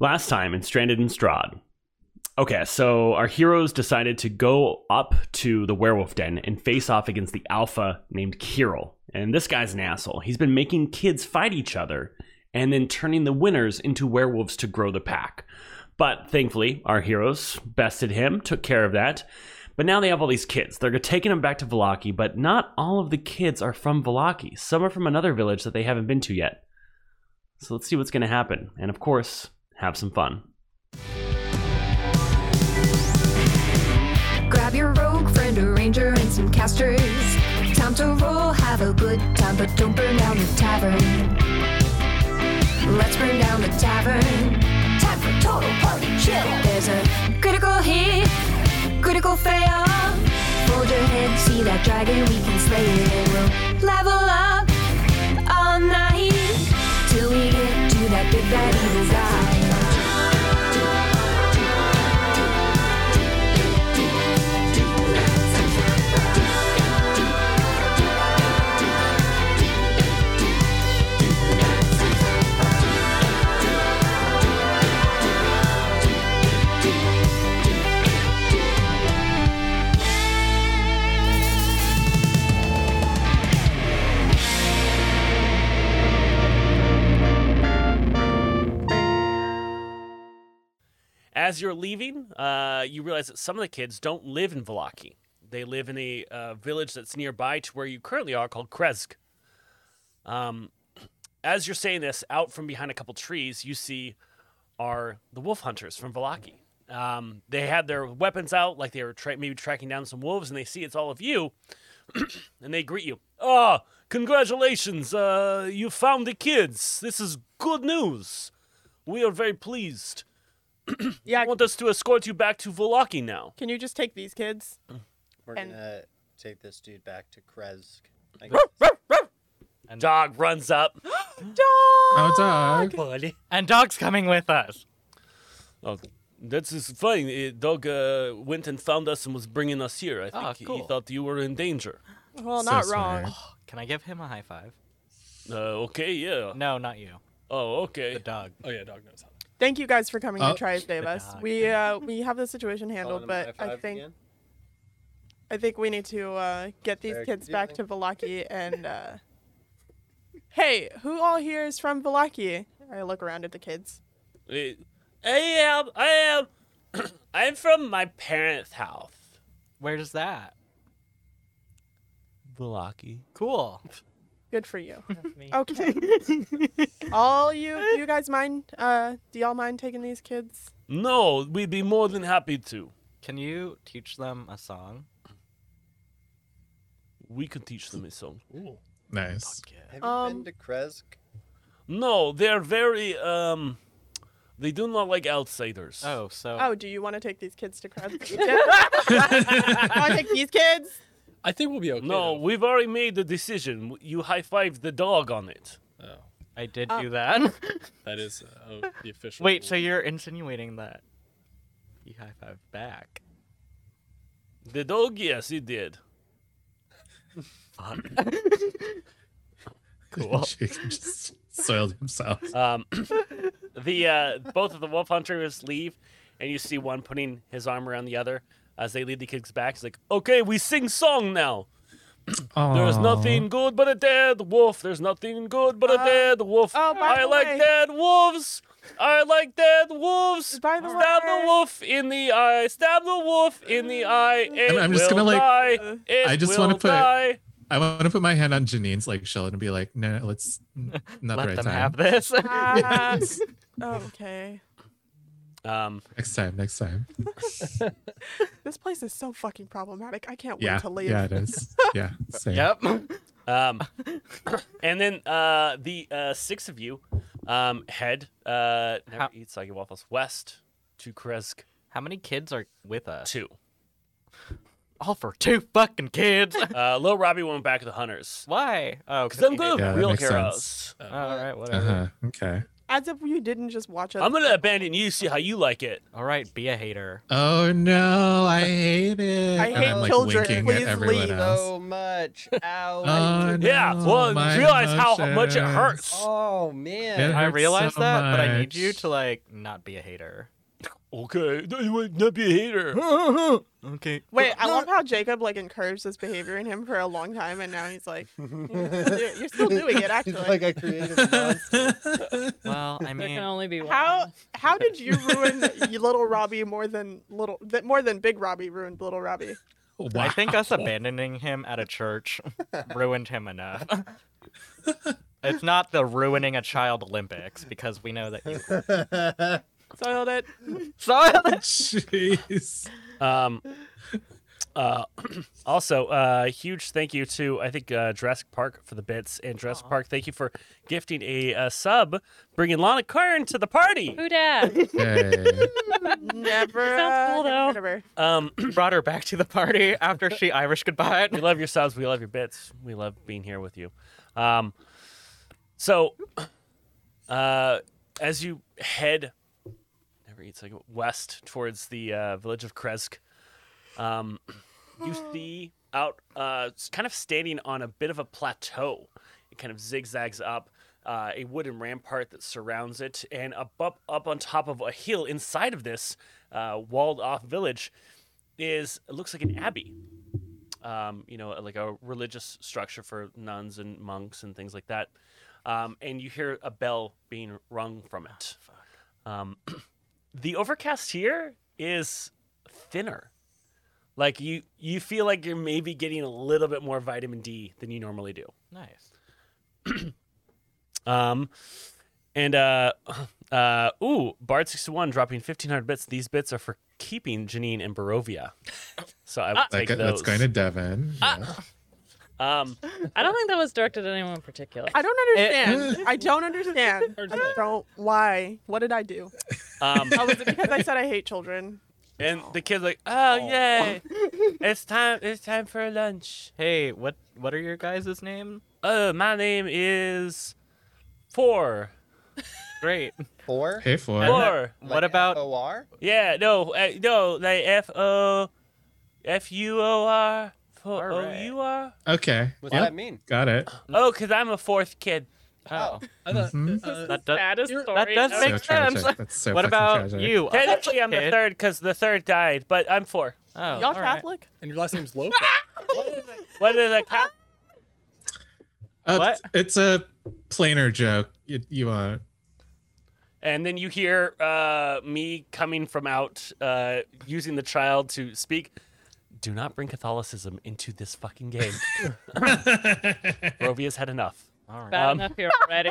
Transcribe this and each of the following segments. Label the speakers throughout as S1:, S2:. S1: Last time in Stranded in Strahd. Okay, so our heroes decided to go up to the werewolf den and face off against the alpha named Kirill. And this guy's an asshole. He's been making kids fight each other and then turning the winners into werewolves to grow the pack. But thankfully, our heroes bested him, took care of that. But now they have all these kids. They're taking them back to Valaki, but not all of the kids are from Valaki. Some are from another village that they haven't been to yet. So let's see what's going to happen. And of course, have some fun.
S2: Grab your rogue friend, a ranger, and some casters. Time to roll, have a good time, but don't burn down the tavern. Let's burn down the tavern. Time for total party chill. There's a critical hit, critical fail. Hold your head, see that dragon, we can slay it. We'll level up all night till we get to that big bad evil's eye.
S3: As you're leaving, uh, you realize that some of the kids don't live in Valaki. They live in a uh, village that's nearby to where you currently are called Kresk. Um, as you're saying this, out from behind a couple trees, you see are the wolf hunters from Valaki. Um, they had their weapons out, like they were tra- maybe tracking down some wolves, and they see it's all of you, and they greet you. Ah, congratulations! Uh, you found the kids. This is good news. We are very pleased.
S4: Yeah,
S3: I want us to escort you back to Volaki now.
S4: can you just take these kids?
S5: We're
S4: And-
S5: gonna take this dude back to Kresk. I guess.
S3: Dog runs up.
S6: Oh, dog.
S7: And dog's coming with us.
S3: Oh, that's is fine. Uh, Dog uh, went and found us and was bringing us here. I think
S7: Ah,
S3: he- he
S7: cool.
S3: thought you were in danger.
S4: Well,
S6: So
S4: not wrong.
S6: smart.
S7: Can I give him a high five?
S3: Uh, okay, yeah.
S7: No, not you.
S3: Oh, okay.
S7: The dog.
S8: Oh yeah, dog knows how. to-
S4: Thank you guys for coming
S6: Oh.
S4: to try to save us.
S7: dog.
S4: We uh, we have the situation handled,
S5: Calling him
S4: but I
S5: high-fived
S4: think
S5: again?
S4: I think we need to uh, get these
S5: Eric,
S4: kids
S5: do you
S4: back to
S5: think-
S4: Valaki and. Uh... Hey, who all here is from Valaki? I look around at the kids.
S3: Uh, I am. I am. I'm from my parents' house.
S7: Where's that?
S3: Volaki.
S7: Cool.
S4: Good for you.
S7: me.
S4: Okay. all you, you guys mind? Uh, do y'all mind taking these kids?
S3: No, we'd be more than happy to.
S7: Can you teach them a song?
S3: We could teach them a song.
S8: Ooh.
S6: Nice.
S5: Have you
S4: Um,
S5: been to Kresk?
S3: No, they're very um. They do not like outsiders.
S7: Oh, so
S4: Oh, do you want to take these kids to crowd? want to take these kids?
S8: I think we'll be okay.
S3: No, we've already made the decision. You high fived the dog on it.
S8: though. Oh,
S7: I did do that.
S8: that is uh, oh, the official.
S7: Wait, so
S8: rule.
S7: you're insinuating that you high five back?
S3: The dog, yes, it did.
S7: Cool.
S6: just soiled himself.
S3: Um, the uh, both of the wolf hunters leave, and you see one putting his arm around the other as they lead the kids back. He's like, "Okay, we sing song now. There's
S6: Aw.
S3: nothing good but a dead wolf. There's nothing good but a dead wolf.
S4: oh, by
S3: I
S4: the
S3: like
S4: way-
S3: dead wolves. I like dead wolves.
S4: By the
S3: stab
S4: way-
S3: the wolf in the eye. Stab the wolf in the eye. It
S6: I'm just
S3: will
S6: gonna, like-
S4: Uh,
S3: die. It
S6: I just
S3: will
S6: wanna put-
S3: die.
S6: I want to put my hand on Janine's like shoulder and be like, no, no let's not the
S7: Let
S6: right
S7: them
S6: time.
S7: have this.
S4: Uh, okay.
S3: Um,
S6: Next time, next time.
S4: This place is so fucking problematic. I can't
S6: Yeah,
S4: wait to leave.
S6: yeah, it is. Yeah, same.
S7: yep.
S3: Um, and then uh, the uh, six of you um, head uh, never
S7: How-
S3: eat soggy waffles west to Kresk
S7: How many kids are with us?
S3: two.
S7: All for two fucking kids.
S3: Uh, Lil Robbie went back to the hunters
S7: Why? Oh,
S3: because I'm
S7: he
S3: good
S7: did
S3: at
S6: Yeah, that
S3: real
S6: makes
S3: heroes. Uh,
S6: sense.
S7: that. All right, whatever.
S6: Uh huh. Okay.
S4: Adds up, you didn't just watch it.
S3: I'm gonna abandon you. See how you like it.
S7: All right, be a hater.
S6: Oh no, I hate it.
S4: I
S6: and
S4: hate
S6: I'm like
S4: children.
S6: winking
S4: Please
S6: at everyone
S4: leave.
S6: else.
S5: So much. Ow.
S6: Oh, no,
S3: yeah. Well,
S6: my
S3: you realize how much it
S6: emotions.
S3: hurts.
S5: Oh man.
S6: It
S7: I
S6: hurts
S7: realize
S6: so
S7: that, but I need you
S6: much.
S7: to like not be a hater.
S3: Okay, not be a hater.
S7: Okay.
S4: Wait, I love how Jacob like encouraged this behavior in him for a long time, and now he's like, "You're still, do- you're still doing it." Actually,
S5: He's like a creative monster.
S7: Well, I
S9: There can
S7: mean,
S9: only be one.
S4: how how did you ruin y- little Robbie more than little that more than big Robbie ruined little Robbie?
S6: Wow.
S7: I think us abandoning him at a church ruined him enough. it's not the ruining a child Olympics because we know that you
S4: Soiled it.
S7: soiled it.
S6: Jeez.
S3: Um, uh, also, uh, huge thank you to I think uh, Jurassic Park for the bits and Jurassic Park. Thank you for gifting a, uh sub, bringing Lana Kern to the party.
S9: Who dat?
S6: Yay.
S4: Never.
S9: Sounds
S4: uh,
S9: cool, though.
S4: Never.
S3: Um,
S7: Brought her back to the party after she Irish goodbye.
S3: we love your subs. We love your bits. We love being here with you. Um, so, uh, as you head, never eats like west towards the uh, village of Kresk, um, you see out, uh, s- kind of standing on a bit of a plateau. It kind of zigzags up. Uh, a wooden rampart that surrounds it, and up, up, up on top of a hill inside of this uh, walled-off village is it looks like an abbey um, you know, like a religious structure for nuns and monks and things like that. Um, and you hear a bell being rung from it. Um, the overcast here is thinner. Like you, you feel like you're maybe getting a little bit more vitamin D than you normally do.
S7: Nice.
S3: Um, and uh, uh, ooh, Bard sixty one dropping fifteen hundred bits. These bits are for keeping Janine and Barovia. So I will take
S6: Like, uh, that's
S3: those.
S6: going to Devon.
S7: Ah!
S6: Yeah.
S3: um,
S9: I don't think that was directed at anyone in particular.
S4: I don't understand. I don't understand.
S8: Hard
S4: I
S8: to-
S4: don't. Why? What did I do?
S3: um,
S4: Oh, was it because I said I hate children?
S3: And the kid's like, "Oh, yay! it's time! It's time for lunch."
S7: Hey, what what are your guys' name?
S3: Oh, my name is Four.
S7: Great.
S5: Four.
S6: Pay for it.
S3: Four.
S7: What about-
S5: O R?
S3: Yeah, no, uh, no, like F O, F U O R, four O
S7: Alright.
S3: U R.
S6: Okay.
S5: What's
S6: Yep.
S5: that mean?
S6: Got it.
S3: Oh, cause I'm a fourth kid.
S7: Oh,
S8: I thought,
S6: Mhm.
S8: uh,
S7: that does.
S9: Saddest
S8: You're-
S9: story
S7: does
S9: ever.
S7: make-
S6: so
S7: Makes
S6: tragic.
S7: sense.
S6: That's so
S7: what
S6: fucking
S7: about
S6: tragic.
S3: Oh,
S7: you?
S3: Technically, I'm the third, cause the third died, but I'm four.
S7: Oh,
S4: Y'all
S7: all right.
S4: Catholic?
S8: and your last name's Lope.
S3: What is a cat?
S6: Uh,
S7: What?
S6: It's a plainer joke. You, you are.
S3: And then you hear uh, me coming from out, uh, using the child to speak. Do not bring Catholicism into this fucking game. Rovia's had enough.
S7: All right.
S9: Bad
S3: Um,
S9: enough here already.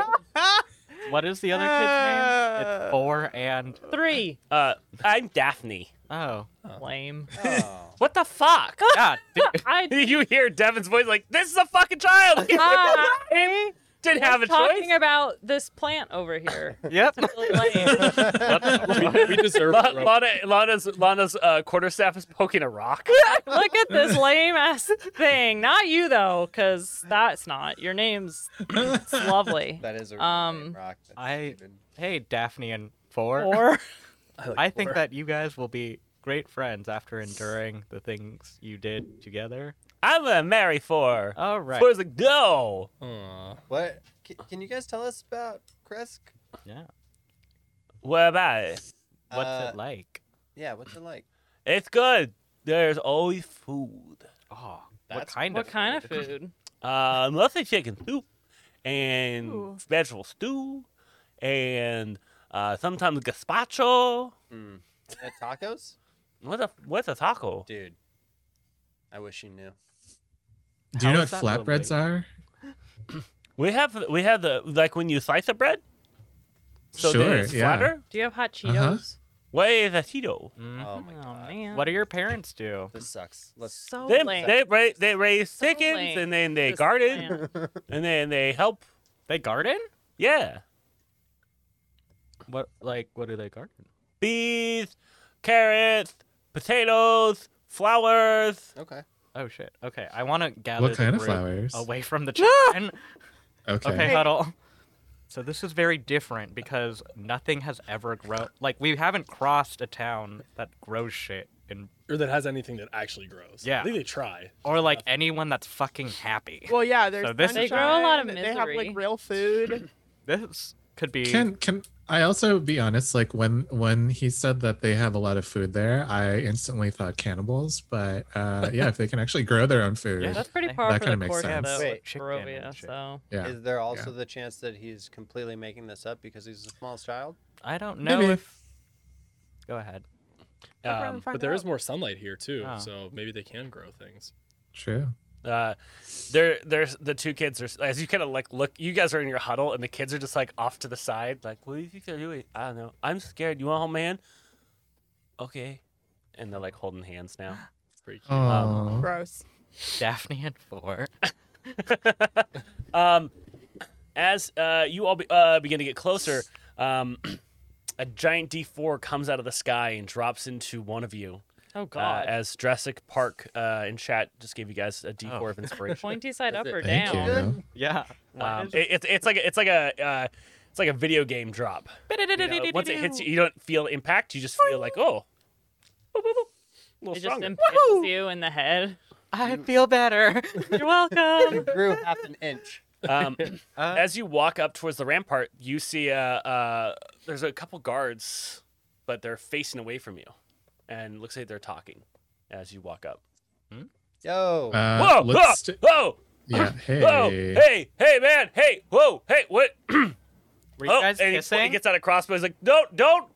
S7: What is the other kid's name? It's four and
S9: Three.
S3: Uh, I'm Daphne.
S7: oh
S9: Lame.
S5: Oh.
S3: What the fuck?
S7: god, dude.
S9: I
S3: you hear Devin's voice like, "This is a fucking child."
S9: I
S3: Didn't have a
S9: was
S3: choice.
S9: talking about this plant over here.
S7: yep.
S9: Really lame.
S8: we, we deserve
S3: La-
S8: it. Rob.
S3: Lana, Lana's Lana's uh, quarterstaff is poking a rock.
S9: Look at this lame ass thing. Not you though, because that's not your name's. It's lovely.
S5: That is a
S9: Um,
S5: um, rock. That's
S7: I-
S5: stupid.
S7: Hey, Daphne and four.
S9: Or
S7: I think that you guys will be great friends after enduring the things you did together.
S3: I'm gonna marry four.
S7: All right.
S3: Four's like, no.
S8: Aw.
S5: What? Can, can you guys tell us about Kresk?
S7: Yeah.
S3: What about it?
S7: What's
S5: Uh,
S7: it like?
S5: Yeah. What's it like?
S3: It's good. There's always food.
S7: Oh, what
S5: that's-
S7: kind
S9: what
S7: of
S9: kind of food?
S3: Uh, mostly chicken soup and
S4: Ooh.
S3: vegetable stew, and uh, sometimes gazpacho.
S5: Mm. Uh, tacos?
S3: What's a what's a taco?
S5: Dude. I wish you knew.
S6: Do you know
S7: How
S6: what
S7: is that
S6: flatbreads
S7: related?
S6: are?
S3: We have we have the like when you slice the bread. So then
S6: Sure,
S3: it's
S6: yeah.
S3: flatter.
S9: Do you have hot Cheetos?
S6: Uh-huh.
S3: What is a Cheeto?
S7: Mm.
S5: Oh my
S9: Oh
S5: god.
S9: man.
S7: What do your parents do?
S5: This sucks. Let's.
S9: so
S3: They
S9: lame.
S3: they, ra- they raise
S9: So
S3: chickens
S9: lame.
S3: and then they
S9: This
S3: garden
S9: plant.
S3: and then they help.
S7: They garden?
S3: Yeah,
S7: What like what do they garden?
S3: bees, carrots, potatoes, flowers.
S5: Okay.
S7: Oh shit. Okay, I want to gather
S6: What
S7: the
S6: kind of
S7: group
S6: flowers?
S7: away from the children.
S6: Okay.
S7: okay, huddle. So this is very different because nothing has ever grown. Like we haven't crossed a town that grows shit, and
S8: Or that has anything that actually grows.
S7: Yeah.
S8: I think they try.
S7: or like anyone that's fucking happy.
S4: Well, yeah, there's
S7: So this-
S9: They grow a lot of
S4: sunshine, They have
S9: misery.
S4: like real food.
S7: This could be.
S6: Can can I also be honest? Like when when he said that they have a lot of food there, I instantly thought cannibals. But uh, yeah, if they can actually grow their own food,
S7: Yeah,
S9: That's pretty
S7: That
S9: par for
S6: kinda
S9: the
S6: makes
S9: course though
S6: sense.
S9: with
S5: Wait,
S7: chicken
S9: Barovia.
S7: and shit.
S9: So
S6: yeah.
S5: Is there also the chance that he's completely making this up because he's a small child?
S7: I don't know
S6: Maybe.
S7: if. Go ahead.
S4: around and
S8: Um,
S4: find
S8: but there is
S4: out.
S8: more sunlight here too,
S7: Ah.
S8: so maybe they can grow things.
S6: True.
S3: Uh, they're, they're, the two kids are, as you kind of like look, you guys are in your huddle, and the kids are just like off to the side, like, what do you think they're doing? I don't know. I'm scared. You want home, man? Okay. And they're like holding hands now.
S8: Pretty
S7: Um,
S8: cute.
S6: Oh,
S4: Gross.
S7: Daphne and four.
S3: Um, as uh, you all be, uh, begin to get closer, um, a giant D4 comes out of the sky and drops into one of you.
S9: Oh
S3: Uh,
S9: god.
S3: as Jurassic Park uh, in chat just gave you guys a D4
S7: Oh.
S3: of inspiration.
S9: Pointy side up or
S6: thank
S9: down.
S6: you.
S7: Yeah. Why
S3: um,
S7: is-
S3: it, it's it's like a- it's like a uh, it's like a video game drop. You know, once it hits you, you don't feel impact. You just feel like oh, Boop, boop, boop. a little
S9: It just
S3: stronger.
S9: impales you in the head.
S7: I feel better.
S9: You're welcome.
S5: Grew half an inch.
S3: Um,
S7: Uh,
S3: as you walk up towards the rampart, you see uh, uh, there's a couple guards, but they're facing away from you, and looks like they're talking as you walk up.
S5: Yo.
S6: Uh,
S3: whoa!
S6: let's
S3: ah,
S6: st-
S3: whoa!
S6: yeah.
S3: Whoa!
S6: Hey.
S3: Hey! Hey, man! Hey! Whoa! Hey! What? Oh,
S7: were you guys
S3: and he-
S7: kissing?
S3: He gets out a crossbow. He's like, don't, don't,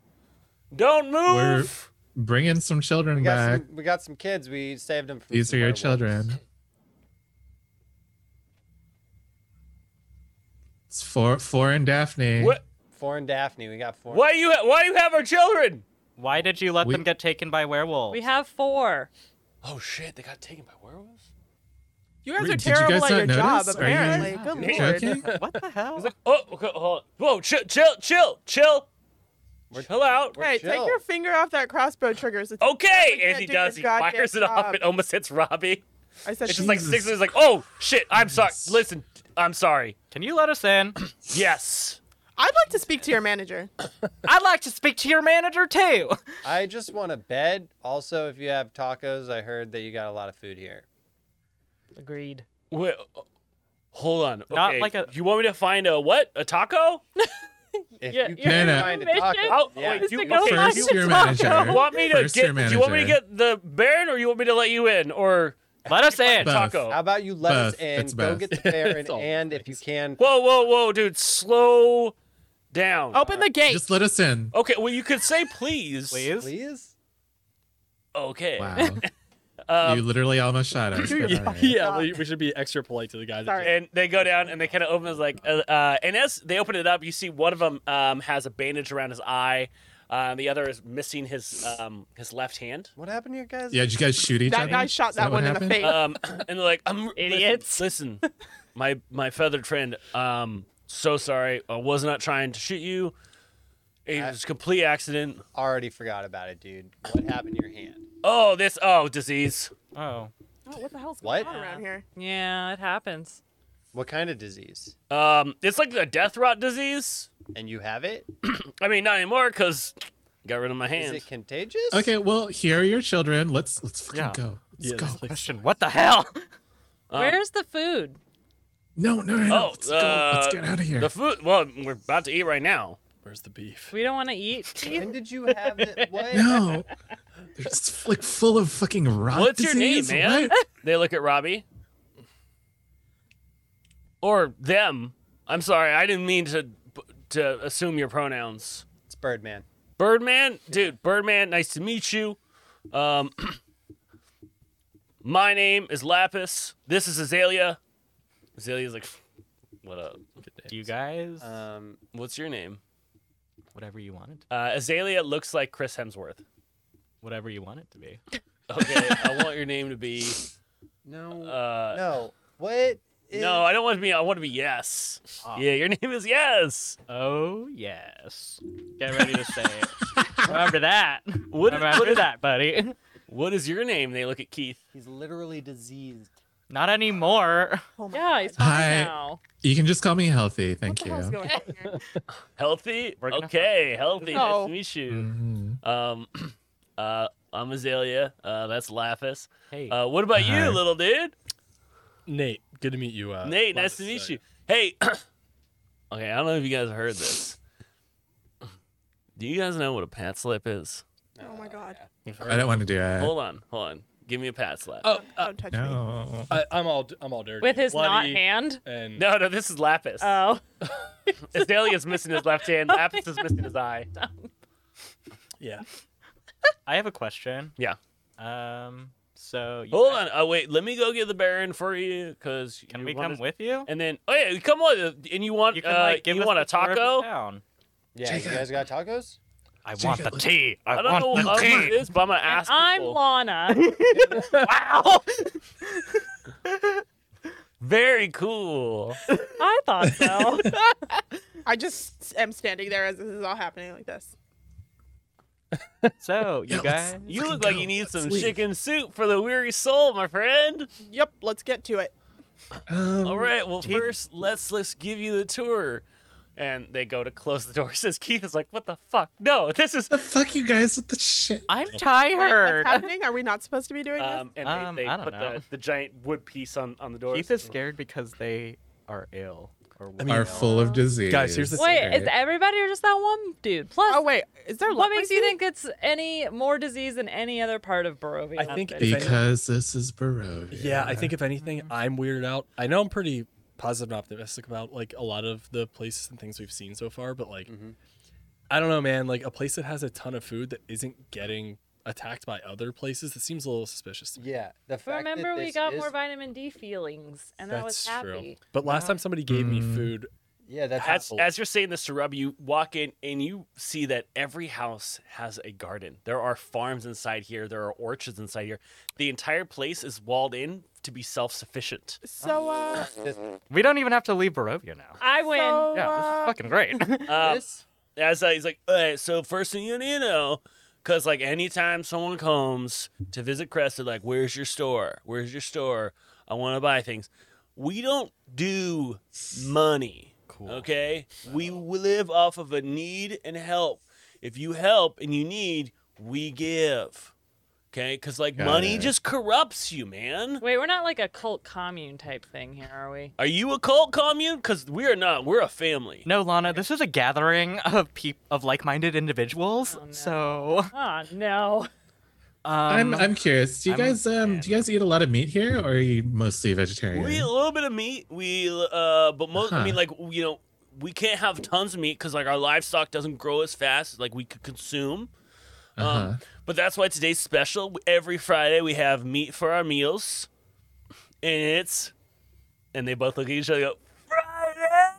S3: don't
S6: We're
S3: move.
S6: bringing some children
S5: we, got
S6: back.
S5: some, we got some kids. We saved them from
S6: These
S5: some
S6: are your
S5: werewolves.
S6: children. It's for for and Daphne.
S3: What?
S5: Four and Daphne. We got four.
S3: Why do you? Ha- why do you have our children?
S7: Why did you let
S6: We-
S7: them get taken by werewolves?
S9: We have four.
S3: Oh shit! They got taken by werewolves.
S4: You guys
S6: Wait,
S4: are
S6: did you
S4: terrible at
S6: guys not
S4: your job,
S6: notice? Are you
S4: apparently. Good lord.
S6: Joking?
S7: what the hell?
S3: Oh, okay, hold on. Whoa! Chill, chill, chill, chill. chill Oh, out.
S5: We're
S4: Hey, take
S5: chill.
S4: your finger off that crossbow triggers. It's
S3: Okay,
S4: You
S3: and
S4: can't
S3: he
S4: do
S3: does.
S4: your
S3: He
S4: goddamn
S3: fires it off.
S4: job.
S3: It almost hits Robbie.
S4: I said,
S3: It's just like
S4: "Jesus."
S3: six. He's like, oh shit! I'm sorry. Listen, I'm sorry.
S7: Can you let us in?
S3: Yes.
S4: I'd like to speak to your manager.
S7: I'd like to speak to your manager too.
S5: I just want a bed. Also, if you have tacos, I heard that you got a lot of food here.
S9: Agreed.
S3: Wait, hold on.
S7: Not
S3: okay.
S7: like a-
S3: You want me to find a what? A taco?
S5: If
S9: Yeah,
S5: you
S9: your
S5: can
S6: No, no.
S5: find a
S9: mission
S5: taco,
S3: Oh,
S5: yeah.
S3: wait,
S9: is
S3: you-
S9: to go
S3: okay,
S9: find
S6: First
S9: the
S6: year
S9: taco.
S3: You
S6: manager.
S3: want me to
S6: First
S3: get?
S6: year
S3: Do you want me to
S6: manager.
S3: get the Baron, or you want me to let you in, or
S7: Let us in.
S6: Both.
S3: Taco?
S5: How about you let us
S6: Both.
S5: in,
S6: It's
S5: go
S6: both.
S5: get the Baron,
S8: It's all
S5: and if you can,
S3: Whoa, whoa, whoa, dude! Slow down.
S4: Open the gate.
S6: Just let us in.
S3: Okay. Well, you could say please.
S7: Please.
S5: please.
S3: Okay.
S6: Wow.
S3: Um,
S6: you literally almost shot us. but
S8: yeah,
S6: alright.
S8: yeah we, we should be extra polite to the guys.
S4: Sorry.
S8: That
S3: and they go down and they kind of open it like uh, uh, and as they open it up you see one of them um, has a bandage around his eye uh, the other is missing his um, his left hand
S5: What happened to you guys?
S6: Yeah, did you guys shoot each
S4: that
S6: other?
S4: guy shot
S6: Is
S4: that, one
S6: what
S4: in
S6: happened?
S4: the face.
S3: um, and they're like I'm
S9: Idiots.
S3: listen, listen my my feathered friend um so sorry I was not trying to shoot you it was a complete accident
S5: already forgot about it, dude. What happened to your hand?
S3: oh this oh disease
S7: Oh.
S4: Oh, what the hell's
S5: What?
S4: going on around here?
S9: Yeah, it happens.
S5: What kind of disease?
S3: um it's like the death rot disease
S5: And you have it?
S3: I mean not anymore because got rid of my
S5: Is
S3: hand
S5: it contagious?
S6: Okay, well, here are your children. Let's let's fucking
S7: Yeah.
S6: go. Let's
S8: Yeah,
S6: go.
S8: that's like-
S7: Question. What the hell?
S3: Um,
S9: Where's the food?
S6: No, no, no, no.
S3: Oh,
S6: let's go.
S3: uh,
S6: Let's get out of here.
S3: the food well we're about to eat right now
S8: Where's the beef?
S9: We don't want to eat.
S5: When did you have it? What?
S6: no. They're just like full of fucking rot
S3: What's your name,
S6: disease.
S3: man?
S6: What?
S3: They look at Robbie. Or them. I'm sorry, I didn't mean to to assume your pronouns.
S5: It's Birdman.
S3: Birdman, dude, Birdman, nice to meet you. Um My name is Lapis. This is Azalea. Azalea's like, what up?
S7: You guys,
S5: Um,
S3: What's your name?
S7: whatever you want it, to,
S3: Uh, Azalea looks like Chris Hemsworth.
S7: whatever you want it to be.
S3: Okay, I want your name to be.
S5: no.
S3: Uh,
S5: no. What? is-
S3: No, I don't want to be. I want to be yes.
S8: Oh.
S7: Ah.
S3: Yeah, your name is yes.
S7: Oh yes. Get ready to say it. Remember that.
S3: What,
S7: Remember
S3: what,
S7: that, buddy.
S3: what is your name? They look at Keith.
S5: He's literally diseased.
S7: Not anymore.
S4: Oh my
S9: Yeah, he's fine
S6: Hi.
S9: now.
S6: You can just call me healthy.
S4: What
S6: Thank
S4: the hell's
S6: you.
S4: going on here?
S3: Healthy?
S7: We're gonna-
S3: Okay, healthy. Nice
S8: Oh.
S4: No.
S3: to meet you.
S6: Mhm.
S3: Um, uh, I'm Azalea. Uh, that's Laphis.
S7: Hey.
S3: Uh, what about you,
S6: Hi.
S3: little dude?
S8: Nate, good to meet you. Uh,
S3: Nate, nice
S8: Laphis,
S3: to meet
S8: uh,
S3: you. Hey, okay, I don't know if you guys heard this. Do you guys know what a pat slap is?
S4: Oh my god.
S6: I don't want to do it.
S3: Hold on, hold on. Give me a pat slap.
S8: Oh, uh,
S4: Don't touch me.
S6: No.
S8: I, I'm all I'm all dirty.
S9: With his not
S8: Bloody
S9: hand.
S8: And
S3: No, no, this is Lapis.
S8: Uh.
S9: Oh,
S3: Azalea's missing his left hand. Lapis is missing his eye.
S8: yeah,
S7: I have a question.
S3: Yeah.
S7: Um. So. you
S3: Hold on.
S7: guys-
S3: Oh wait, let me go get the Baron for you, cause
S7: Can
S3: you
S7: we
S3: wanna-
S7: come with you?
S3: And then, oh yeah, come on. uh, And you want
S7: You can
S3: uh,
S7: like give
S3: you
S7: us
S3: want
S7: the
S3: a
S7: tour of the
S3: taco?
S7: town.
S5: Yeah, you guys got tacos?
S7: I
S6: Jacob,
S7: want the
S6: let's-
S7: tea. I,
S3: I don't
S7: want
S3: know
S7: the
S3: what
S7: tea.
S3: it is, but I'm gonna
S9: and
S3: ask.
S9: I'm
S3: people.
S9: Lana.
S7: Wow.
S3: very cool.
S9: I thought so.
S4: I just am standing there as this is all happening like this.
S7: so
S6: Yeah,
S7: you
S6: let's-
S7: guys.
S3: You
S6: Fucking
S3: look like
S6: go.
S3: you need some
S6: Let's leave.
S3: chicken soup for the weary soul, my friend.
S4: Yep, let's get to it.
S6: Um,
S3: All right. Well, first, let's let's give you the tour. And they go to close the door. Says Keith is like, "What the fuck? No, this is."
S6: The fuck you guys with the shit.
S7: I'm
S4: Wait,
S7: tired.
S4: what's happening? Are we not supposed to be doing
S3: Um, and they,
S7: Um,
S3: they
S7: I don't
S3: put
S7: know.
S3: The, the giant wood piece on on the door.
S7: Keith is scared because they are ill. Or
S8: I mean-
S6: Are full of disease.
S8: Guys, here's the thing.
S9: Wait, is everybody or just that one dude? Plus,
S4: this? Oh wait, is there
S9: what makes
S4: leprosy?
S9: you think it's any more disease than any other part of Barovia?
S8: I think
S9: But-
S8: if any-
S6: Because this is Barovia.
S8: yeah. I think if anything, I'm weirded out. I know I'm pretty positive and optimistic about like a lot of the places and things we've seen so far, but like, I don't know, man. Like a place that has a ton of food that isn't getting attacked by other places, that seems a little suspicious to me.
S5: Yeah. The fact
S9: Remember,
S5: that
S9: we
S5: this
S9: got
S5: is-
S9: more vitamin D feelings, and I was
S8: That's
S9: happy.
S8: true. But last time somebody gave me food,
S5: Yeah, that's
S3: as,
S5: awful.
S3: as you're saying this to Rub, you walk in and you see that every house has a garden. There are farms inside here. There are orchards inside here. The entire place is walled in to be self-sufficient.
S4: So uh,
S5: This-
S7: we don't even have to leave Barovia now.
S9: I win.
S4: so,
S7: Yeah, this is
S4: uh,
S7: fucking great.
S3: Uh,
S5: this-
S3: as uh, he's like, all right, so first thing you need to know, because like anytime someone comes to visit Crest, they're like, "Where's your store? Where's your store? I want to buy things." We don't do money.
S7: Cool.
S3: Okay, we live off of a need and help. If you help and you need, we give. Okay, because like
S6: Got
S3: money
S6: it.
S3: just corrupts you, man.
S9: Wait, we're not like a cult commune type thing here, are we?
S3: Are you a cult commune? Because we are not. We're a family.
S7: No, Lana, this is a gathering of peop- of like-minded individuals.
S9: no.
S7: So, um,
S9: Oh, no.
S6: I'm, I'm curious. Do you
S7: I'm a
S6: guys um do you guys eat a lot of meat here, or are you mostly vegetarian?
S3: We eat a little bit of meat. We uh, but most I
S6: Huh.
S3: mean, like you know, we can't have tons of meat because like our livestock doesn't grow as fast as like we could consume. Um,
S6: Uh-huh.
S3: But that's why today's special. Every Friday we have meat for our meals, and it's and they both look at each other. and go, Friday,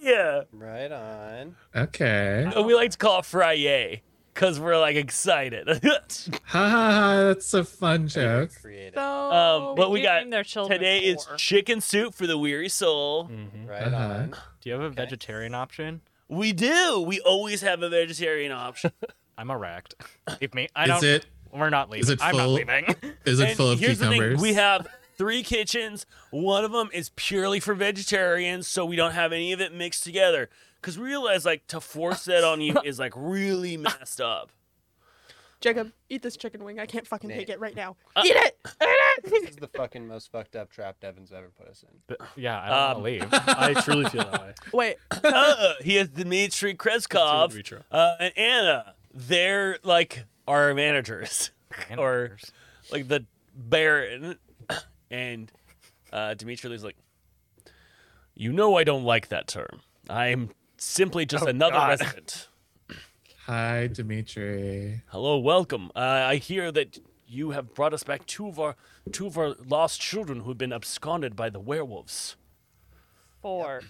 S3: yeah.
S5: right on.
S6: okay.
S3: And we like to call it Friday because we're like excited. Um,
S6: Ha ha ha! That's a fun joke.
S5: Creative.
S4: so
S3: um, but
S9: They
S3: we
S9: do
S3: got
S9: Oh, name their children
S3: today is
S9: poor.
S3: chicken soup for the weary soul.
S5: Right
S6: Uh-huh.
S5: on.
S7: do you have a vegetarian option?
S3: We do. We always have a vegetarian option.
S7: I'm erect. Leave me. I
S6: Is
S7: don't.
S6: it
S7: We're not leaving.
S6: is it
S7: I'm not
S6: full?
S7: leaving.
S6: is it
S3: And
S6: full of
S3: here's the thing,
S6: cucumbers?
S3: we have three kitchens. One of them is purely for vegetarians, so we don't have any of it mixed together. Because we realize, like, to force that on you is like really messed up.
S4: Jacob, eat this chicken wing. I can't fucking take
S5: Nate.
S4: it right now.
S3: Uh,
S4: eat it.
S5: This is the fucking most fucked up trap Devin's ever put us in.
S7: But- yeah, I don't
S3: Um,
S7: want to leave.
S8: I truly feel that way.
S4: Wait,
S3: Uh, he has Dmitry
S8: It's
S3: Kreskov
S8: really true.
S3: uh, and Anna. They're like our managers, or like the Baron. And uh, Dmitri is like, you know, I don't like that term. I'm simply just another
S7: God.
S3: resident.
S6: Hi, Dimitri.
S3: Hello, welcome. Uh, I hear that you have brought us back two of our two of our lost children who've been absconded by the werewolves.
S9: Four.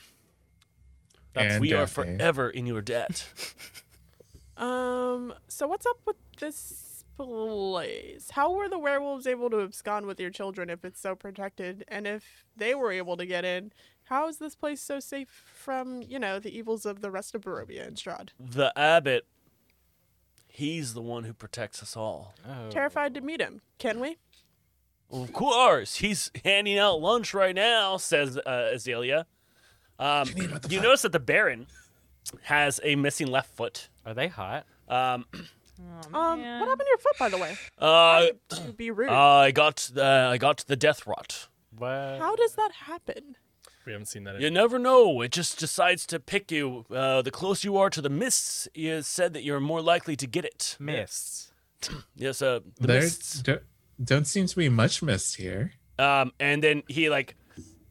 S3: That's
S6: And
S3: we are
S6: Daphne.
S3: forever in your debt.
S4: um, so what's up with this place? How were the werewolves able to abscond with your children if it's so protected? And if they were able to get in, how is this place so safe from you know the evils of the rest of Barovia and Strahd?
S3: the abbot, he's the one who protects us all.
S7: Oh.
S4: Terrified to meet him. Can we?
S3: Of course, he's handing out lunch right now, says uh, Azalea. Um,
S6: Janine, what the
S3: you
S6: fuck?
S3: notice that the Baron has a missing left foot.
S7: Are they hot?
S3: Um,
S4: Um, what happened to your foot, by the way?
S3: uh,
S4: To be rude.
S3: I got uh, I got the death rot.
S7: What?
S4: How does that happen?
S8: We haven't seen that.
S3: You
S8: in
S3: never know. It just decides to pick you. Uh, the closer you are to the mists, it's said that you're more likely to get it.
S7: Mists.
S3: Yes, uh, the
S6: There
S3: mists.
S6: do, don't seem to be much mist here.
S3: Um, and then he like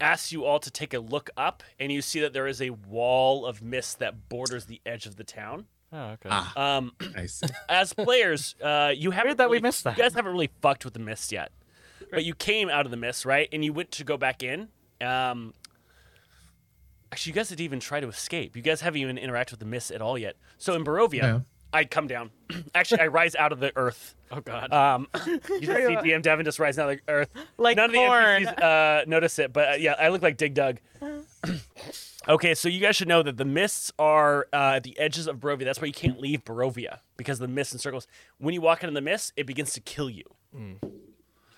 S3: asks you all to take a look up, and you see that there is a wall of mist that borders the edge of the town.
S7: Oh, okay.
S6: Ah,
S3: Um,
S6: I see.
S3: as players, uh, you haven't
S7: that we
S3: really-
S7: missed that.
S3: You guys haven't really fucked with the mist yet, but you came out of the mist, right? And you went to go back in. Um, actually, you guys didn't even try to escape. You guys haven't even interacted with the mist at all yet. So in Barovia,
S6: No.
S3: I come down. actually, I rise out of the earth.
S7: Oh God.
S3: Um, you just see DM Devin just rising out of the earth.
S9: Like
S3: None
S9: corn.
S3: of the NPCs uh, notice it, but uh, yeah, I look like Dig Dug. okay, so you guys should know that the mists are uh, at the edges of Barovia. That's why you can't leave Barovia because the mist encircles. When you walk into the mist, it begins to kill you.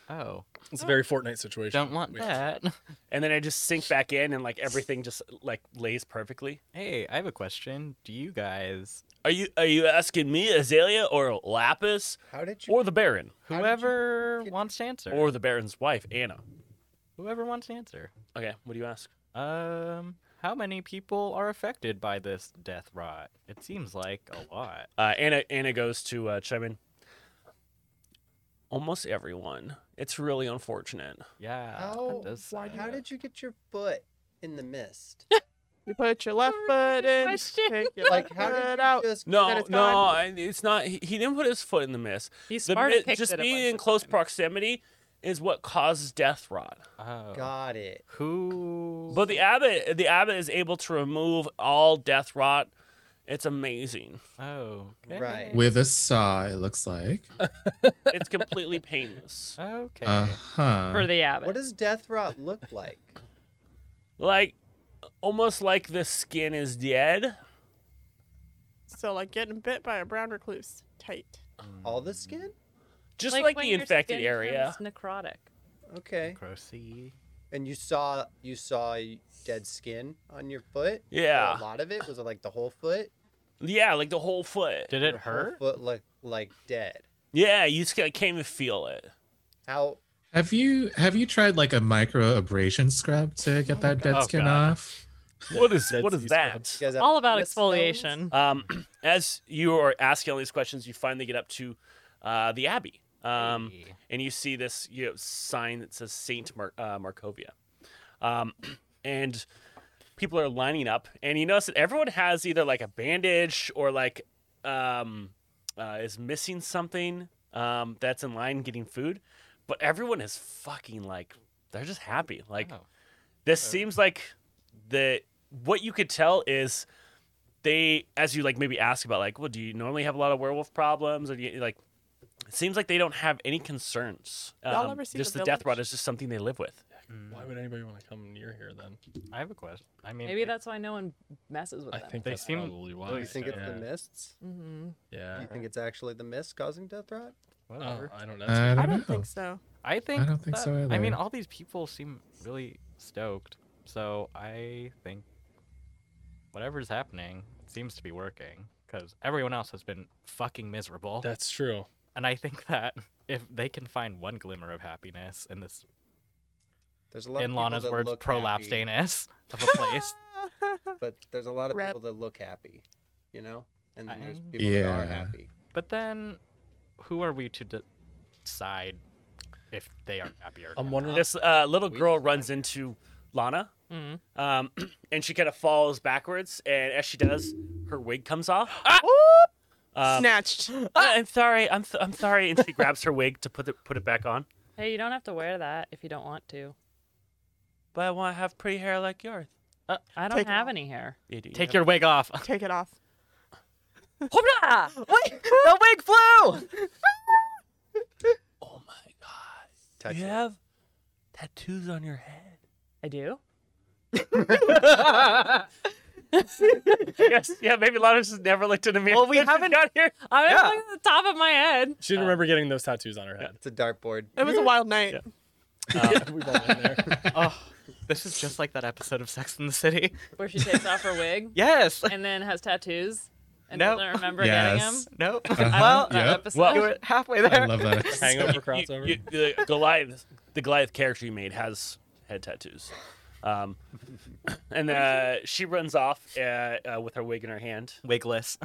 S7: oh,
S8: it's a very Fortnite situation.
S7: don't want
S8: We-
S7: that.
S3: And then I just sink back in, and like everything just like lays perfectly.
S7: Hey, I have a question. Do you guys,
S3: Are you are you asking me, Azalea, or Lapis,
S5: How did you?
S3: or the Baron,
S5: How did you
S7: whoever
S5: get-
S7: wants to answer,
S3: or the Baron's wife, Anna?
S7: whoever wants to answer,
S3: Okay, what do you ask?
S7: um, how many people are affected by this death rot? It seems like a lot.
S3: Uh, Anna Anna goes to uh, chime in. Almost everyone. It's really unfortunate.
S7: Yeah.
S5: How,
S7: that does
S5: why,
S7: suck.
S5: how did you get your foot in the mist?
S4: You put your left foot in,
S9: question.
S4: take your
S5: Like,
S4: like,
S5: how did
S4: foot
S5: you
S4: out.
S5: just?
S3: No,
S4: it's
S3: no,
S4: gone.
S3: I- it's not. He, he didn't put his foot in the mist.
S9: He's
S3: The
S9: smart.
S3: mi-
S9: kicked
S3: just
S9: it a
S3: being
S9: bunch
S3: in
S9: of
S3: close
S9: times.
S3: proximity is what causes death rot.
S7: Oh.
S5: Got it.
S7: Who?
S3: But the abbot, the abbot is able to remove all death rot. It's amazing.
S7: Oh. Okay.
S5: Right.
S6: With a saw, it looks like.
S3: It's completely painless.
S7: Okay.
S6: Uh huh.
S9: for the abbot.
S5: What does death rot look like?
S3: Like almost like the skin is dead.
S4: So like getting bit by a brown recluse. Tight.
S5: All the skin?
S3: Just like,
S9: when
S3: the
S9: your
S3: infected
S9: skin
S3: area.
S9: becomes necrotic.
S5: Okay.
S7: Grossy.
S5: And you saw you saw dead skin on your foot. Or
S3: Yeah.
S5: A lot of it was it like the whole foot.
S3: Yeah, like the whole foot.
S7: Did it
S5: The whole
S7: hurt?
S5: Foot look like dead.
S3: Yeah, you just like, can't even feel it.
S5: How?
S6: Have you have you tried like a micro abrasion scrub to get that dead
S7: Oh,
S6: skin
S7: God.
S6: off?
S3: What is
S8: That's
S3: what is
S8: these
S3: that?
S5: You guys have
S9: All about
S5: wrist stones?
S9: exfoliation.
S3: Um, as you are asking all these questions, you finally get up to uh, the abbey, um,
S7: Hey.
S3: and you see this you know, sign that says Saint Mar- uh, Markovia, um, and people are lining up, and you notice that everyone has either like a bandage or like um, uh, is missing something um, that's in line getting food, but everyone is fucking like they're just happy. Like
S7: Oh.
S3: this seems like the what you could tell is they as you like maybe ask about like well do you normally have a lot of werewolf problems or do you like it seems like they don't have any concerns Um,
S4: Y'all ever see
S3: just
S4: The
S3: the death rot
S4: Village?
S3: is just something they live with
S8: Why would anybody want to come near here then?
S7: I have a question. I mean,
S9: Maybe
S7: it-
S9: that's why no one messes with
S8: I
S9: them.
S8: think
S7: They
S8: that's
S7: seem-
S8: probably why.
S5: Oh, you think it's
S8: yeah.
S5: the mists?
S9: hmm
S5: Do
S8: Yeah.
S5: you think it's actually the mist causing death rot?
S8: Oh,
S7: whatever.
S8: I don't know.
S6: I don't,
S4: I don't
S6: know.
S4: think so.
S7: I think.
S6: don't think
S7: that-
S6: so
S7: I mean,
S6: either.
S7: all these people seem really stoked, so I think whatever's happening seems to be working because everyone else has been fucking miserable,
S8: That's true.
S7: and I think that if they can find one glimmer of happiness in this,
S5: There's a lot. of
S7: in
S5: people
S7: Lana's
S5: that
S7: words,
S5: look
S7: prolapsed
S5: happy,
S7: anus of a place.
S5: But there's a lot of
S4: Rep.
S5: people that look happy, you know. And then there's
S7: I-
S5: people that are
S6: Yeah.
S5: happy.
S7: but then, who are we to de- decide if they are happy or
S8: I'm
S7: not?
S8: wondering.
S3: this uh, little girl runs into lana
S9: Mhm.
S3: um, and she kind of falls backwards and as she does her wig comes off
S4: Uh,
S3: Um,
S4: Snatched.
S3: "I- i'm sorry i'm, th- I'm sorry and she grabs her wig to put it, put it back on
S9: Hey, you don't have to wear that if you don't want to.
S3: but i want to have pretty hair like yours
S9: I don't
S4: Take it
S9: have
S4: off.
S9: any hair.
S3: Yeah, do you
S7: Take
S3: have-
S7: your wig off.
S4: Take it off.
S9: Hoorah!
S7: Wait, the wig flew.
S3: oh my god
S5: Touch
S3: you
S5: it.
S3: have tattoos on your head
S9: I do.
S3: yes, yeah, maybe Lana's just never looked in a mirror.
S7: Well, we
S3: since she
S7: haven't-
S3: got here.
S9: I'm
S7: Yeah.
S9: at the top of my head.
S7: Uh,
S8: She didn't remember getting those tattoos on her head.
S5: It's a dartboard.
S4: It was a wild night.
S8: We've all been there.
S7: oh, this is just like that episode of Sex in the City.
S9: where she takes off her wig
S7: Yes.
S9: and then has tattoos and
S7: Nope.
S9: doesn't remember getting them.
S6: yes.
S7: Nope.
S6: Uh-huh.
S7: Well,
S9: that
S6: Yep.
S9: episode.
S7: you were halfway there.
S6: I love that. episode.
S8: Hangover
S3: You-
S8: crossover.
S3: you- the Goliath, the Goliath character you made has head tattoos, um, and uh, she runs off uh, uh, with her wig in her hand,
S7: Wigless.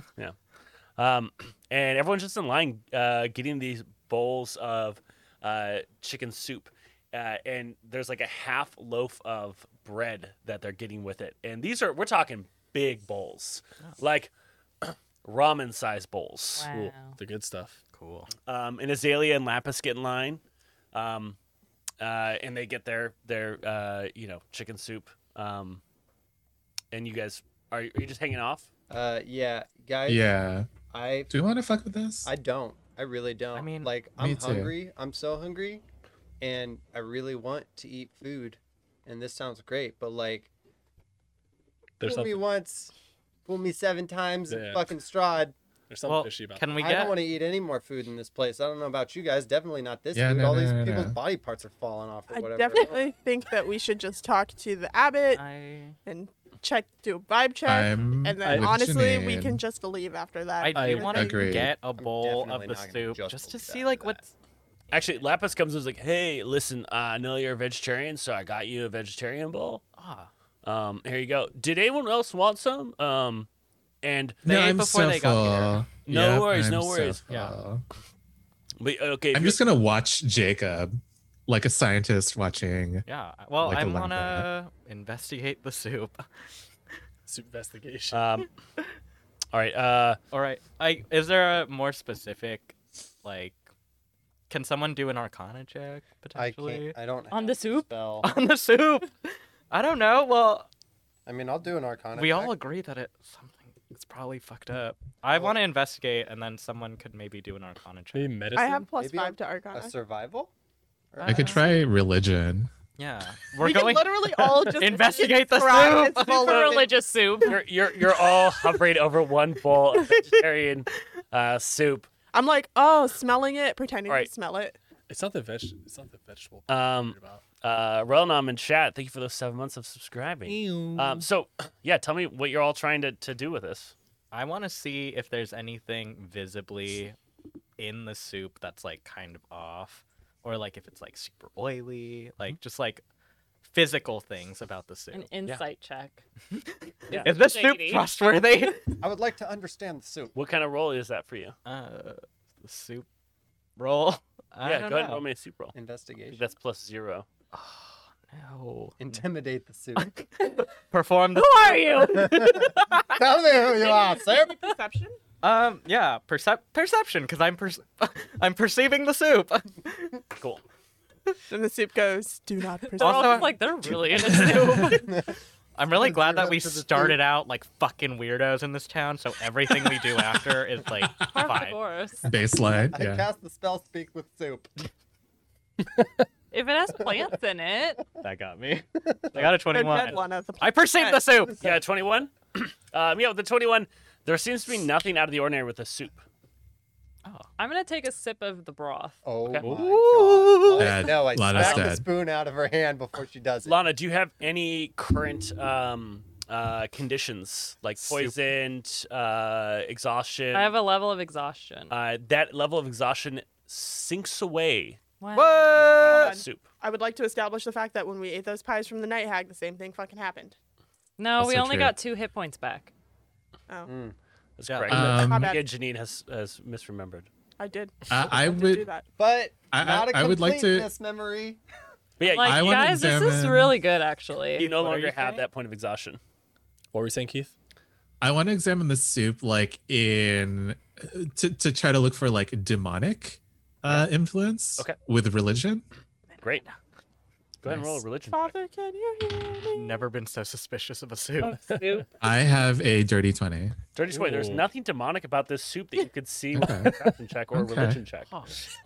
S3: um, and everyone's just in line uh, getting these bowls of uh, chicken soup, uh, and there's like a half loaf of bread that they're getting with it, and these are we're talking big bowls, like ramen size bowls.
S9: Wow.
S8: the good stuff.
S7: Cool.
S3: um, and Azalea and Lapis get in line, um, uh, and they get their their uh, you know chicken soup. Um, and you guys are, are you just hanging off?
S5: Uh, yeah, guys.
S6: Yeah.
S5: I
S6: Do we want to fuck with this?
S5: I don't. I really don't. I
S7: mean,
S5: mean, like I'm
S6: too.
S5: hungry. I'm so hungry, and I really want to eat food. And this sounds great, but like,
S8: There's
S5: fool me
S8: something,
S5: once, fool me seven times,
S8: Yeah.
S5: and fucking Strahd.
S8: there's something
S7: Well,
S8: fishy about
S7: can we
S5: I
S7: get?
S5: don't want to eat any more food in this place. I don't know about you guys. Definitely not this
S6: Yeah,
S5: food.
S6: no,
S5: All
S6: no,
S5: these
S6: no,
S5: people's
S6: no.
S5: body parts are falling off or
S4: I
S5: whatever.
S4: definitely think that we should just talk to the abbot
S7: I
S4: and check, do a vibe check,
S6: I'm
S4: and then
S6: with
S4: honestly, we
S6: Janine.
S4: can just leave after that.
S7: I do
S8: I
S7: want to
S6: agree.
S7: get a bowl of
S5: definitely
S7: the
S5: not gonna
S7: soup
S5: just
S7: just to
S5: believe that
S7: see
S5: for
S7: like
S5: that.
S7: what's.
S3: Actually, Lapis comes and is like, "Hey, listen, uh, I know you're a vegetarian, so I got you a vegetarian bowl.
S7: Ah.
S3: Um, here you go. Did anyone else want some? Um, and
S7: They
S6: no,
S7: ate
S6: I'm
S7: before
S6: so
S7: they
S6: full.
S7: got here.
S3: No
S6: Yep,
S3: worries,
S6: I'm
S3: no
S6: so
S3: worries. Yeah.
S6: full.
S3: but, okay, if
S6: I'm
S3: you're-
S6: just gonna watch Jacob, like a scientist watching.
S7: Yeah. Well,
S6: Like
S7: I
S6: a
S7: want
S6: lamb
S7: to investigate the soup.
S8: soup investigation.
S3: um, all right. Uh,
S7: All right. I is there a more specific, like, can someone do an Arcana check
S5: I
S7: potentially
S5: can't. I don't.
S9: On
S5: have
S9: the soup?
S5: Spell.
S7: on the soup? I don't know. Well,
S5: I mean, I'll do an arcana.
S7: we
S5: check.
S7: all agree that it something it's probably fucked up. I want to investigate, and then someone could maybe do an Arcana check.
S8: Maybe medicine.
S4: I have plus
S5: Maybe
S4: five
S5: I'm
S4: to Arcana.
S5: a survival. Or
S6: I could try religion.
S7: Yeah, we're
S4: we
S7: going.
S4: can literally all just
S7: Investigate the
S4: try
S7: soup.
S4: and follow
S9: For
S4: it.
S9: religious soup.
S3: you're you're you're all hovering over one bowl of vegetarian uh, soup.
S4: I'm like, oh, smelling it, pretending
S3: Alright.
S4: to smell it.
S8: It's not the veg. It's not the vegetable. part
S3: Um,
S8: I'm worried about.
S3: uh, Relnam and chat, thank you for those seven months of subscribing. Um, so, yeah, tell me what you're all trying to, to do with this.
S7: I want to see if there's anything visibly in the soup that's like kind of off, or like if it's like super oily, like just like physical things about the soup.
S9: An insight check.
S3: Yeah.
S7: Is this soup
S9: Shady.
S7: trustworthy?
S5: I would like to understand the soup.
S3: What kind of role is that for you?
S7: uh, the soup roll. I
S3: yeah, go
S7: don't
S3: ahead and
S7: know.
S3: roll me a soup roll. I think
S5: Investigation.
S3: That's plus zero.
S7: No.
S5: Intimidate the soup.
S7: Perform the.
S9: Who are you?
S5: Tell me who you are, sir.
S4: Perception?
S7: Um. Yeah. Percep- perception, because I'm perce- I'm perceiving the soup.
S3: Cool.
S4: Then the soup goes, do not perceive.
S9: They're all
S7: Also-
S9: just like they're really into soup.
S7: I'm really glad that
S5: zero
S7: we
S5: to the soup.
S7: started out like fucking weirdos in this town, so everything we do after is like fine.
S9: Course.
S6: Baseline.
S5: I
S6: Yeah.
S5: cast the spell speak with soup.
S9: If it has plants in it,
S7: That got me. I got a
S4: Red
S7: 21.
S4: one of the
S7: I perceive the soup.
S3: Yeah, 21. um, yeah, with the 21, there seems to be nothing out of the ordinary with the soup.
S9: I'm gonna take a sip of the broth.
S5: Oh
S3: Okay.
S5: my god.
S6: Dad,
S5: no, I
S6: Lana's
S5: smacked the
S6: dead.
S5: spoon out of her hand before she does it.
S3: Lana, do you have any current um, uh, conditions like poisoned, uh, exhaustion?
S9: I have a level of exhaustion.
S3: uh, that level of exhaustion sinks away
S9: Wow.
S4: Hold on.
S3: soup.
S4: I would like to establish the fact that when we ate those pies from the night hag, the same thing fucking happened.
S9: No, we
S6: Also
S9: only
S6: true.
S9: got two hit points back.
S4: Oh,
S3: That's
S7: Yeah.
S3: correct.
S6: Um,
S4: My
S3: I
S4: bad.
S3: think Janine has, has misremembered.
S4: I did.
S6: I, I
S4: did do
S6: would.
S4: that.
S5: But
S6: I- I-
S5: not a
S6: I would like to-
S5: completeness memory.
S3: But yeah,
S9: Like,
S6: I wanna
S9: guys, this is
S6: examine-
S9: really good,
S3: you
S9: actually.
S3: no
S7: What are
S3: longer
S7: you
S3: have
S7: saying?
S3: that point of exhaustion.
S8: What were we saying, Keith?
S6: I want to examine the soup, like in to to try to look for like demonic uh influence.
S3: Okay.
S6: With religion.
S3: Great. Go ahead and roll a
S6: Nice.
S3: religion. check.
S4: Father, can you hear me?
S7: Never been so suspicious of a soup.
S9: Soup.
S6: I have a dirty twenty.
S3: Dirty Sweat, there's
S8: Ooh.
S3: nothing demonic about this soup that you could see with a
S6: Okay.
S3: perception check or a
S6: Okay.
S3: religion check.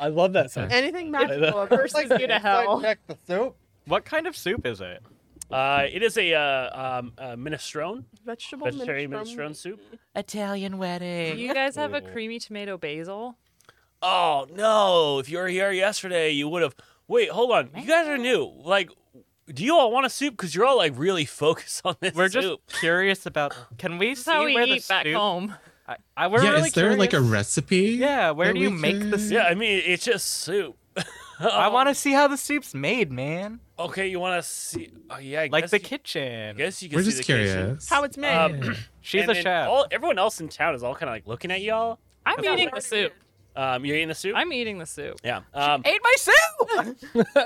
S8: I love that sound.
S4: Anything magical a person
S5: Like,
S9: you to
S5: inside
S9: hell.
S5: Check the soup.
S7: What kind of soup is it?
S3: Uh, it is a, uh, um, a minestrone,
S4: vegetable
S3: vegetarian
S4: minestrone.
S3: minestrone soup.
S7: Italian
S9: Do
S7: wedding.
S9: you guys have a creamy tomato basil?
S3: Oh, no. If you were here yesterday, you would have Wait, hold on. You guys are new. Like, do you all want a soup? Because you're all like really focused on this
S7: We're just
S3: soup.
S7: curious about. Can we
S9: This
S7: see
S9: is how we
S7: where the
S9: eat back
S7: soup-
S9: home.
S7: I, I, we're
S6: yeah,
S7: really
S6: is there like a
S7: curious.
S6: recipe?
S7: Yeah, where
S6: that
S7: do you
S6: we
S7: make the
S6: could-
S3: Yeah, I mean, it's just soup.
S7: I want to see how the soup's made, man.
S3: Okay, you want to see? Oh yeah, I
S7: Like
S3: guess
S7: the
S3: you, I
S7: kitchen.
S3: guess you can
S6: We're
S3: see
S6: just
S3: the kitchen.
S6: curious.
S4: How it's made.
S3: Um,
S7: She's
S3: and
S7: a
S3: then
S7: chef.
S3: All everyone else in town is all kind of like looking at y'all.
S9: I'm
S7: That's
S9: eating
S7: pretty
S9: the soup.
S3: Um, you're eating the soup.
S9: I'm eating the soup.
S3: yeah. Um,
S7: Ate my soup.
S3: uh,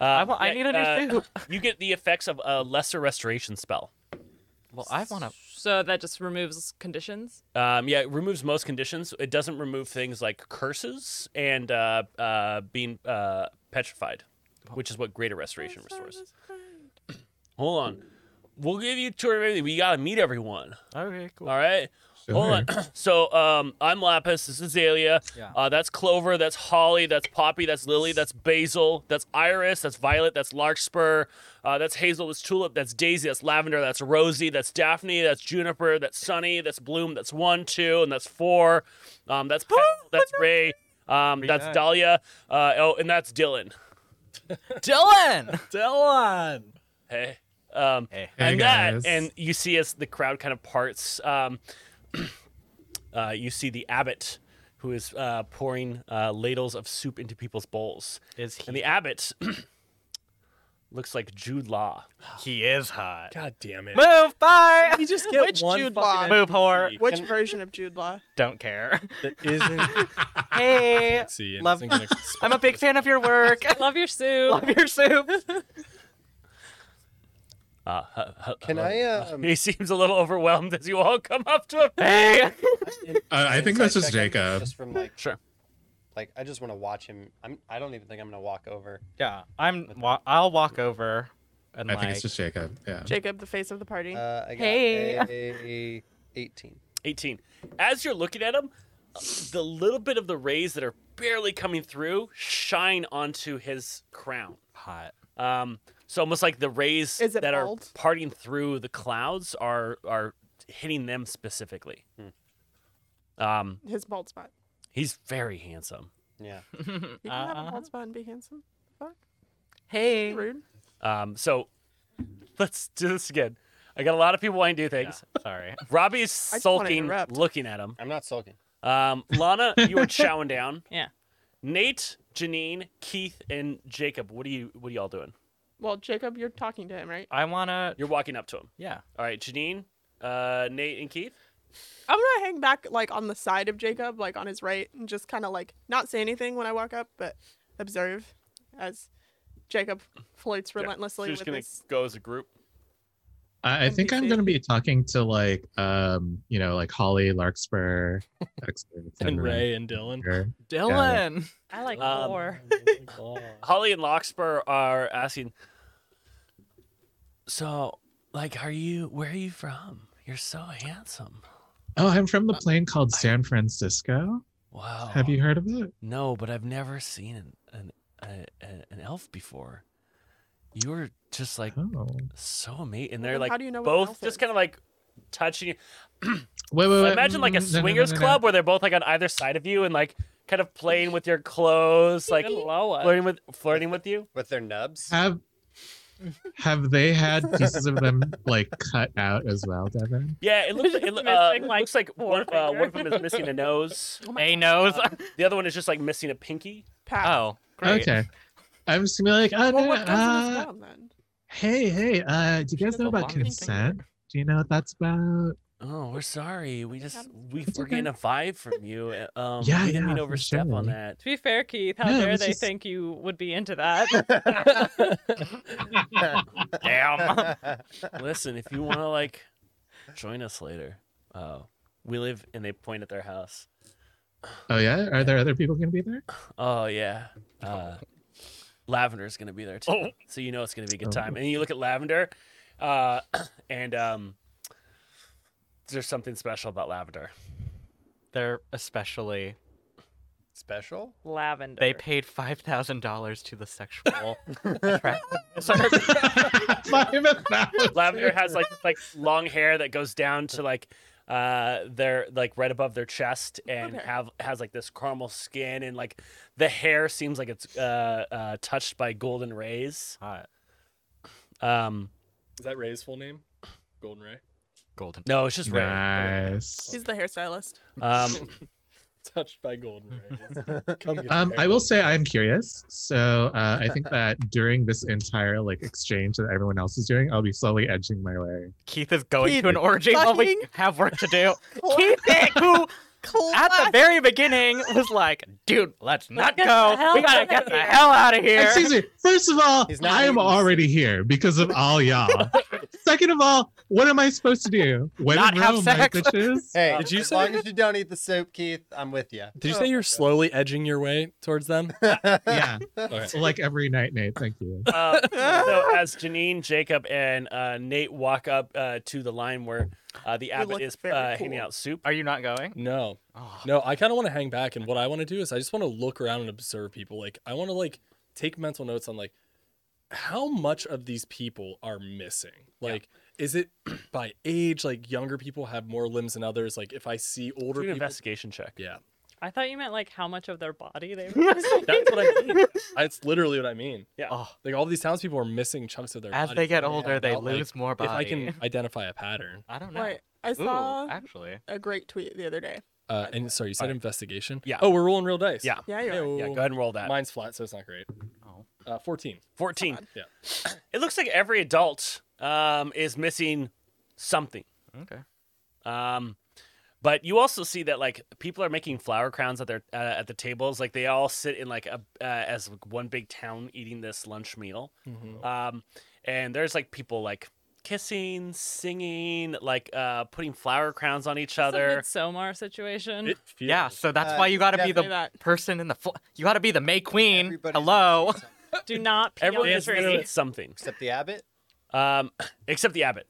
S7: I, want, I
S3: yeah,
S7: need a new
S3: uh,
S7: soup.
S3: You get the effects of a lesser restoration spell.
S7: Well, I want to.
S9: So that just removes conditions.
S3: Um, yeah, it removes most conditions. It doesn't remove things like curses and uh, uh, being uh, petrified, which is what greater restoration restores. Hold on. We'll give you two everything. We gotta meet everyone.
S7: Okay, cool.
S3: All right. Hold on. so um, I'm Lapis. This is Azalea.
S7: Yeah.
S3: Uh, that's Clover. That's Holly. That's Poppy. That's Lily. That's Basil. That's Iris. That's Violet. That's Larkspur. Uh, that's Hazel. That's Tulip. That's Daisy. That's Lavender. That's Rosie. That's Daphne. That's Juniper. That's Sunny. That's Bloom. That's one, two, and that's four. Um, that's Pet, that's Ray. Um, that's
S7: nice.
S3: Dahlia. Uh, oh, and that's Dylan.
S7: Dylan. Eh,
S8: Dylan.
S3: Hey. Um,
S7: Hey.
S6: Hey,
S3: and
S6: guys.
S3: that, and you see as the crowd kind of parts, um, uh, you see the abbot who is uh, pouring uh, ladles of soup into people's bowls.
S7: Is he?
S3: And the abbot looks like Jude Law.
S7: he is hot.
S8: God damn it.
S7: Move, bye.
S8: You just get
S4: Which
S8: one
S4: Jude Law?
S8: fucking
S7: Move, whore.
S8: Can-
S4: Which version of Jude Law?
S7: Don't care.
S8: that isn't
S7: Hey,
S8: see.
S7: Love- I'm a big fan of your work.
S9: Love your soup.
S7: Love your soup.
S3: Uh, hu- hu-
S5: Can I? Um,
S3: he seems a little overwhelmed as you all come up to him.
S7: Hey.
S6: Uh, I
S5: inside
S6: think that's just
S5: check him
S6: Jacob.
S5: Just from like,
S3: Sure.
S5: like I just want to watch him. I'm. I don't even think I'm gonna walk over.
S7: Yeah, I'm. Wa- I'll walk over. And
S6: I
S7: like,
S6: think it's just Jacob. Yeah.
S4: Jacob, the face of the party.
S5: Uh, I got
S7: Hey.
S5: a 18.
S3: 18. As you're looking at him, the little bit of the rays that are barely coming through shine onto his crown.
S7: hot.
S3: Um, so almost like the rays
S4: Is it
S3: that
S4: bald?
S3: are parting through the clouds are are hitting them specifically. Um,
S4: His bald spot.
S3: he's very handsome.
S5: Yeah.
S4: You can have a
S7: Uh-huh.
S4: bald spot and be handsome. Fuck.
S7: Hey.
S4: Rude.
S3: Um, so let's do this again. I got a lot of people wanting to do things.
S7: Sorry.
S3: Robbie's
S4: I just wanna
S3: sulking,
S4: interrupt.
S3: looking at him.
S5: I'm not sulking.
S3: Um, Lana, you are chowing down.
S9: Yeah.
S3: Nate, Janine, Keith, and Jacob, what are you what are y'all doing?
S4: Well, Jacob, you're talking to him, right?
S7: I wanna.
S3: You're walking up to him.
S7: Yeah.
S3: All right, Janine, uh, Nate, and Keith.
S4: I'm gonna hang back like on the side of Jacob, like on his right, and just kind of like not say anything when I walk up, but observe as Jacob flirts
S3: Yeah.
S4: relentlessly
S3: So
S4: with
S3: just gonna
S4: his.
S3: go as a group.
S6: I, I think I'm
S4: NPC.
S6: gonna be talking to like um, you know, like Holly, Larkspur, Dexter,
S8: and
S6: Severin,
S8: Ray and Dylan.
S6: Peter.
S7: Dylan.
S9: I like
S3: Um,
S9: more.
S3: Holly and Larkspur are asking. So, like, are you? Where are you from? You're so handsome.
S6: Oh, I'm from the plane called San Francisco.
S3: Wow.
S6: Have you heard of it?
S3: No, but I've never seen an an, a, a- an elf before. You were just like
S6: Oh.
S3: so amazing, and they're
S4: then
S3: like
S4: how do you know what an
S3: both
S4: elf
S3: just
S4: is?
S3: kind of like touching you.
S6: Wait, wait, wait.
S3: Imagine like a
S6: mm, no, no, no,
S3: swingers
S6: no, no.
S3: club where they're both like on either side of you and like kind of playing with your clothes, like flirting with flirting with you.
S5: With their nubs?
S6: Have have they had pieces of them like cut out as well, Devin?
S3: Yeah, it looks like, it,
S9: Just
S3: loo- uh,
S9: missing, like,
S3: looks like one, of- uh, one of them is missing a nose.
S7: Hey nose.
S3: The other one is just like missing a pinky.
S4: Pat.
S7: oh, great.
S6: Okay. I'm just gonna be like,
S4: Well,
S6: oh, no, no,
S4: what goes in
S6: uh,
S4: his gown then?
S6: hey, hey, uh, do you guys
S7: has the
S6: know about
S7: longest finger.
S6: consent? Do you know what that's about?
S3: Oh, we're sorry. We just we
S6: It's
S3: we're
S6: okay.
S3: getting a vibe from you. uh, Um,
S6: Yeah,
S3: we didn't
S6: yeah,
S3: mean
S6: for
S3: to overstep on
S6: sure.
S3: that.
S9: To be fair, Keith, how
S6: No, it
S9: dare
S6: was
S9: they
S6: just-
S9: think you would be into that?
S7: Damn.
S3: Listen, if you want to like join us later, uh, we live and they point at their house.
S6: Oh yeah? Are there other people gonna be there?
S3: Oh yeah, uh, Lavender's gonna be there too,
S7: Oh.
S3: so you know it's gonna be a good time. And you look at Lavender, uh, and um, there's something special about Lavender.
S7: They're especially.
S5: Special?
S9: Lavender.
S7: They paid five thousand dollars to the sexual. attract-
S6: Five of them.
S3: Lavender has like like long hair that goes down to like uh, they're like right above their chest and
S4: Okay.
S3: have has like this caramel skin and like the hair seems like it's uh, uh, touched by golden rays.
S7: Hot.
S3: Um,
S8: Is that Ray's full name? Golden Ray.
S7: Golden.
S3: no, it's just ray.
S6: Nice.
S4: He's the hairstylist.
S3: Um,
S8: Touched by Golden Ray. Come get
S6: Um,
S8: it,
S6: I
S8: Ray.
S6: will say I'm curious. So uh, I think that during this entire like exchange that everyone else is doing, I'll be slowly edging my way.
S7: Keith is going to an
S6: Keith
S7: orgy while we
S4: fucking
S7: have work to do. Keith, who at the very beginning was like, "Dude, let's not
S9: get the
S7: go.
S9: hell
S7: We gotta
S9: outta
S7: get the
S9: here."
S7: hell out of here."
S6: Excuse me. First of all,
S5: He's not
S6: I am
S5: eating.
S6: already here because of all y'all. Second of all, what am I supposed to do? When
S7: Not
S6: in
S7: have
S6: Rome,
S7: sex.
S6: my bitches?
S5: Hey,
S8: Did you
S5: as
S8: say-
S5: long as you don't eat the soup, Keith, I'm with Oh, you.
S8: Did you say you're slowly edging your way towards them?
S6: Yeah,
S8: Okay.
S6: like every night, Nate. Thank you.
S3: Uh, so as Janine, Jacob, and uh, Nate walk up uh, to the line where uh, the abbot
S4: look
S3: is uh,
S4: very
S3: handing
S4: cool.
S3: out soup,
S7: Are you not going?
S8: No,
S7: Oh.
S8: no. I kind of want to hang back, and what I want to do is I just want to look around and observe people. Like I want to like take mental notes on like how much of these people are missing. Like, is it by age? Like younger people have more limbs than others. Like if I see older
S3: do an
S8: people,
S3: investigation check.
S8: yeah,
S9: I thought you meant like how much of their body they were. missing.
S8: that's what I mean. That's literally what I mean.
S3: Yeah.
S7: Oh.
S8: Like all these townspeople are missing chunks of their
S7: As
S8: body.
S7: they get
S8: Yeah,
S7: older, they
S8: about, like,
S7: lose more body.
S8: If I can identify a pattern,
S7: I don't know.
S4: Wait, I
S7: Ooh,
S4: saw
S7: actually,
S4: a great tweet the other day.
S8: uh, and sorry, you said investigation.
S3: Yeah.
S8: Oh, we're rolling real dice.
S3: Yeah.
S4: Yeah, you're right.
S8: Hey-o.
S3: Yeah, go ahead and roll that.
S8: Mine's flat, so it's not great.
S7: Oh.
S8: Uh, Fourteen.
S3: 14.
S8: Yeah.
S3: It looks like every adult um, is missing something.
S7: okay.
S3: Um, but you also see that like people are making flower crowns at their uh, at the tables. Like they all sit in like a uh, as like, one big town eating this lunch meal. Um, and there's like people like kissing, singing, like uh, putting flower crowns on each other.
S9: It's a Midsommar situation.
S8: It feels-
S7: Yeah, so that's
S5: Uh,
S7: why you gotta be
S5: definitely
S7: the
S4: that.
S7: person in the. Fl- you gotta be the May Queen.
S5: Everybody's
S7: Hello.
S5: missing something
S9: Do not pee
S3: Everyone
S9: on the
S3: is missing
S9: tree.
S3: something,
S5: Except the abbot.
S3: um, except the abbot.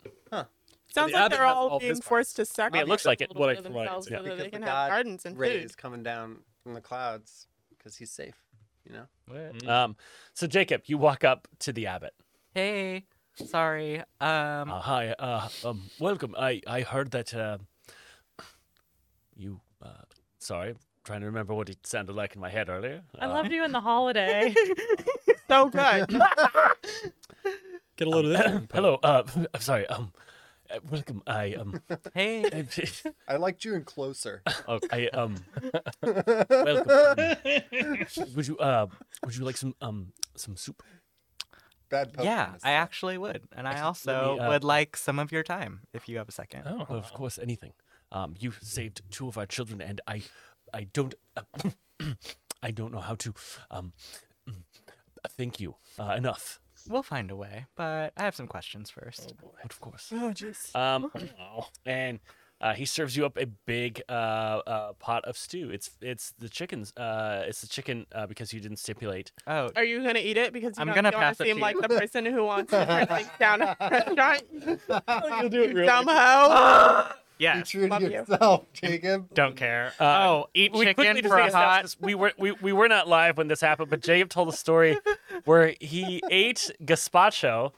S4: Sounds
S8: the
S4: like they're
S8: abbot has
S4: all,
S8: all
S4: being
S8: his
S4: forced to sacrifice.
S3: I mean, it looks like it.
S4: a little
S8: What I-
S4: bit of
S8: what I-
S4: themselves
S8: yeah.
S4: so that
S5: Because
S4: they
S5: the
S4: can
S5: god
S4: have gardens and
S5: Ray
S4: food.
S5: is coming down from the clouds because he's safe. You know.
S3: Um, so Jacob, you walk up to the abbot.
S7: Hey. Sorry. Um.
S3: Uh, hi, uh, um, welcome. I, I heard that uh, you. Uh, sorry, I'm trying to remember what it sounded like in my head earlier.
S9: I
S3: Uh,
S9: loved you in the holiday.
S4: So good.
S8: Get a load of this. one, Poe.
S3: Hello. Uh, I'm sorry. Um, uh, welcome. I um.
S7: Hey.
S3: I,
S5: I liked you in closer.
S3: oh, I um. welcome. Um, would you uh? Would you like some um some soup?
S5: Bad Pokemon
S7: Yeah,
S5: is
S7: I
S5: that.
S7: actually would, and I also
S3: uh,
S7: would like some of your time if you have a second.
S8: Oh.
S3: Of course, anything. Um, you saved two of our children, and I, I don't, I don't know how to, um, thank you uh, enough.
S7: We'll find a way, but I have some questions first.
S3: But of course.
S4: oh, jeez.
S3: Um, and uh, he serves you up a big uh, uh, pot of stew. It's it's the chickens. Uh, it's the chicken uh, because you didn't stipulate.
S7: Oh,
S4: Are you gonna eat it? Because you
S7: I'm
S4: don't-
S7: gonna
S4: you don't wanna
S7: pass it to
S4: seem
S7: you.
S4: like the person who wants to turn things down at a restaurant.
S8: You'll
S4: Oh,
S8: do
S4: You
S8: it real.
S4: dumb hoe.
S5: Be
S7: yeah.
S5: true
S4: Love
S5: to
S4: you.
S5: yourself, Jacob.
S7: Don't care.
S3: Uh,
S7: oh, eat chicken
S3: just
S7: for
S3: think
S7: a
S3: it's not-
S7: hot.
S3: this- We were we, we were not live when this happened, but Jacob told a story where he ate gazpacho,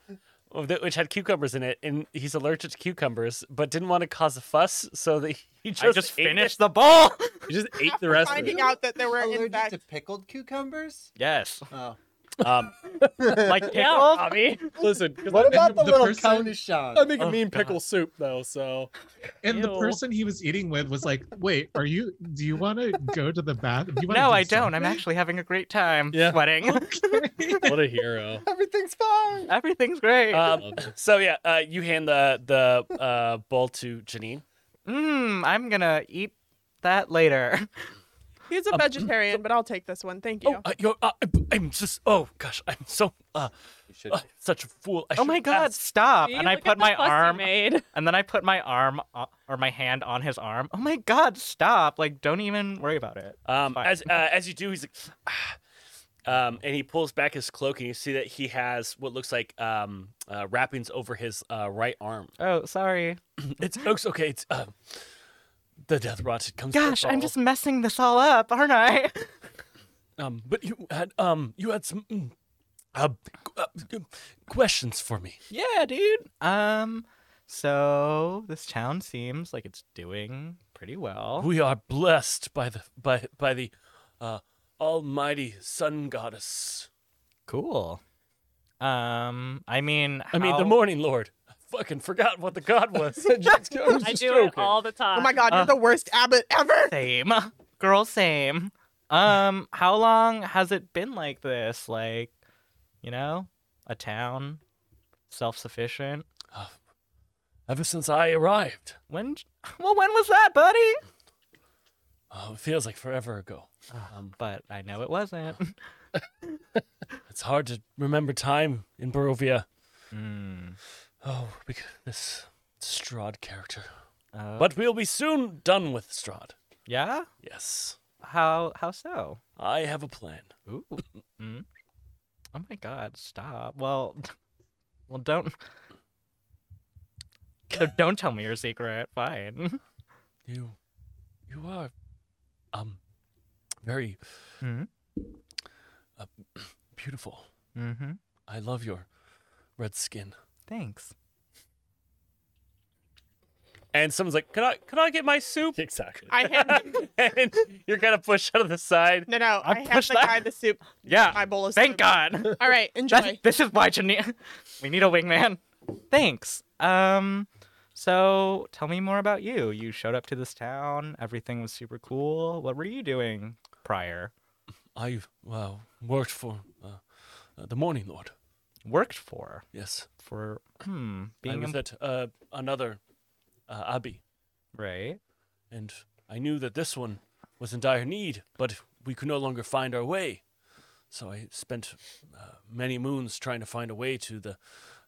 S3: of the- which had cucumbers in it, and he's allergic to cucumbers, but didn't want to cause a fuss, so that he just,
S7: I just
S3: ate it.
S7: finished the bowl.
S8: You just ate the rest of
S4: Finding
S8: it.
S4: out that there were in
S5: Allergic
S4: fact
S5: to pickled cucumbers?
S7: yes,
S5: Oh.
S3: Um,
S7: like pickled.
S9: yeah, Bobby.
S8: Listen, 'cause
S5: What
S8: I make
S5: about the,
S8: a-
S5: little
S6: person-
S8: I
S5: cornichon?
S8: make
S3: Oh,
S8: a mean pickle soup though, so
S6: And the
S9: Ew.
S6: person he was eating with was like, "Wait, are you? Do you want to go to the bathroom? Do you wanna
S7: No,
S6: do
S7: I don't. I'm
S6: something?"
S7: actually having a great time
S8: Yeah.
S7: sweating.
S8: what a hero.
S5: Everything's fine.
S7: Everything's great.
S3: um, so yeah, uh, you hand the the uh, bowl to Janine.
S7: Mmm, I'm gonna eat that later.
S4: he's
S7: Um,
S4: a vegetarian, but I'll take this one. Thank you.
S3: Oh, uh, you're, uh, I'm just. Oh gosh, I'm so. Uh, uh, such a fool. I
S7: Oh my
S3: shouldn't
S7: god,
S3: ask.
S7: stop!
S9: See,
S7: and I
S9: look at
S7: put
S9: the
S7: my
S9: fuss you
S7: arm,
S9: made.
S7: and then I put my arm o- or my hand on his arm. Oh my god, stop! Like, don't even worry about it.
S3: Um,
S7: Fine.
S3: as uh, as you do, he's like, "Ah." um, and he pulls back his cloak, and you see that he has what looks like um, uh, wrappings over his uh, right arm. Um,
S7: Oh, sorry.
S3: It's, it's okay. It's uh, the death rot. It comes. for us
S7: Gosh, I'm
S3: all.
S7: just messing this all up, aren't I?
S3: Um, but you had um, you had some mm, uh, qu- uh, questions for me.
S7: yeah, dude. Um, So this town seems like it's doing pretty well.
S3: We are blessed by the by by the uh, almighty sun goddess.
S7: cool. Um, I mean,
S3: I mean the
S7: how-
S3: morning lord. I fucking forgot what the god was.
S9: I do it all the time.
S4: Oh my
S7: uh,
S4: god, you're the worst abbot ever.
S7: same, girl, same. Um, how long has it been like this? Like, you know, a town, self-sufficient.
S3: Ever since I arrived.
S7: When? j- Well, when was that, buddy?
S3: Oh, it feels like forever ago. Um,
S7: But I know it wasn't.
S3: it's hard to remember time in Barovia.
S7: Mm.
S3: Oh, because this Strahd character.
S7: Uh,
S3: But we'll be soon done with Strahd.
S7: yeah.
S3: Yes.
S7: How? How so?
S3: I have a plan.
S7: Ooh. Mm. Oh my God! Stop. Well, well, don't. Don't- Don't tell me your secret. Fine.
S3: You you are um very
S7: Hmm?
S3: uh, beautiful.
S7: Mm-hmm.
S3: I love your red skin.
S7: Thanks.
S3: And someone's like, "Can I can I get my soup?"
S8: Exactly.
S4: I hand
S3: and you're kind of pushed out of the side.
S4: no no. I, hand
S7: pushed
S4: the
S7: that.
S4: guy the soup.
S7: Yeah.
S4: My bowl of
S7: Thank
S4: soup.
S7: God.
S4: All right, enjoy.
S7: That's, this is why Janine. We need a wingman. Thanks. Um. So tell me more about you. You showed up to this town. Everything was super cool. What were you doing prior?
S3: I've well worked for uh, uh, the Morning Lord.
S7: Worked for
S3: Yes,
S7: for hmm
S3: I
S7: being
S3: was
S7: em-
S3: at uh, another uh, abbey,
S7: right.
S3: and I knew that this one was in dire need, but we could no longer find our way. So I spent uh, many moons trying to find a way to the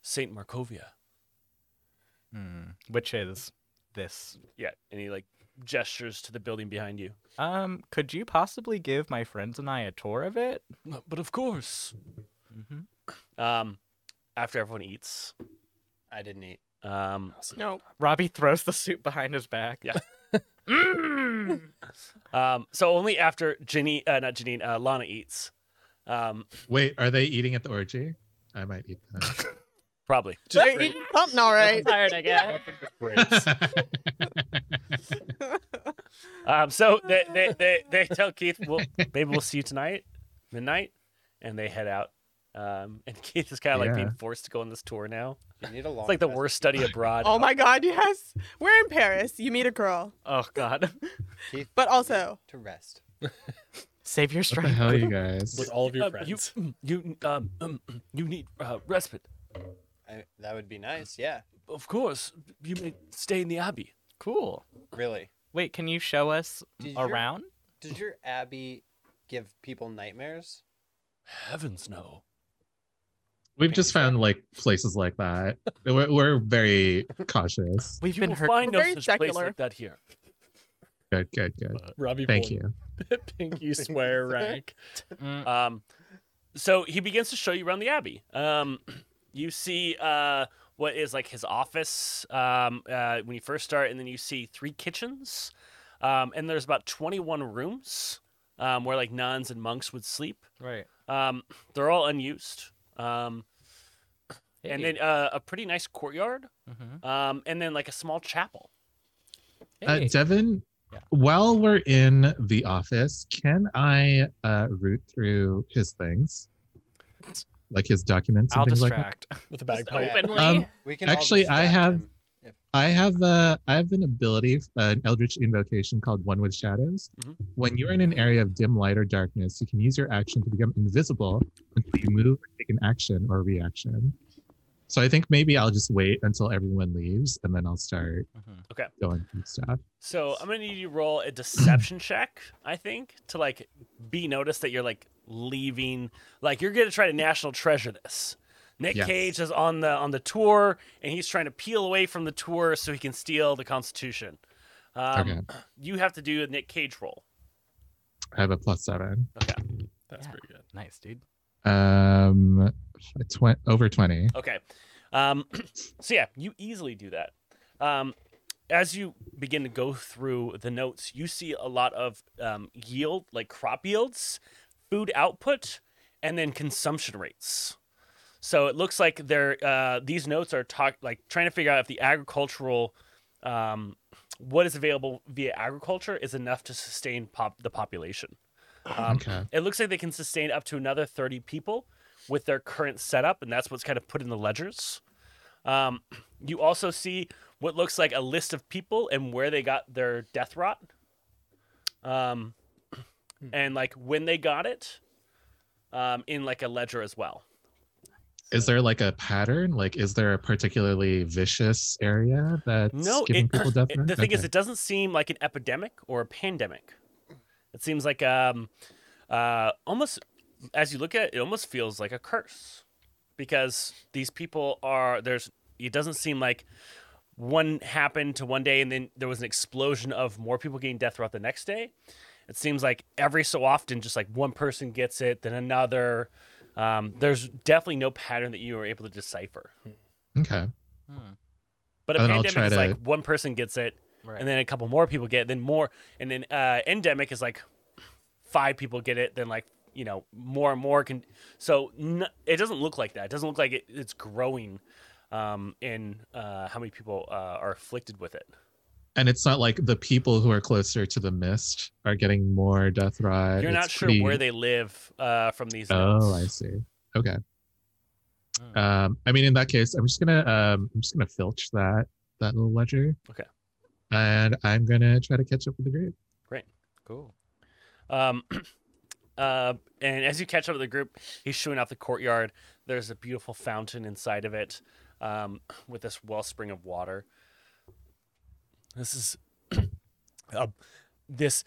S3: Saint Markovia.
S7: Hmm. Which is this
S3: Yeah, and he like gestures to the building behind you.
S7: Um, could you possibly give my friends and I a tour of it?
S3: Uh, But of course,
S7: Mhm.
S3: um, after everyone eats,
S5: I didn't eat.
S3: um,
S4: No,
S7: Robbie throws the soup behind his back.
S3: Yeah. um, so only after Ginny, uh, not Janine, uh, Lana eats, um,
S6: Wait, are they eating at the orgy? I might eat that.
S3: probably.
S4: they're eating something all right.
S9: tired, I guess.
S3: Um, so they, they, they, they tell Keith, well, maybe we'll see you tonight, midnight, and they head out. Um, and Keith is kind of like being
S6: Yeah.
S3: forced to go on this tour now.
S5: You need a long.
S3: It's like the
S5: rest.
S3: worst study abroad.
S4: Oh my god, yes. We're in Paris. You meet a girl,
S7: Oh God.
S5: Keith,
S4: but also
S5: to rest.
S7: Save your
S6: what the
S7: strength.
S6: hell, you guys?
S8: With all of your
S3: Um,
S8: friends.
S3: you, mm, you, um, mm, you need uh, respite,
S5: I, that would be nice. Yeah,
S3: of course. You may stay in the abbey.
S7: Cool.
S5: really.
S7: Wait, can you show us
S5: Did your-
S7: around?
S5: Did your abbey give people nightmares?
S3: Heavens no.
S6: We've just found like places like that. We're, we're very cautious.
S7: We've
S3: You
S7: been
S3: will
S7: hurt.
S3: find no
S4: Very
S3: such place
S4: secular.
S3: like that here.
S6: Good, good, good.
S8: Robbie
S6: Thank
S8: pulled
S6: you.
S8: Pinky swear rank.
S7: Mm,
S3: Um, so he begins to show you around the abbey. Um, you see uh, what is like his office um, uh, when you first start, and then you see three kitchens, um, and there's about 21 rooms um, where like nuns and monks would sleep.
S7: right.
S3: Um, they're all unused, um, and
S7: Hey,
S3: then uh, a pretty nice courtyard,
S7: mhm.
S3: um, and then like a small chapel.
S6: Uh,
S7: Hey.
S6: Devin,
S7: Yeah.
S6: while we're in the office, can I uh, root through his things, like his documents and
S7: I'll
S6: things like
S7: distract.
S8: With a bagpipe.
S5: Okay.
S9: Openly.
S6: Um,
S5: We can all
S6: Actually, I
S5: distract
S6: have-
S5: him.
S6: that? I have uh, I have an ability, uh, an eldritch invocation called One with Shadows.
S7: Mm-hmm.
S3: Mhm.
S6: When you're in an area of dim light or darkness, you can use your action to become invisible until you move, or take an action or reaction. So I think maybe I'll just wait until everyone leaves, and then I'll start
S7: Mhm.
S6: going through stuff.
S3: So I'm gonna need you to roll a deception check, I think, to like be noticed that you're like leaving. Like you're gonna try to national treasure this. Nick
S6: Yes.
S3: Cage is on the on the tour, and he's trying to peel away from the tour so he can steal the Constitution. Um,
S6: Okay.
S3: You have to do a Nick Cage roll.
S6: I have a plus seven,
S8: That's
S7: Yeah.
S8: pretty good.
S7: Nice, dude.
S6: um, tw- over twenty.
S3: Okay. Um, so yeah, you easily do that. Um, as you begin to go through the notes, you see a lot of um, yield, like crop yields, food output, and then consumption rates. So it looks like they're uh, these notes are talk like trying to figure out if the agricultural um, what is available via agriculture is enough to sustain pop the population. Um,
S6: Okay.
S3: It looks like they can sustain up to another 30 people with their current setup, and that's what's kind of put in the ledgers. Um, you also see what looks like a list of people and where they got their death rot, um, and like when they got it, um, in like a ledger as well.
S6: Is there like a pattern? Like, is there a particularly vicious area that's
S3: No,
S6: giving
S3: it-
S6: people death?
S3: it-
S6: threats?
S3: the thing is,
S6: Okay.
S3: it doesn't seem like an epidemic or a pandemic. It seems like um, uh, almost as you look at it, it almost feels like a curse because these people are there's. It doesn't seem like one happened to one day and then there was an explosion of more people getting death throughout the next day. It seems like every so often, just like one person gets it, then another. Um, there's definitely no pattern that you are able to decipher.
S6: okay.
S3: But a
S6: And I'll
S3: pandemic
S6: try
S3: is
S6: to-
S3: like one person gets it,
S7: Right.
S3: and then a couple more people get it, then more, and then uh, endemic is like five people get it, then like you know more and more can. So n- it doesn't look like that. It doesn't look like it, it's growing um, in uh, how many people uh, are afflicted with it.
S6: And it's not like the people who are closer to the mist are getting more death rod.
S3: You're not
S6: Uh, It's
S3: sure
S6: pretty-
S3: where they live uh, from these.
S6: Oh, I
S3: notes.
S6: see. Okay.
S3: Hmm.
S6: Um, I mean, in that case, I'm just gonna um, I'm just gonna filch that that little ledger.
S3: Okay.
S6: And I'm gonna try to catch up with the group.
S7: Cool.
S3: Um, uh, and as you catch up with the group, he's showing out the courtyard. There's a beautiful fountain inside of it um, with this wellspring of water. This is uh, this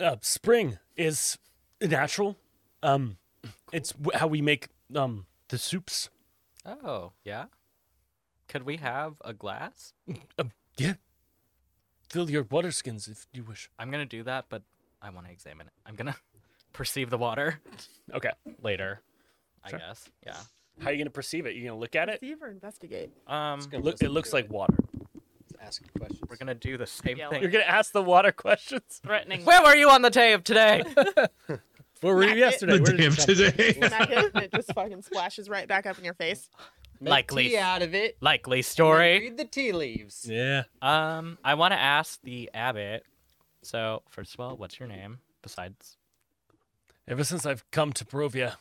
S3: uh, spring is natural. Um, it's w- how we make um, the soups.
S7: Oh yeah. Could we have a glass?
S3: Fill your water skins if you wish.
S7: I'm gonna do that, but I want to examine it. I'm gonna perceive the water
S3: Okay.
S7: later.
S3: Sure.
S7: I guess. Yeah.
S3: How are you going to perceive it? you going to look at it?
S4: Deceive or investigate.
S7: Um,
S5: It's
S3: It
S5: gonna
S3: look,
S5: listen
S3: it looks
S5: to
S3: like water.
S5: asking questions.
S7: we're gonna do the same
S9: Yeah,
S7: thing.
S3: You're going to ask the water questions?
S9: Threatening.
S7: Where were you on the day of today?
S8: Where were you yesterday?
S6: The
S8: Where did
S6: day
S8: you
S6: of
S8: come from?
S6: today.
S4: When I hit it, it just fucking splashes right back up in your face.
S5: Make
S7: Likely.
S5: tea out of it.
S7: Likely
S5: and
S7: story.
S5: Read the tea leaves.
S8: Yeah.
S7: Um, I want to ask the abbot. So first of all, what's your name besides?
S3: Ever since I've come to Barovia,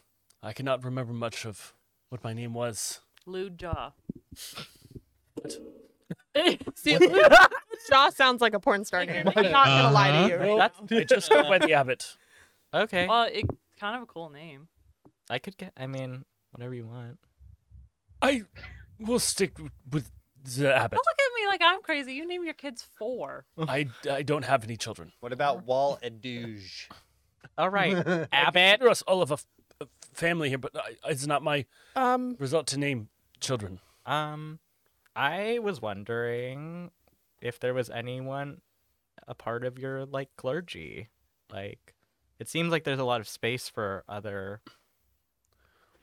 S3: I cannot remember much of what my name was.
S9: Lou Jaw.
S4: See, Jaw sounds like a porn star name. I'm not gonna lie to you. Right
S7: That's-
S4: now.
S3: I just go by the abbot.
S7: Okay.
S9: Well, it kind of a cool name.
S7: I could get. I mean, whatever you want.
S3: I will stick w- with the abbot.
S9: Don't look at me like I'm crazy. You name your kids four.
S3: I, I don't have any children.
S5: What about Wall Aduge?
S7: All right, abbot.
S3: There us all of a f- a family here, but I, it's not my
S4: Um,
S3: result to name children.
S7: Um, I was wondering if there was anyone a part of your like clergy. Like, it seems like there's a lot of space for other.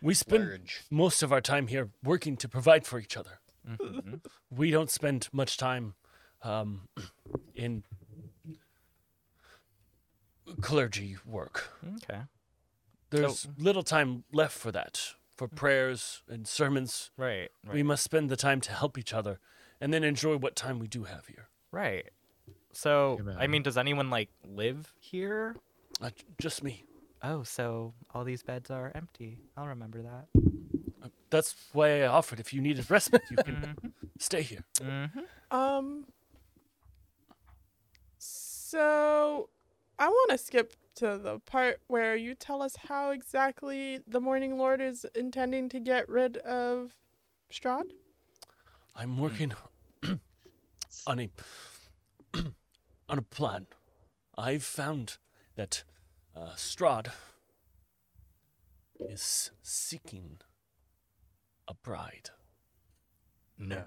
S3: We spend
S5: Splurge.
S3: most of our time here working to provide for each other.
S7: Mhm.
S3: We don't spend much time um, in clergy work.
S7: okay.
S3: There's
S7: So-
S3: little time left for that, for prayers and sermons.
S7: Right. Right.
S3: We must spend the time to help each other and then enjoy what time we do have here.
S7: right. So, I
S6: man.
S7: mean, does anyone like live here?
S3: Not j- Uh, just me.
S7: Oh, so all these beds are empty. I'll remember that.
S3: Uh, That's why I offered if you needed rest, you can
S4: Mm-hmm.
S3: stay here.
S7: Mm-hmm.
S4: um. So, I want to skip to the part where you tell us how exactly the Morning Lord is intending to get rid of Strahd.
S3: I'm working on a on a plan. I've found that uh, Strahd is seeking a bride.
S7: No.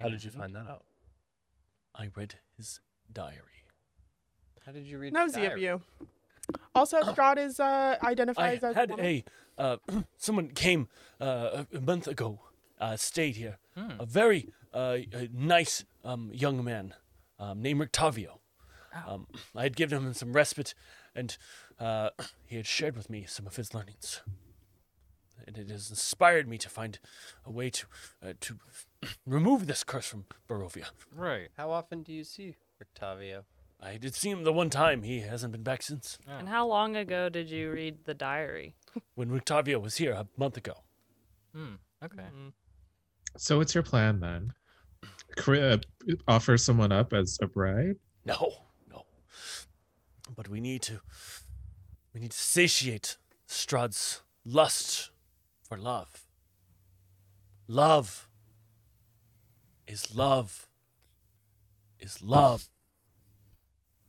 S8: How did you find that out?
S3: I read his diary.
S5: How did you read? the
S4: Nosy of
S5: diary?
S4: you. Also, Strahd is uh, identifies
S3: I
S4: as
S3: had
S4: woman.
S3: a uh, someone came uh, a- a month ago, uh, stayed here. A very uh, a nice um, young man um, named Rictavio. Um, I had given him some respite and uh, he had shared with me some of his learnings. And it has inspired me to find a way to uh, to remove this curse from Barovia.
S7: Right.
S5: How often do you see Octavio?
S3: I did see him the one time. He hasn't been back since.
S9: And
S7: Oh.
S9: how long ago did you read the diary?
S3: When Octavio was here a month ago.
S7: Hmm. Okay.
S4: Mm-hmm.
S6: So what's your plan then? Cri- uh, offer someone up as a bride?
S3: No, no. But we need to. We need to satiate Strahd's lust for love. Love is love. Is love.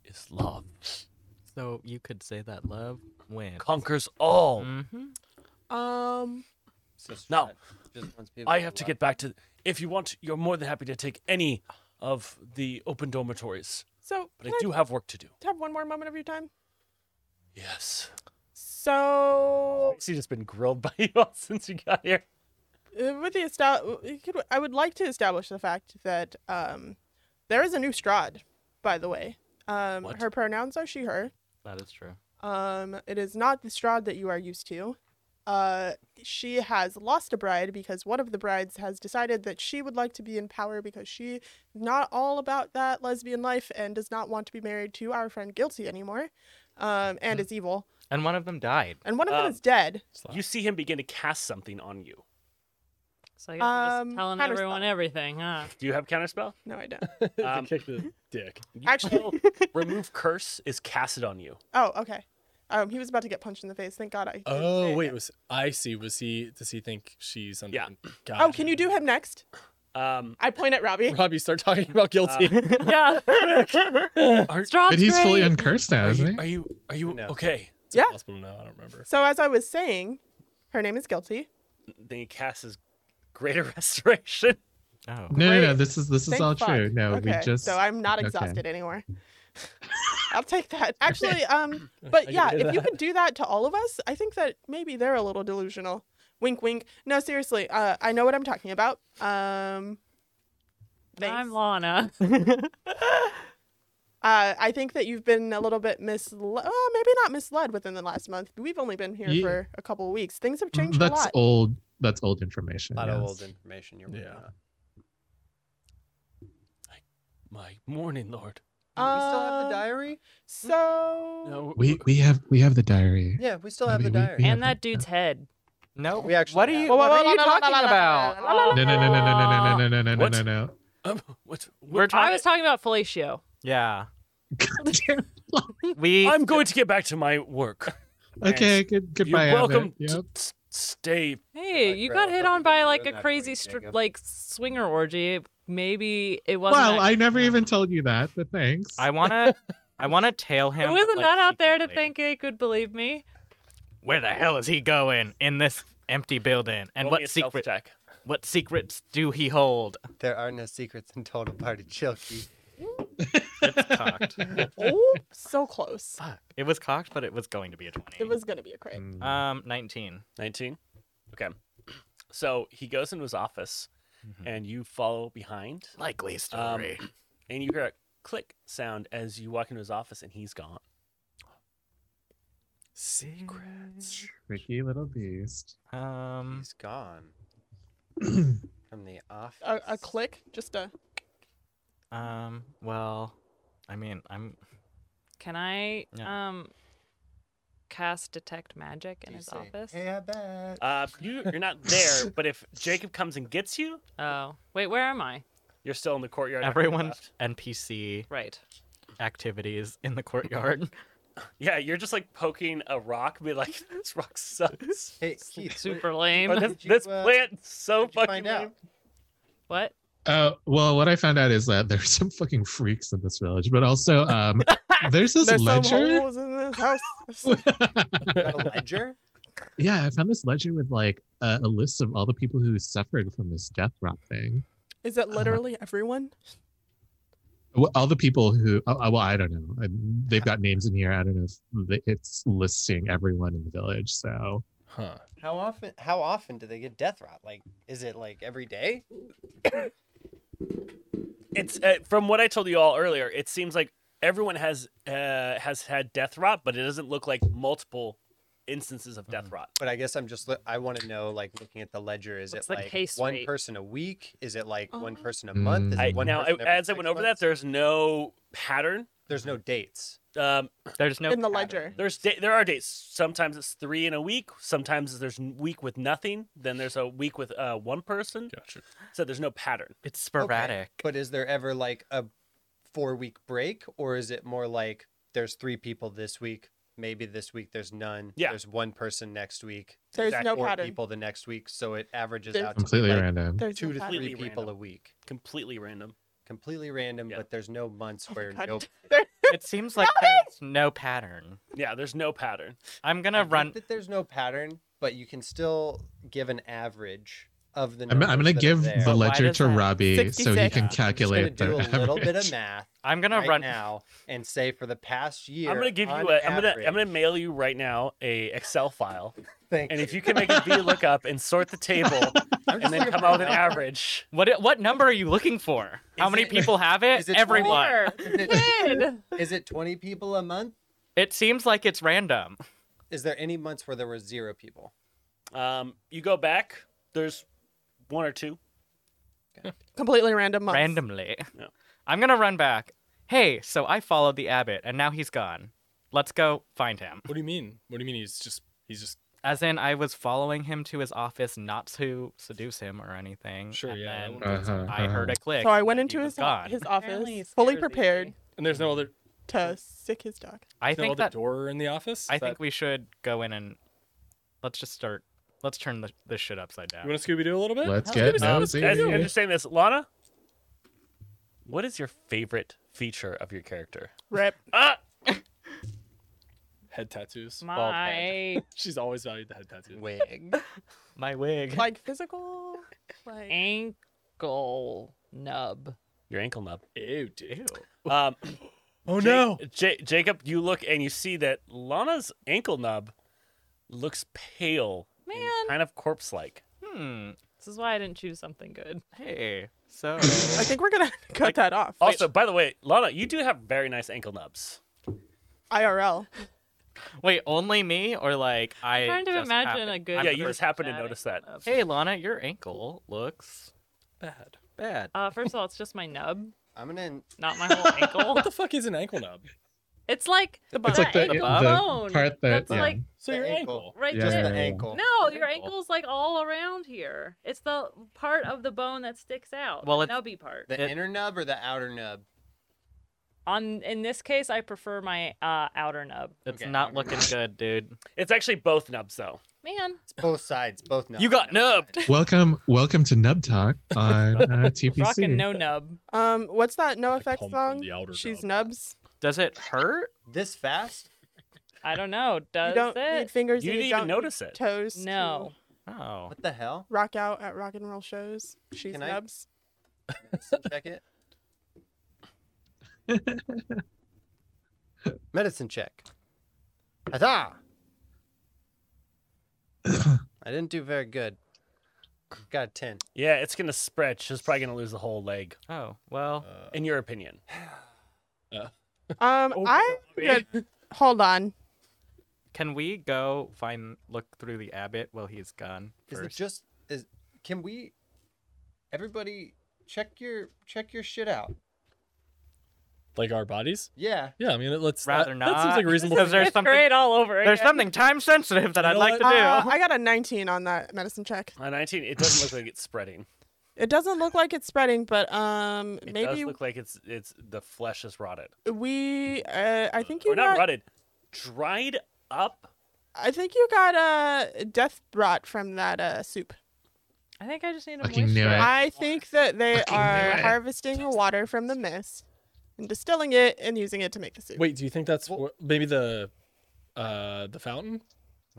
S3: Is love.
S7: So you could say that love wins.
S3: Conquers all.
S7: Mm-hmm.
S4: Um,
S5: So
S3: Now,
S5: Strahd just wants people
S3: I have to
S5: love.
S3: get back to. If you want, you're more than happy to take any of the open dormitories.
S4: so
S3: But
S4: can
S3: I do have work to do.
S4: have one more moment of your time.
S3: Yes.
S4: So
S3: She's just been grilled by you all since you got here.
S4: uh, with the estab- you could, I would like to establish the fact that um, there is a new Strad, by the way. Um,
S3: What?
S4: her pronouns are she/her.
S7: That is true.
S4: Um, it is not the Strad that you are used to. Uh, she has lost a bride because one of the brides has decided that she would like to be in power because she is not all about that lesbian life and does not want to be married to our friend Guilty anymore, um, and is evil.
S7: And one of them died.
S4: And one of them
S8: Uh.
S3: Um,
S4: is dead.
S1: You
S3: see him begin to cast something on you.
S9: So I guess I'm
S4: Um,
S9: just telling
S4: counterspell.
S9: everyone everything, huh?
S3: Do you have counterspell?
S4: No, I don't.
S3: Um,
S8: Kick the dick.
S3: you
S4: Actually-
S3: know remove curse is casted on you.
S4: Oh, okay. Um, he was about to get punched in the face. Thank God I. didn't say
S8: Oh
S4: it
S8: wait,
S4: yet.
S8: was I see? Was he? Does he think she's? Under,
S3: Yeah.
S8: Gotcha.
S4: Oh, can you do him next?
S3: Um,
S4: I point at Robbie.
S8: Robbie, start talking about guilty.
S9: yeah. Strahd's
S6: But he's fully
S9: great.
S6: uncursed now,
S3: are,
S6: isn't
S3: you,
S6: he?
S3: are you are you
S7: No.
S3: okay?
S8: It's
S4: Yeah.
S8: impossible to know. I don't remember.
S4: So as I was saying, her name is Guilty.
S3: Then he casts his greater restoration.
S7: Oh.
S6: No, no, no.
S4: Great.
S6: This is this is
S4: Thank
S6: all
S4: fuck.
S6: true. No,
S4: okay.
S6: we just
S4: So I'm not
S6: okay.
S4: exhausted anymore. I'll take that. Actually, um, but
S8: can
S4: yeah,
S8: hear
S4: if you
S8: that.
S4: could do that to all of us, I think that maybe they're a little delusional. Wink, wink. No, seriously. Uh, I know what I'm talking about. Um, thanks.
S9: I'm Lana.
S4: Uh, I think that you've been a little bit misled. Well, maybe not misled within the last month. We've only been here
S6: Ye-
S4: for a couple of weeks. Things have
S6: Mm,
S4: changed a
S6: that's
S4: lot.
S6: old that's old information.
S5: a lot of
S6: yes.
S5: old information. You're
S8: Yeah.
S5: yeah.
S3: My morning lord.
S5: we still have the
S4: Um,
S5: diary.
S4: So
S3: No,
S6: We we have we have the diary.
S5: Yeah, we still
S6: I
S5: have the
S6: mean, we-
S5: diary.
S6: we
S9: and
S6: have
S9: that
S6: the-
S9: dude's head.
S7: No.
S5: We actually
S7: What are
S5: have-
S7: you?
S4: Whoa, whoa,
S7: What are
S4: whoa,
S7: you
S4: la, la, la, la,
S7: talking
S4: la,
S7: about?
S4: la, la, la,
S6: No no no no no no no no no no
S3: What?
S6: no no.
S3: Um, what? what
S7: We're
S9: I
S7: talking.
S9: was talking about Felicio.
S7: Yeah.
S6: God damn.
S7: We.
S3: I'm going to get back to my work.
S6: Okay, good
S3: You're
S6: goodbye. Abbott.
S3: welcome
S6: Yep.
S3: to s- stay.
S9: Hey,
S5: Like,
S9: you
S5: bro,
S9: got hit
S5: what
S9: on
S5: you
S9: by
S5: doing
S9: like a
S5: that for
S9: crazy
S5: me,
S9: stri-
S5: Jacob?
S9: like swinger orgy. Maybe it wasn't.
S6: Well,
S9: that-
S6: I never even told you that, but thanks.
S7: I wanna. I wanna tail him.
S9: there was a
S7: but, like,
S9: nut out there to
S7: secretly.
S9: think they could believe me.
S7: Where the hell is he going in this empty building? And
S3: Roll me a
S7: what
S3: stealth
S7: secret?
S3: check.
S7: What secrets do he hold?
S5: There are no secrets in Total Party Chilky.
S7: It's cocked.
S4: oh, so close.
S7: Fuck. It was cocked, but it was going to be a twenty.
S4: It was gonna be a crit.
S6: Mm.
S7: Um, nineteen.
S3: 19 okay so he goes into his office and you follow behind
S7: Likely
S3: Um, and you hear a click sound as you walk into his office and he's gone
S7: Secrets.
S6: Tricky little beast.
S7: Um.
S5: He's gone from the office.
S4: A, a click, just a.
S7: Um. Well, I mean, I'm.
S9: Can I
S7: Yeah.
S9: um cast detect magic in
S5: You Eh.
S9: his
S5: say,
S9: office?
S5: Hey, I bet.
S3: uh, you, you're not there but if jacob comes and gets you
S9: Oh, wait, where am I?
S3: you're still in the courtyard after he
S7: Everyone
S3: left.
S7: NPC
S9: Right.
S7: activities in the courtyard.
S3: yeah you're just like poking a rock be like this rock sucks
S5: Hey, Keith,
S9: Super
S3: or
S9: lame.
S3: this,
S5: Did you,
S3: this
S5: uh,
S3: plant's so
S5: what'd you
S3: fucking
S5: find out?
S3: lame.
S9: What?
S6: Uh, well, what I found out is that there's some fucking freaks in this village, but also um, there's this
S4: There's some
S6: ledger.
S4: holes in this house.
S5: a ledger?
S6: yeah, I found this ledger with like a, a list of all the people who suffered from this death rot thing.
S4: Is it literally everyone?
S6: Well, all the people who, oh, oh, well, I don't know. I, they've got names in here. I don't know if th- it's listing everyone in the village. So
S8: Huh.
S5: How often? How often do they get death rot? Like, is it like every day?
S3: it's uh, from what i told you all earlier it seems like everyone has uh, has had death rot, but it doesn't look like multiple instances of death rot.
S5: But I guess I'm just. Li- I want to know, like, looking at the ledger, is
S9: What's
S5: it
S9: the
S5: like
S9: case
S5: one
S9: rate?
S5: person a week? Is it like one
S4: Uh-huh.
S5: person a month? Is
S3: I,
S4: Mm.
S5: it one
S3: now, I,
S5: person every
S3: as I
S5: six
S3: went over
S5: months?
S3: that, there's no pattern.
S5: there's no dates.
S3: Um,
S7: There's no
S4: in the
S7: pattern.
S4: ledger.
S3: there's da- there are dates. Sometimes it's three in a week. Sometimes there's n- week with nothing. Then there's a week with uh, one person.
S8: Gotcha.
S3: So there's no pattern.
S7: It's
S5: Okay,
S7: sporadic.
S5: But is there ever like a four week break, or is it more like there's three people this week? Maybe this week there's none.
S3: Yeah.
S5: There's one person next week.
S4: There's no
S5: four
S4: pattern.
S5: people the next week, so it averages
S4: There's-
S5: out to be,
S6: Completely
S5: like,
S6: random.
S4: There's
S5: two
S4: no
S5: to
S4: pattern.
S5: three
S3: Completely
S5: people a
S3: random.
S5: week.
S3: Completely random.
S5: Completely random,
S3: Yeah.
S5: but there's no months
S4: Oh my
S5: where
S4: God.
S5: no.
S7: It seems like there's no pattern.
S3: Yeah, there's no pattern.
S7: I'm
S5: I
S7: gonna
S5: think
S7: run.
S5: that there's no pattern, but you can still give an average of the.
S6: I'm, I'm
S5: numbers
S6: gonna
S5: that are
S6: give
S5: there.
S6: the
S7: why
S6: ledger
S7: does
S6: to
S7: that-
S6: Robbie so he
S4: 66.
S6: can
S4: Yeah,
S5: I'm just gonna
S6: calculate the
S5: do a
S6: average.
S5: little bit of math
S7: I'm gonna
S5: right
S7: run
S5: now and say for the past year.
S3: I'm gonna give you
S5: on
S3: a. I'm gonna
S5: average-
S3: I'm gonna mail you right now a Excel file,
S5: Thank
S3: and if you can make a V lookup and sort the table,
S5: I'm
S3: and then
S5: just looking
S3: come
S5: for
S3: out with an
S5: numbers.
S3: average.
S7: What what number are you looking for? How
S5: Is
S7: many
S5: it-
S7: people have it?
S5: is it
S7: Everyone.
S9: Four.
S5: Is it- is it 20 people a month?
S7: It seems like it's random.
S5: Is there any months where there were zero people?
S3: Um, you go back. There's one or two.
S4: Completely random months.
S7: Randomly.
S3: Yeah.
S7: I'm gonna run back. Hey, so I followed the abbot and now he's gone. Let's go find him.
S8: What do you mean? What do you mean? He's just he's just
S7: As in I was following him to his office not to seduce him or anything.
S8: Sure,
S7: and
S8: yeah, that
S7: then
S8: wouldn't
S6: make sense.
S7: I heard a click.
S4: So I went
S7: and
S4: into
S7: he
S4: his
S7: was gone.
S4: his
S9: Apparently
S4: office
S9: he's
S4: fully
S9: scared of these
S4: prepared
S9: things.
S8: and there's no other
S4: to stick his dog.
S7: I
S8: there's no
S7: think
S8: other
S7: that
S8: door in the office.
S7: I
S8: Is
S7: think
S8: that-
S7: we should go in and let's just start let's turn the, this shit upside down.
S8: You want to Scooby Doo a little bit?
S6: Let's
S8: Scooby-Doo,
S6: get
S8: Scooby-Doo.
S3: Um, as,
S6: nosy.
S3: as you're saying this, Lana, what is your favorite feature of your character?
S4: Rip.
S8: Head tattoos.
S9: My
S8: She's always valued the head tattoos.
S5: Wig.
S7: My wig.
S4: Like physical. Like
S9: ankle nub.
S3: Your ankle nub.
S8: Ew, dude.
S3: Um,
S8: Oh
S3: Ja- Ja- Jacob, you look and you see that Lana's ankle nub looks pale, and
S9: Man.
S3: kind of corpse-like.
S7: Hmm.
S9: This is why I didn't choose something good.
S7: Hey. So
S4: I think we're gonna have to cut that off.
S3: Also, by the way, Lana, you do have very nice ankle nubs.
S4: IRL.
S7: Wait, only me or like I?
S9: I'm trying to
S7: just
S9: imagine
S7: happen-
S9: a good.
S3: yeah, you just
S9: person
S3: happened to
S9: with
S3: notice that.
S9: ankle nub.
S7: Hey, Lana, your ankle looks
S8: Bad.
S7: bad.
S9: Uh, first of all, it's just my nub,
S5: I'm gonna.
S9: not my whole ankle.
S8: What the fuck is an ankle nub?
S9: It's like the,
S6: It's like the,
S9: ankle
S6: the
S9: bone.
S6: part that
S9: that's
S6: yeah.
S9: like
S8: So
S5: The
S8: your
S5: ankle.
S8: ankle.
S9: right
S6: Yeah,
S5: Just
S9: there.
S5: the ankle.
S9: No, your
S7: Ankle.
S9: ankle's like all around here. It's the part of the bone that sticks out.
S7: Well,
S9: Well,
S7: it's-
S9: nubby part.
S5: The
S7: It-
S5: inner nub or the outer nub?
S9: On in this case, I prefer my uh, outer nub.
S7: It's
S5: Okay,
S7: not
S5: never
S7: looking good, dude.
S3: It's actually both nubs, though.
S9: Man,
S5: It's both sides, both nubs.
S7: You got nubbed.
S6: Welcome, welcome to Nub Talk on uh, TPC.
S9: rockin' no nub.
S4: Um, what's that No Effects
S8: come from
S4: song?
S8: the outer
S4: She's
S8: dome.
S4: nubs.
S7: Does it hurt?
S5: This fast?
S9: I don't know. Does
S4: you don't need
S9: it?
S4: fingers.
S3: You
S4: and
S3: didn't
S4: don't
S3: even
S4: need
S3: notice it.
S4: Toes. to
S9: No.
S7: Oh,
S5: What the hell?
S4: rock out at rock and roll shows. She's
S5: Can I-
S4: nubs.
S5: Medicine check it. Medicine check. Huzzah! I didn't do very good. Got a 10.
S3: Yeah, it's gonna spread. She's probably gonna lose the whole leg,
S7: oh, well.
S5: Uh.
S3: in your opinion.
S4: Um, I could hold on.
S7: Can we go find look through the abbot while he's gone
S5: Is
S7: first?
S5: it just is can we everybody check your check your shit out.
S8: Like our bodies?
S5: Yeah.
S8: Yeah, I mean, it- let's
S7: Rather
S8: that, That
S7: not.
S8: seems like a reasonable.
S7: Because there's
S9: Fifth
S7: something.
S9: grade all over
S7: There's
S9: again.
S7: something time sensitive that
S8: You
S7: I'd
S8: know
S7: like
S8: what?
S7: to do.
S4: Uh, I got a 19 on that medicine check.
S3: On 19, it doesn't look like it's spreading.
S4: It doesn't look like it's spreading, but um,
S3: It does
S4: maybe
S3: look like it's it's the flesh is rotted,
S4: we. Uh, I think you
S3: or not
S4: got.
S3: rotted, dried up.
S4: I think you got uh, death rot from that uh, soup.
S9: I think I just need a
S6: Fucking knew
S9: moisturizer.
S6: it.
S4: I think that they
S6: Fucking
S4: are
S6: knew it.
S4: harvesting the water from the mist and distilling it and using it to make the soup.
S8: Wait, do you think that's what, maybe the uh the fountain?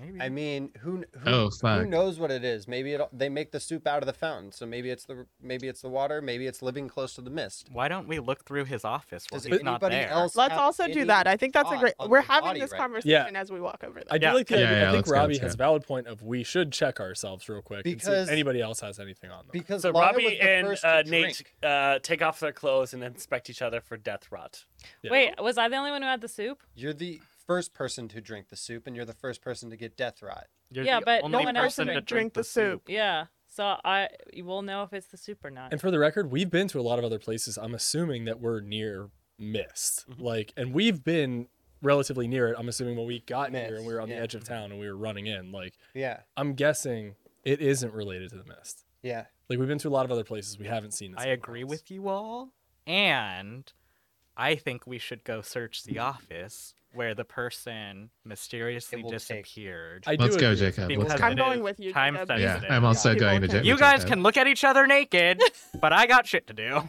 S7: Maybe.
S5: I mean, who kn- who,
S6: Oh,
S5: who
S6: fuck.
S5: knows what it is? Maybe it, they make the soup out of the fountain, so maybe it's the maybe it's the water, maybe it's living close to the mist.
S7: Why don't we look through his office? Well,
S5: Does
S7: he's not
S5: anybody
S7: there.
S5: else?
S4: Let's
S5: have
S4: also do
S5: any
S4: that. I think that's a
S5: thought
S4: great.
S5: on
S4: We're
S5: the
S4: having
S5: body
S4: this
S5: right now?
S4: conversation as we walk over.
S8: I
S4: There.
S7: Yeah.
S8: do like the
S6: Yeah,
S8: idea.
S6: yeah,
S8: I think
S6: let's go,
S8: Robbie
S6: let's
S8: has
S6: go.
S8: a valid point of we should check ourselves real quick and see
S5: Because-
S8: if anybody else has anything on them.
S5: Because
S3: So
S5: Lana was
S3: Robbie
S5: the
S3: and
S5: first to
S3: uh, Nate
S5: drink.
S3: uh, take off their clothes and inspect each other for death rot.
S8: Yeah.
S9: Wait, was I the only one who had the soup?
S5: You're the first person to drink the soup, and you're the first person to get death rot.
S7: You're
S9: Yeah,
S7: the
S9: but
S7: only
S9: no one else
S7: person
S4: would
S7: to
S4: drink the soup.
S9: Yeah. So I we'll know if it's the soup or not.
S8: And for the record, we've been to a lot of other places. I'm assuming that we're near mist.
S7: Mm-hmm.
S8: Like, and we've been relatively near it. I'm assuming when we got near and we were on
S5: Mist,
S8: the
S5: yeah.
S8: edge of town and we were running in, like,
S5: Yeah,
S8: I'm guessing it isn't related to the mist.
S5: yeah.
S8: Like, we've been to a lot of other places. We haven't seen this.
S7: I agree with you all, and I think we should go search the office where the person mysteriously
S5: will take-
S7: disappeared.
S8: I do
S6: Let's go,
S8: agree.
S6: Jacob.
S7: Because
S6: Let's go.
S4: I'm
S7: it
S4: going
S7: is
S4: with you,
S7: Time
S4: Jacob.
S7: sensitive.
S4: Yeah,
S6: Yeah, I'm also
S4: People
S6: going to
S4: can-
S6: Jacob.
S7: You guys can look at each other naked, but I got shit to do.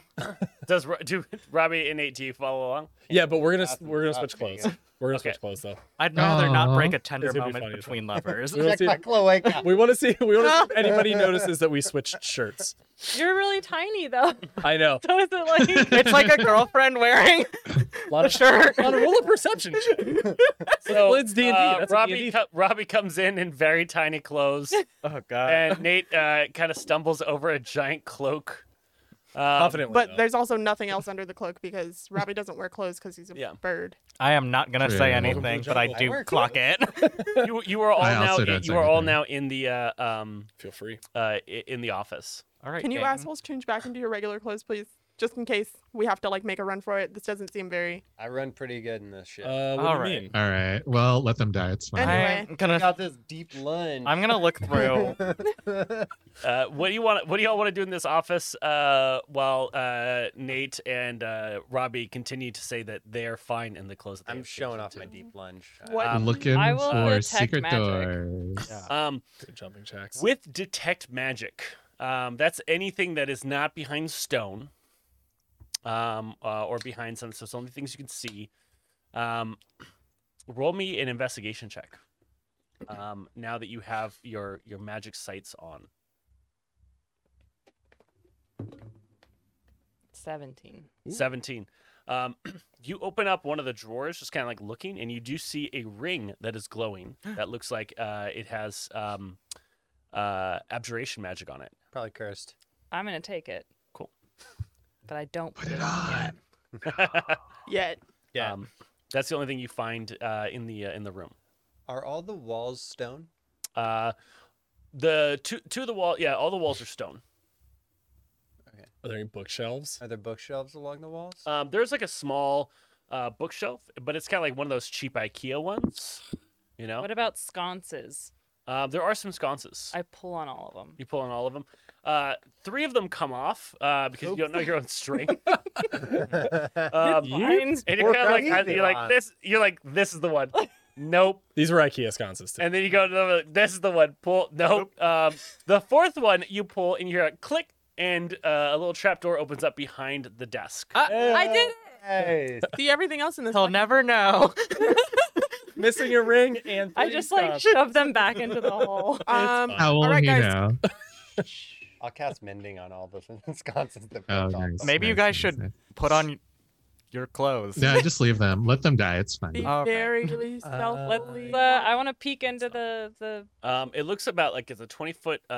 S3: Does Ro- do Robbie and Nate do you follow along?
S8: Yeah, but we're gonna
S5: That's-
S8: we're gonna
S5: that's
S8: switch
S5: pretty
S8: clothes. We're gonna switch
S3: Okay.
S8: clothes though.
S7: I'd rather not break
S6: Aw.
S7: a tender
S8: This would be
S7: moment
S8: funny as
S7: between lovers.
S8: We wanna
S5: Check
S8: see-
S5: my cloaca.
S8: We want to see. We want to see if anybody notices that we switched shirts.
S9: You're really tiny though.
S8: I know.
S9: So is it like
S7: it's like a girlfriend wearing
S8: A lot
S7: a
S8: of
S7: shirt.
S8: On a roll of perception. check.
S3: So
S8: Well, it's D&D.
S3: uh,
S8: That's a
S3: Robbie,
S8: D&D.
S3: co- Robbie comes in in very tiny clothes,
S7: Oh god.
S3: and Nate uh, kind of stumbles over a giant cloak. Um,
S8: Confidently.
S4: But
S8: though.
S4: there's also nothing else under the cloak because Robbie doesn't wear clothes because he's a
S3: Yeah.
S4: bird.
S7: I am not gonna
S6: True.
S7: say anything, but I do
S5: work.
S7: clock it.
S3: You you are all
S6: I
S3: now
S6: also
S3: in,
S6: don't
S3: you
S6: say
S3: are all
S6: anything.
S3: now in the uh, um
S8: Feel free.
S3: uh i- in the office.
S7: All right.
S4: Can you
S7: gang.
S4: assholes change back into your regular clothes, please? Just in case we have to like make a run for it. This doesn't seem very.
S5: I run pretty good in this shit.
S8: Uh, what
S7: All
S8: do you
S7: right.
S8: mean?
S6: All right. Well, let them die. It's fine.
S4: Anyway.
S7: I'm gonna
S5: I got this deep lunge.
S7: I'm gonna look through.
S3: Uh, what do you want? What do y'all want to do in this office? Uh, while uh, Nate and uh, Robbie continue to say that they're fine in the clothes. That they
S5: I'm
S3: have chosen
S5: showing off
S3: to.
S5: my deep lunge. Uh,
S4: What?
S3: Um,
S6: Looking
S9: I will
S6: for
S9: detect
S6: secret
S9: magic.
S6: doors.
S3: Um,
S8: Good jumping jacks.
S3: with detect magic, um, that's anything that is not behind stone, um, uh, or behind something. So it's only things you can see. Um, roll me an investigation check. Um, now that you have your your magic sights on.
S9: seventeen?
S3: 17. Um, you open up one of the drawers, just kind of like looking, and you do see a ring that is glowing. that looks like uh, it has um, uh, abjuration magic on it.
S5: Probably cursed.
S9: I'm gonna take it.
S3: Cool.
S9: But I don't
S6: Put it on.
S4: Yet
S7: Yeah.
S3: Um, that's the only thing you find uh, in the uh, in the room.
S5: Are all the walls stone?
S3: Uh, the two two of the wall, yeah, all the walls are stone.
S8: Are there any bookshelves?
S5: Are there bookshelves along the walls?
S8: Uh,
S3: Um, there's like a small uh, bookshelf, but it's kind of like one of those cheap IKEA ones. You know,
S9: What about sconces?
S3: um, there are some sconces.
S9: I pull on all of them.
S3: You pull on all of them. Uh, three of them come off uh, because you don't know your own strength. um,
S9: Fine.
S3: and you're kind of like,
S5: Easy
S3: you're like
S5: on.
S3: this. You're like, this is the one. Nope.
S8: These were IKEA sconces. Too.
S3: And then you go to the. This is the one. Pull. Nope. Um, the fourth one you pull and you hear a click and uh, a little trap door opens up behind the desk.
S9: I did it.
S5: Hey,
S4: see everything else in this.
S7: He'll never know.
S8: Missing your ring and
S9: I
S8: three
S9: just like
S8: sconces.
S9: shove them back into the hole.
S7: Uh,
S4: Um,
S8: fine.
S6: How will
S4: all right,
S6: he
S4: guys.
S6: know?
S5: I'll cast mending on all the sconces that
S6: Oh,
S5: fell off.
S6: nice,
S7: Maybe you
S6: nice,
S7: guys
S6: nice,
S7: should
S6: nice.
S7: put on your clothes.
S6: No, just leave them. Let them die. It's
S4: Be
S6: fine.
S7: All right.
S4: very
S9: Let's.
S4: stealthily.
S9: Uh, I want to peek into the the.
S3: Um, it looks about like it's a 20 foot uh,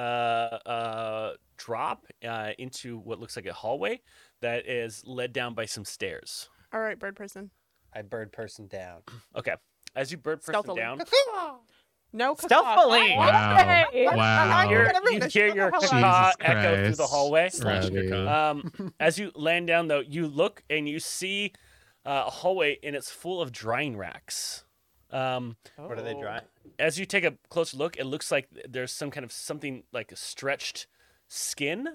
S3: uh, drop uh, into what looks like a hallway that is led down by some stairs.
S4: all right, bird person.
S5: I bird person down.
S3: Okay. As you bird person
S4: Stealthily.
S3: down,
S4: No caca.
S7: Stealthily.
S6: Wow.
S4: I'm
S6: Wow.
S3: you're-
S4: gonna bring
S3: you
S4: this
S3: hear
S4: shit
S3: your
S4: the hell
S6: Jesus
S3: caca
S6: Christ.
S3: echo through the hallway.
S8: Slash
S6: Robbie.
S8: Kakao.
S3: Um, as you land down, though, you look and you see uh, a hallway and it's full of drying racks. Um,
S5: What are they
S7: Oh.
S5: drawing?
S3: as you take a closer look, it looks like there's some kind of something like a stretched skin.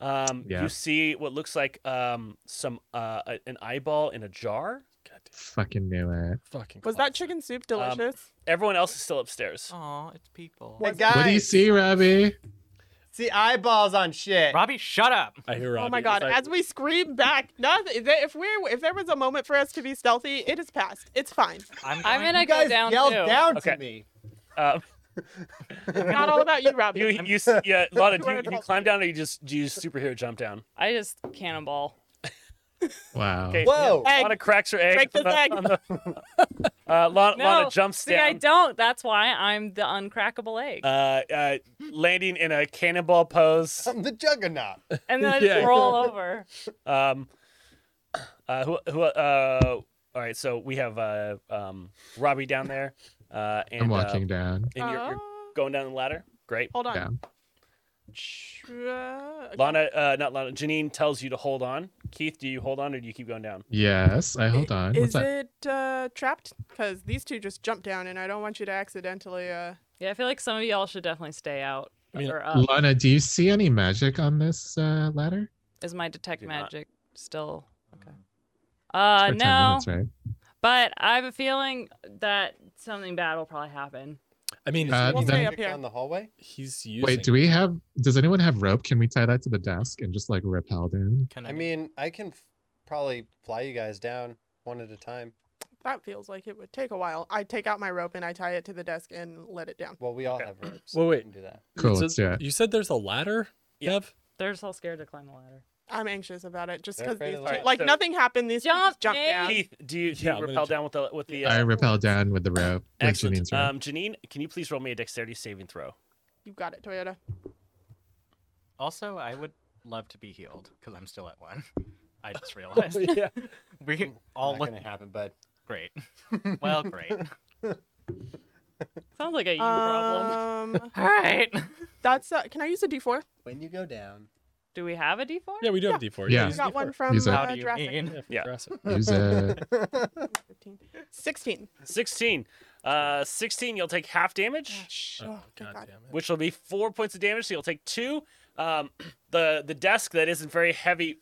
S3: Um,
S6: Yeah.
S3: You see what looks like um, some uh, a- an eyeball in a jar.
S8: God damn,
S6: Fucking knew it.
S8: fucking.
S4: Was that chicken soup delicious?
S3: Everyone else is still upstairs.
S7: Aw, it's people.
S5: Hey,
S6: What do you
S5: guys,
S6: see, Robbie?
S5: See eyeballs on shit.
S7: Robbie, shut up.
S8: I hear Robbie.
S4: oh my god!
S8: It's like,
S4: As we scream back, nothing. that- If we're if there was a moment for us to be stealthy, it is past. It's fine.
S7: I'm,
S9: I'm
S7: going-
S9: gonna
S5: you guys
S9: go down
S5: yelled
S9: too.
S5: down
S3: Okay.
S5: to me.
S3: Um,
S4: Not all about you, Robbie.
S3: you, you, s- yeah, Lana, do
S4: We're
S3: you, do you
S4: adults.
S3: climb down or you just do you superhero jump down?
S9: I just cannonball.
S6: Wow.
S3: Okay.
S5: Whoa!
S4: Egg.
S3: Lana cracks her egg.
S4: Break
S3: on
S4: this
S3: the-
S4: egg.
S3: on the- uh, Lana,
S9: No,
S3: Lana jumps
S9: See, I
S3: down,
S9: don't. That's why I'm the uncrackable egg.
S3: uh, uh, landing in a cannonball pose.
S5: I'm the juggernaut.
S9: and then I just
S8: yeah.
S9: roll over.
S3: Um, uh, who, who, uh, all right, so we have uh, um, Robbie down there, uh, and,
S6: I'm
S3: uh,
S6: walking down.
S3: and you're, you're
S4: Uh,
S3: going down the ladder. Great.
S4: Hold on.
S6: Yeah.
S4: Tra-
S3: Lana, uh, not Lana, Janine tells you to hold on. Keith, do you hold on or do you keep going down?
S6: Yes, I hold on.
S4: Is
S6: What's that?
S4: it uh, trapped? Because these two just jumped down, and I don't want you to accidentally. Uh...
S9: Yeah, I feel like some of y'all should definitely stay out.
S8: I mean,
S9: or up.
S6: Lana, do you see any magic on this uh, ladder?
S9: Is my detect
S3: Do not. Mm.
S9: magic still okay? Uh,
S6: For 10
S9: no.
S6: minutes, right?
S9: But I have a feeling that something bad will probably happen.
S8: I mean,
S6: Uh,
S4: We'll
S8: he's,
S4: stay
S6: then-
S4: up here.
S5: Down the hallway.
S8: he's using.
S6: Wait, do we have? Does anyone have rope? Can we tie that to the desk and just like rappel down?
S7: Can
S5: I mean, I can f- probably fly you guys down one at a time.
S4: That feels like it would take a while. I take out my rope and I tie it to the desk and let it down.
S5: Well, we all have ropes.
S8: Well,
S5: we
S8: wait.
S5: can do that.
S6: Cool,
S8: You
S6: let's do
S8: said,
S6: it.
S8: you said there's a ladder.
S3: Yeah.
S8: Kev?
S9: They're just all scared to climb the ladder.
S4: I'm anxious about it just
S5: They're
S4: because
S5: afraid
S4: these
S5: of
S4: two,
S5: the light.
S4: like
S3: So-
S4: nothing happened. These two just
S9: Jump,
S4: jumped down.
S9: Nate.
S3: Keith, do you, do
S8: Yeah,
S3: you
S8: I'm gonna
S3: repel
S8: jump.
S3: down with the with the?
S6: I
S3: Uh,
S6: rappel down with the rope. like
S3: excellent.
S6: Janine's rope.
S3: Um, Janine, can you please roll me a dexterity saving throw?
S4: You got it, Toyota.
S7: Also, I would love to be healed because I'm still at one. I just realized
S8: yeah.
S7: we all
S5: Not
S7: look
S5: gonna happen, but
S7: great. Well, great.
S9: Sounds like a you problem.
S4: Um,
S7: all right.
S4: that's uh, can I use a D4?
S5: when you go down,
S9: Do we have a D4?
S8: Yeah, we do have D4.
S6: Yeah.
S4: I
S8: use
S4: got
S8: D4.
S4: one from
S6: Use it.
S4: uh,
S7: How do you
S4: Jurassic.
S7: mean?
S8: Yeah, for
S3: Yeah.
S8: Jurassic.
S6: Use it.
S4: 15. 16.
S3: 16. Uh, 16, you'll take half damage,
S4: Shh.
S8: Oh,
S4: Oh, thank
S8: God
S4: God.
S8: damn it.
S3: which will be four points of damage. So you'll take two. Um, the the desk that isn't very heavy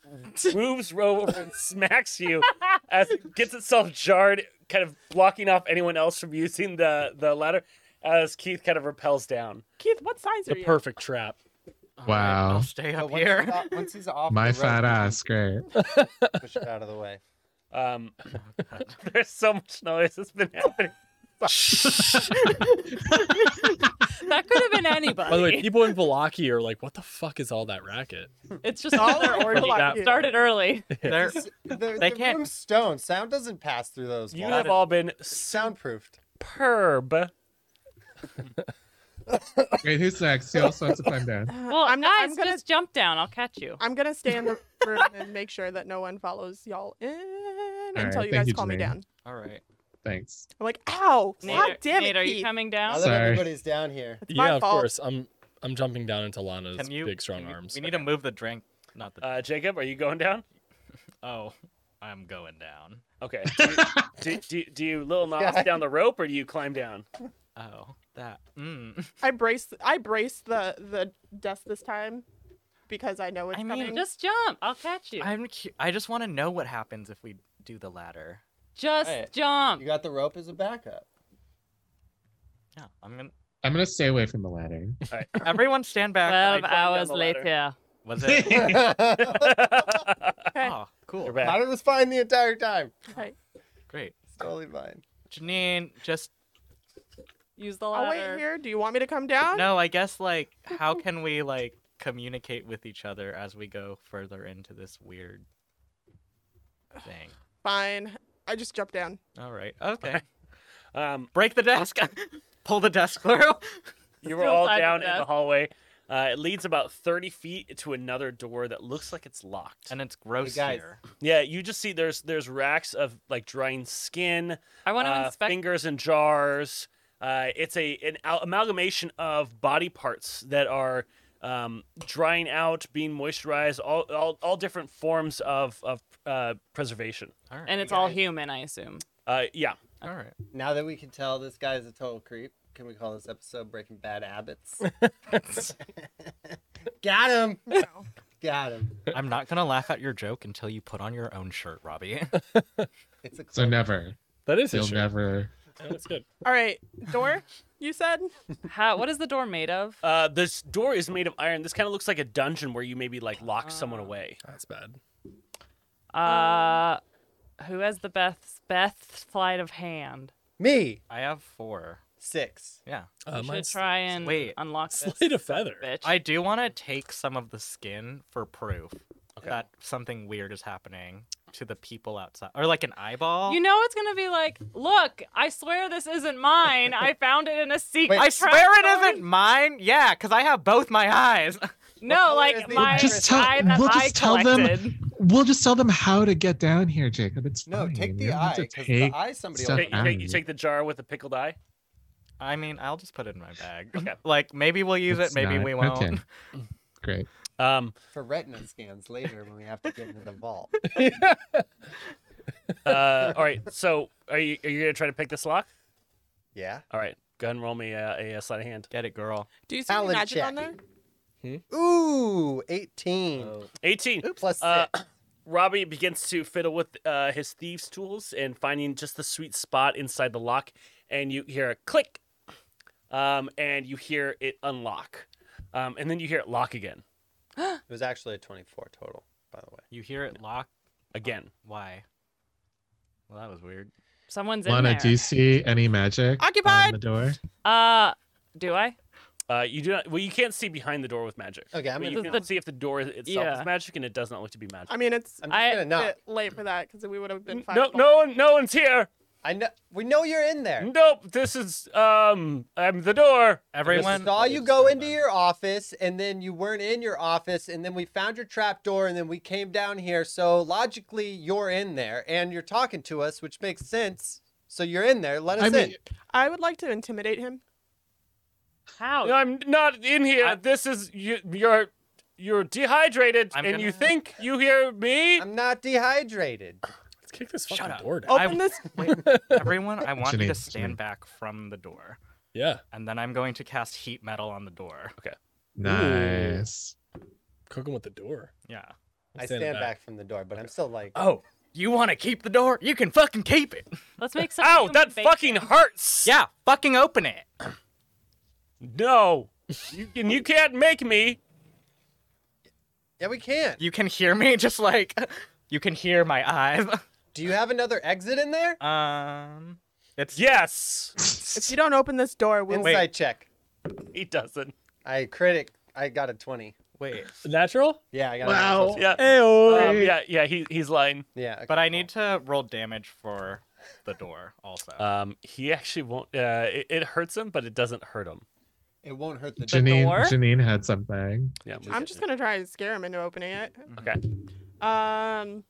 S3: moves over and smacks you as it gets itself jarred, kind of blocking off anyone else from using the the ladder. As Keith kind of repels down.
S4: Keith, what size
S8: The
S4: are you?
S8: perfect trap.
S7: All right,
S6: Wow.
S7: I'll stay
S5: But
S7: up
S5: once he's
S7: here.
S5: off- once he's off,
S6: My
S5: the rope,
S6: fat
S5: you can
S6: ass. Great.
S5: Push it out of the way.
S3: Um, there's so much noise that's been happening.
S9: That could have been anybody.
S8: By the way, people in Velaki are like, what the fuck is all that racket?
S9: it's just all their orgy.
S8: That-
S9: It started early.
S7: There-
S5: They're,
S7: They
S5: they
S7: can't-
S5: can't. stone. Sound doesn't pass through those
S3: You
S5: walls.
S3: have all been
S5: soundproofed.
S3: superb.
S6: Great. Who's next? Who else wants to climb down?
S9: Well,
S4: Uh, I'm
S9: I'm
S4: not-
S9: not.
S4: I'm gonna- Ah,
S9: just jump down. I'll catch you.
S4: I'm gonna stay in the room and make sure that no one follows y'all in until
S6: right,
S4: you
S6: thank
S4: guys
S6: you,
S4: call me
S6: Janine.
S4: down.
S7: All right.
S6: Thanks.
S4: I'm like, ow!
S9: Nate,
S4: God
S9: are-
S4: damn
S9: Nate,
S4: it,
S9: are you
S4: Keith.
S9: coming
S5: Now
S9: down?
S5: that
S6: Sorry.
S5: everybody's down here,
S4: It's my
S8: yeah, of
S4: fault.
S8: course. I'm I'm jumping down into Lana's
S7: Can you?
S8: big strong
S7: can we-
S8: arms.
S7: We need to move the drink. Not the.
S3: Uh, Jacob, are you going down?
S7: oh, I'm going down.
S3: Okay. Do you, do, do, do you little Nas
S5: Yeah.
S3: down the rope or do you climb down?
S7: Oh, that. Mm.
S4: I brace. I brace the the desk this time because I know it's
S7: I mean,
S4: coming.
S9: Just jump. I'll catch you.
S7: I'm. Cu- I just want to know what happens if we do the ladder.
S9: Just
S5: Right.
S9: jump.
S5: you got the rope as a backup.
S7: Yeah, I'm gonna.
S6: I'm gonna stay away from the ladder.
S7: Everyone stand back.
S3: I
S9: Twelve
S3: climbed down
S9: hours
S3: the ladder.
S9: later.
S7: Was it?
S5: I
S7: oh, cool.
S3: You're back.
S5: was fine the entire time.
S4: Okay.
S7: Great.
S5: Totally fine.
S7: Janine, just
S9: Use the
S4: I'll
S9: ladder.
S4: wait here. Do you want me to come down?
S7: no. I guess like, how can we like communicate with each other as we go further into this weird thing?
S4: Fine. I just jump down.
S7: All right. Okay.
S3: Um,
S7: Break the desk. Pull the desk through.
S3: you were
S9: Still
S3: all
S9: side to
S3: down in the
S9: death.
S3: hallway. Uh, it leads about 30 feet to another door that looks like it's locked.
S7: And it's gross
S5: guys.
S7: here.
S3: yeah, you just see there's there's racks of like drying skin,
S9: I want to
S3: uh,
S9: inspect.
S3: fingers and jars. Uh, it's a an al- amalgamation of body parts that are um, drying out, being moisturized, all all, all different forms of of uh, preservation.
S7: All right.
S9: and it's all human, I assume.
S3: Uh, yeah,
S7: all right.
S5: Now that we can tell this guy's a total creep, can we call this episode Breaking Bad Habits? Got him. Got him.
S7: I'm not gonna laugh at your joke until you put on your own shirt, Robbie.
S5: It's a
S6: So
S5: cloak.
S6: never.
S8: That is a
S6: You'll
S8: shirt.
S6: never.
S8: Yeah, that's good.
S4: All right. Door. You said.
S9: How? What is the door made of?
S3: Uh, this door is made of iron. This kind of looks like a dungeon where you maybe like lock
S9: Ah.
S3: someone away.
S8: That's bad.
S9: Uh, who has the best best sleight of hand?
S5: me.
S7: I have four.
S5: Six.
S7: Yeah.
S8: Uh,
S9: should
S8: mine's-
S9: try and
S7: Wait.
S9: unlock this
S8: Slate a feather.
S9: bitch.
S7: I do want to take some of the skin for proof
S1: Okay.
S7: that something weird is happening to the people outside, or like an eyeball.
S9: You know it's gonna be like, look, I swear this isn't mine. I found it in a secret.
S7: I
S9: trap
S7: swear
S9: door."
S7: it isn't mine. Yeah, because I have both my eyes.
S9: No,
S5: color is
S9: like
S5: the
S9: my
S5: iris? Just
S9: eye
S6: tell-
S9: that
S6: we'll just
S9: I
S6: tell them-
S9: collected.
S6: We'll just tell them how to get down here, Jacob. It's
S5: No,
S6: fine.
S5: take
S6: You
S5: the
S6: don't have
S5: eye
S6: to
S5: because
S6: take-
S5: the eye somebody
S6: stuff
S5: will.
S3: Take, you, take, you
S6: Um,
S3: take the jar with the pickled eye.
S7: I mean, I'll just put it in my bag.
S3: Okay.
S7: Like maybe we'll use
S6: It's
S7: it, maybe
S6: not-
S7: we won't.
S6: Okay. Great.
S3: Um,
S5: for retina scans later when we have to get into the vault.
S3: uh, all right. So are you are you gonna try to pick this lock?
S5: Yeah.
S3: All right. Go ahead and roll me uh, a, a sleight of hand.
S7: Get it, girl.
S4: Do you see any
S5: Talent
S4: magic on there?
S5: check. Hmm? Ooh, 18
S3: Eighteen.
S5: plus
S3: Uh,
S5: six.
S3: Robbie begins to fiddle with uh, his thieves' tools and finding just the sweet spot inside the lock, and you hear a click, um, and you hear it unlock, um, and then you hear it lock again,
S5: It was actually a 24 total, by the way.
S7: You hear it lock?
S3: again.
S7: Why? Well, that was weird.
S9: Someone's in
S6: Lana,
S9: there.
S6: do you see any magic on
S4: Occupied.
S6: the door?
S9: Uh, do I?
S3: Uh, you do not. Well, you can't see behind the door with magic.
S5: Okay, I'm
S3: But you
S5: gonna-
S3: can see if the door itself
S9: Yeah.
S3: is magic, and it does not look to be magic.
S4: I mean, it's
S5: I'm
S4: a
S5: just
S9: I-
S5: gonna knock.
S4: bit late for that because we would have been fine.
S3: No, no one, no one's here.
S5: I know we know you're in there.
S3: Nope, this is um, I'm the door.
S5: We
S7: Everyone,
S5: saw you go into your office, and then you weren't in your office, and then we found your trap door, and then we came down here. So logically, you're in there, and you're talking to us, which makes sense. So you're in there. Let us
S6: I
S5: in.
S6: mean,
S4: I would like to intimidate him.
S9: How?
S3: I'm not in here.
S7: I-
S3: This is you, you're, you're dehydrated,
S7: I'm
S3: and you
S7: gonna-
S3: think you hear me.
S5: I'm not dehydrated.
S8: Let's kick this
S7: Shut
S8: fucking
S7: up. Oh.
S8: door down.
S4: Open
S7: I-
S4: this.
S7: wait, everyone, I want you to
S6: Janine,
S7: stand
S6: Janine.
S7: back from the door,
S8: Yeah.
S7: and then I'm going to cast heat metal on the door.
S6: nice.
S8: Cooking with the door.
S7: Yeah.
S8: I'm
S5: I stand
S8: standing
S5: back. from the door, but I'm still like,
S7: Oh, you want to keep the door? You can fucking keep it.
S9: Let's make some.
S3: Ow,
S9: human
S3: that
S9: bacon.
S3: fucking hurts.
S7: Yeah, fucking open it.
S3: No, you can, you can't make me.
S5: yeah, we can't.
S7: You can hear me, just like you can hear my eyes.
S5: Do you have another exit in there?
S7: Um, it's
S3: Yes,
S4: If you don't open this door, we'll.
S5: Inside check.
S3: he doesn't.
S5: I critic. I got a 20.
S7: wait,
S8: Natural?
S5: Yeah, I got a
S6: Wow.
S5: natural.
S3: Yeah,
S6: Ayo.
S3: um, yeah, yeah. He, he's lying.
S5: Yeah. okay.
S7: but I need to roll damage for the door also.
S3: Um, he actually won't. Uh, it, it hurts him, but it doesn't hurt him.
S5: It won't hurt the
S6: Janine,
S9: door?
S6: Janine had something.
S3: Yeah,
S4: I'm just gonna try and scare him into opening it.
S8: Mm-hmm.
S3: Okay.
S4: Um.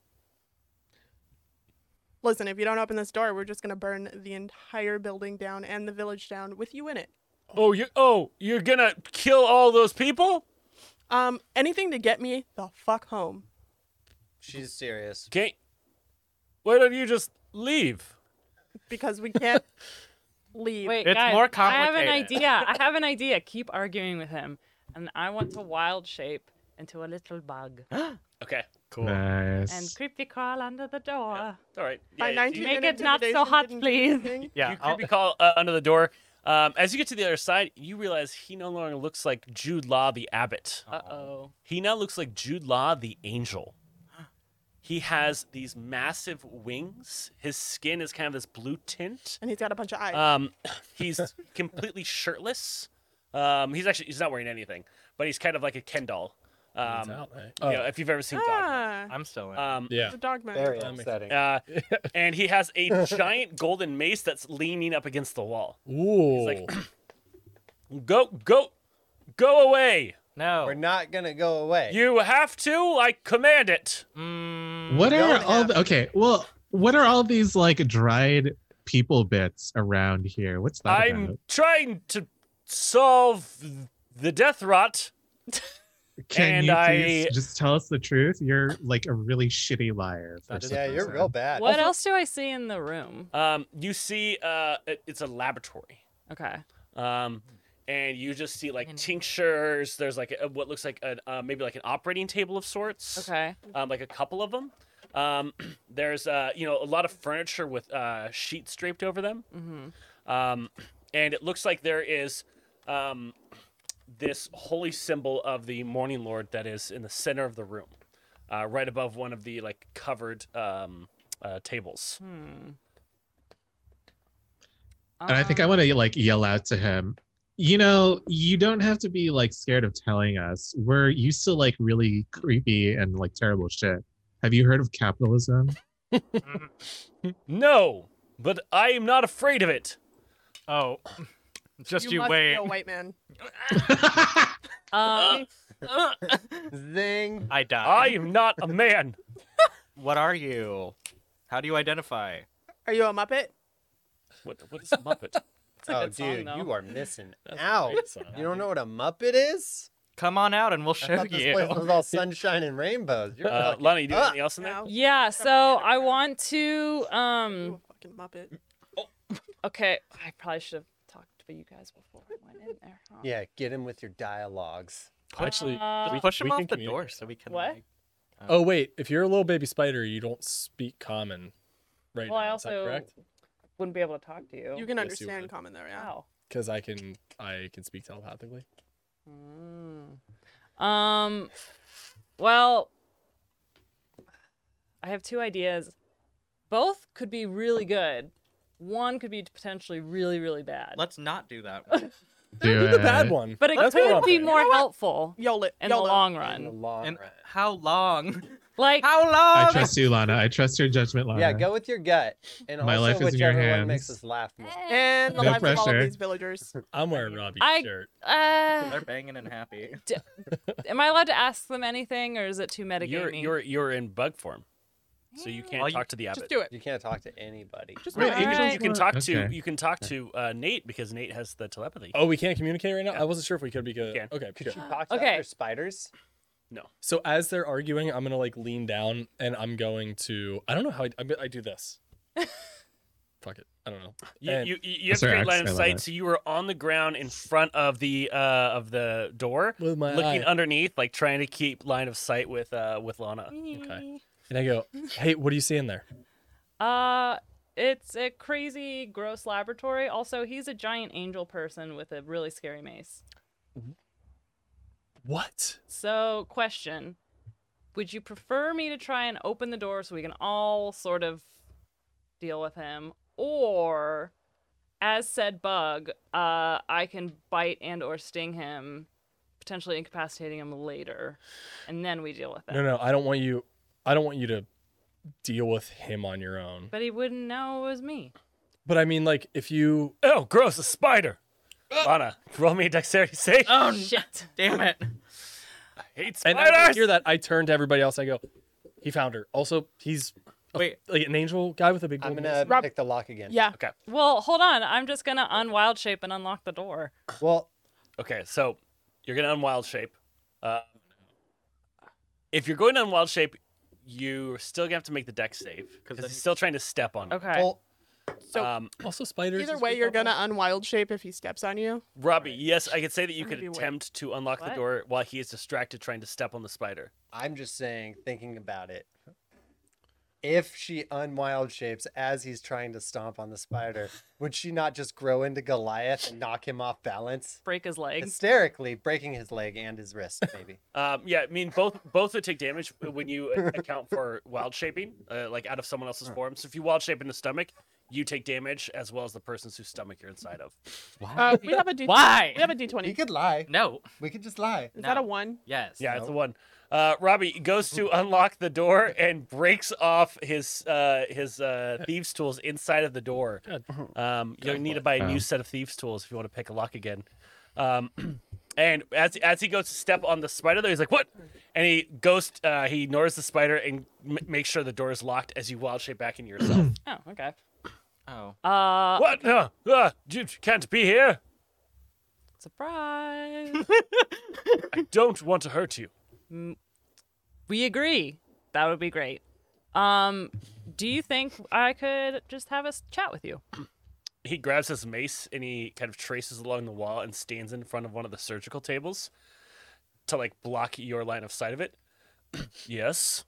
S4: Listen, if you don't open this door, we're just gonna burn the entire building down and the village down with you in it.
S3: Oh, you. Oh, you're gonna kill all those people?
S4: Um, anything to get me the fuck home.
S5: She's serious.
S3: Okay. Why don't you just leave?
S4: because we can't leave.
S9: Wait,
S7: It's
S9: guys,
S7: more
S9: I have an
S7: complicated.
S9: idea. I have an idea. Keep arguing with him, and I want to wild shape into a little bug
S3: Okay. Cool.
S6: Nice.
S9: and creepy crawl under the door.
S3: All right.
S4: By
S3: Yeah,
S4: 19
S3: you,
S9: Make
S4: minute
S9: it not so
S4: intimidation
S9: hot,
S4: didn't do
S9: please.
S4: anything.
S7: yeah,
S3: you
S7: I'll-
S3: creepy call uh, under the door. Um, as you get to the other side, you realize he no longer looks like Jude Law the abbot.
S9: Uh oh.
S3: He now looks like Jude Law the angel. He has these massive wings. His skin is kind of this blue tint.
S4: And he's got a bunch of eyes.
S3: Um, he's completely shirtless. Um, he's actually he's not wearing anything, but he's kind of like a Ken doll.
S8: It's
S3: Um,
S8: out, right?
S3: you
S8: Oh,
S3: know, if you've ever seen Dogma.
S4: ah,
S7: I'm still in.
S3: Um,
S8: yeah.
S4: the dog man.
S5: Very
S8: That makes-
S5: upsetting.
S3: Uh, and he has a giant golden mace that's leaning up against the wall.
S8: Ooh.
S3: like- Go, go, go away!
S7: no.
S5: We're not gonna go away.
S3: You have to. I command it.
S7: Mm,
S6: What are
S5: Don't
S6: all
S5: have-
S6: the, okay? Well, what are all these like dried people bits around here? What's that
S3: I'm
S6: about?
S3: trying to solve the death rot.
S6: Can
S3: and
S6: you
S3: I-
S6: please just tell us the truth? You're like a really shitty liar. for
S7: That is-
S6: some
S5: yeah, you're
S6: reason.
S5: real bad.
S9: What else do I see in the room?
S3: Um, you see, uh, it- it's a laboratory.
S9: Okay.
S3: Um, and you just see like
S9: And-
S3: tinctures. There's like a, what looks like an, uh, maybe like an operating table of sorts.
S9: Okay.
S3: um, like a couple of them. Um, there's uh, you know a lot of furniture with uh, sheets draped over them,
S9: Mhm.
S3: um, and it looks like there is um, this holy symbol of the Morning Lord that is in the center of the room, uh, right above one of the like covered um, uh, tables.
S9: Hmm.
S6: And I think I want to like yell out to him, you know, you don't have to be like scared of telling us. We're used to like really creepy and like terrible shit. Have you heard of capitalism?
S3: No, but I am not afraid of it.
S7: Oh, just you,
S4: must
S7: wait.
S4: Be a white man.
S9: Um,
S5: Zing.
S7: I
S3: I
S7: die.
S3: am not a man.
S7: What are you? How do you identify?
S4: Are you a Muppet?
S3: What, what is a Muppet?
S9: it's a
S5: oh,
S9: good song,
S5: dude,
S9: though.
S5: you are missing out.
S8: great song.
S5: You don't know what a Muppet is?
S7: Come on out and we'll
S5: I
S7: show
S5: thought this
S7: you.
S5: place was all sunshine and rainbows. You're
S3: Uh,
S5: fucking
S3: Lana, you do
S4: Ah!
S5: up.
S3: anything else in there?
S4: No.
S9: um, Yeah, so I want to.
S4: You
S9: Um,
S4: a fucking Muppet.
S9: okay, I probably should have talked to you guys before I went in there. Huh?
S5: Yeah, get him with your dialogues.
S8: Actually,
S9: Uh,
S8: we-
S7: Push him
S8: we
S7: off
S8: can
S7: the
S8: communicate.
S7: door so we can.
S9: What?
S7: like-
S8: Oh wait, if you're a little baby spider, you don't speak common, right?
S9: well, I
S8: now, is that
S9: also
S8: correct?
S9: wouldn't be able to talk to you.
S4: You can
S8: Yes, you
S4: understand
S8: would.
S4: common though, yeah.
S9: Wow.
S8: Because I can, I can speak telepathically.
S9: Um, well, I have two ideas. Both could be really good. One could be potentially really, really bad.
S7: Let's not do that. one.
S8: Do the bad
S6: it.
S8: one.
S9: but it
S8: That's what
S9: could
S8: I'm
S9: be
S8: thinking.
S9: more helpful
S4: Yola.
S9: in the
S4: Yola.
S9: long
S5: In the
S9: run.
S5: long
S7: And
S5: run.
S7: how long?
S9: Like,
S7: How
S6: I
S7: long?
S6: trust you, Lana. I trust your judgment, Lana.
S5: Yeah, go with your gut. And
S6: My
S5: also
S6: life is in your
S5: whichever one
S6: hands.
S5: makes us laugh more.
S7: Eh.
S4: And the
S6: No
S4: lives of all
S6: pressure.
S4: of these villagers.
S8: I'm wearing Robbie's
S9: I-
S8: shirt.
S9: uh,
S7: They're banging and happy.
S9: am I allowed to ask them anything, or is it too metagaming?
S3: You're, you're, you're in bug form, so you can't
S7: All you-
S3: talk to the abbot.
S4: Just do it.
S5: You can't talk to anybody.
S4: Just
S9: Wait,
S4: do it.
S9: Asians
S3: You can talk to
S6: Okay.
S3: you can talk to uh, Nate because Nate has the telepathy.
S8: Oh, we can't communicate right now. I wasn't sure if we could be good.
S3: Can.
S8: Okay,
S5: Could
S8: good.
S5: you talk to
S9: Okay.
S5: other spiders?
S8: So as they're arguing, I'm gonna like lean down and I'm going to. I don't know how I. I, bet I do this. Fuck it. I don't know.
S3: You,
S8: And-
S3: you, you you have
S6: Sorry,
S3: great
S6: I
S3: line of
S6: accidentally
S3: sight,
S6: left.
S3: so you are on the ground in front of the uh, of the door,
S8: With my
S3: looking
S8: eye.
S3: underneath, like trying to keep line of sight with uh, with Lana.
S8: Okay. And I go, hey, what do you see in there?
S9: Uh, it's a crazy, gross laboratory. Also, he's a giant angel person with a really scary mace.
S8: What?
S9: So, question Would you prefer me to try and open the door so we can all sort of deal with him? Or, as said bug, uh, I can bite and or sting him, potentially incapacitating him later, and then we deal with it.
S8: No, no. I don't want you. I don't want you to deal with him on your own.
S9: But he wouldn't know it was me.
S8: But I mean, like, if you
S3: Oh, gross! A spider. Lana, roll me a dexterity save.
S7: Oh
S9: Shit.
S7: damn it!
S3: Hate
S8: and I
S3: spiders.
S8: hear that, I turn to everybody else. I go, he found her. Also, he's a-
S7: Wait.
S8: like an angel guy with a big.
S5: I'm
S8: golden
S5: gonna
S8: mace.
S4: Rob-
S5: pick the lock again.
S4: Yeah.
S3: Okay,
S9: Well, hold on. I'm just going to unwild shape and unlock the door.
S5: Well,
S3: okay. So you're gonna unwild shape. Uh, if you're going to unwild shape, you're still gonna have to make the deck save because
S7: then
S3: he's
S7: you-
S3: still trying to step on. him.
S9: Okay.
S5: well,
S4: So
S3: Um,
S8: Also, spiders.
S4: either
S8: is
S4: way,
S8: pretty
S4: you're
S8: helpful.
S4: gonna unwild shape if he steps on you.
S3: Robbie, yes, I could say that you
S4: I'm
S3: could
S4: gonna be wait-
S3: attempt to unlock the
S9: What?
S3: door while he is distracted trying to step on the spider.
S5: I'm just saying, thinking about it. If she unwild shapes as he's trying to stomp on the spider, would she not just grow into Goliath and knock him off balance?
S9: Break his legs.
S5: Hysterically breaking his leg and his wrist, maybe.
S3: Um, yeah, I mean both both would take damage when you account for wild shaping, uh, like out of someone else's form. So if you wild shape in the stomach, you take damage as well as the person's whose stomach you're inside of.
S4: Uh, we have a D.
S7: Why?
S4: We have a D twenty.
S5: we
S4: Is
S5: could lie.
S7: No.
S5: We could just lie.
S4: that a
S7: No.
S4: one?
S7: Yes.
S3: Yeah, it's the
S5: Nope.
S3: one. Uh, Robbie goes to unlock the door and breaks off his uh, his uh, thieves tools inside of the door. Um, you'll need to buy a new
S6: Wow.
S3: set of thieves tools if you want to pick a lock again. Um, and as as he goes to step on the spider, there he's like, "What?" And he goes. Uh, he ignores the spider and m- makes sure the door is locked as you wild shape back into yourself.
S9: Oh, okay.
S7: Oh.
S9: Uh,
S3: what? No, uh, you can't be here.
S9: surprise.
S3: I don't want to hurt you.
S9: we agree. That would be great. Um, do you think I could just have a s- chat with you?
S3: he grabs his mace and he kind of traces along the wall and stands in front of one of the surgical tables to like block your line of sight of it. yes.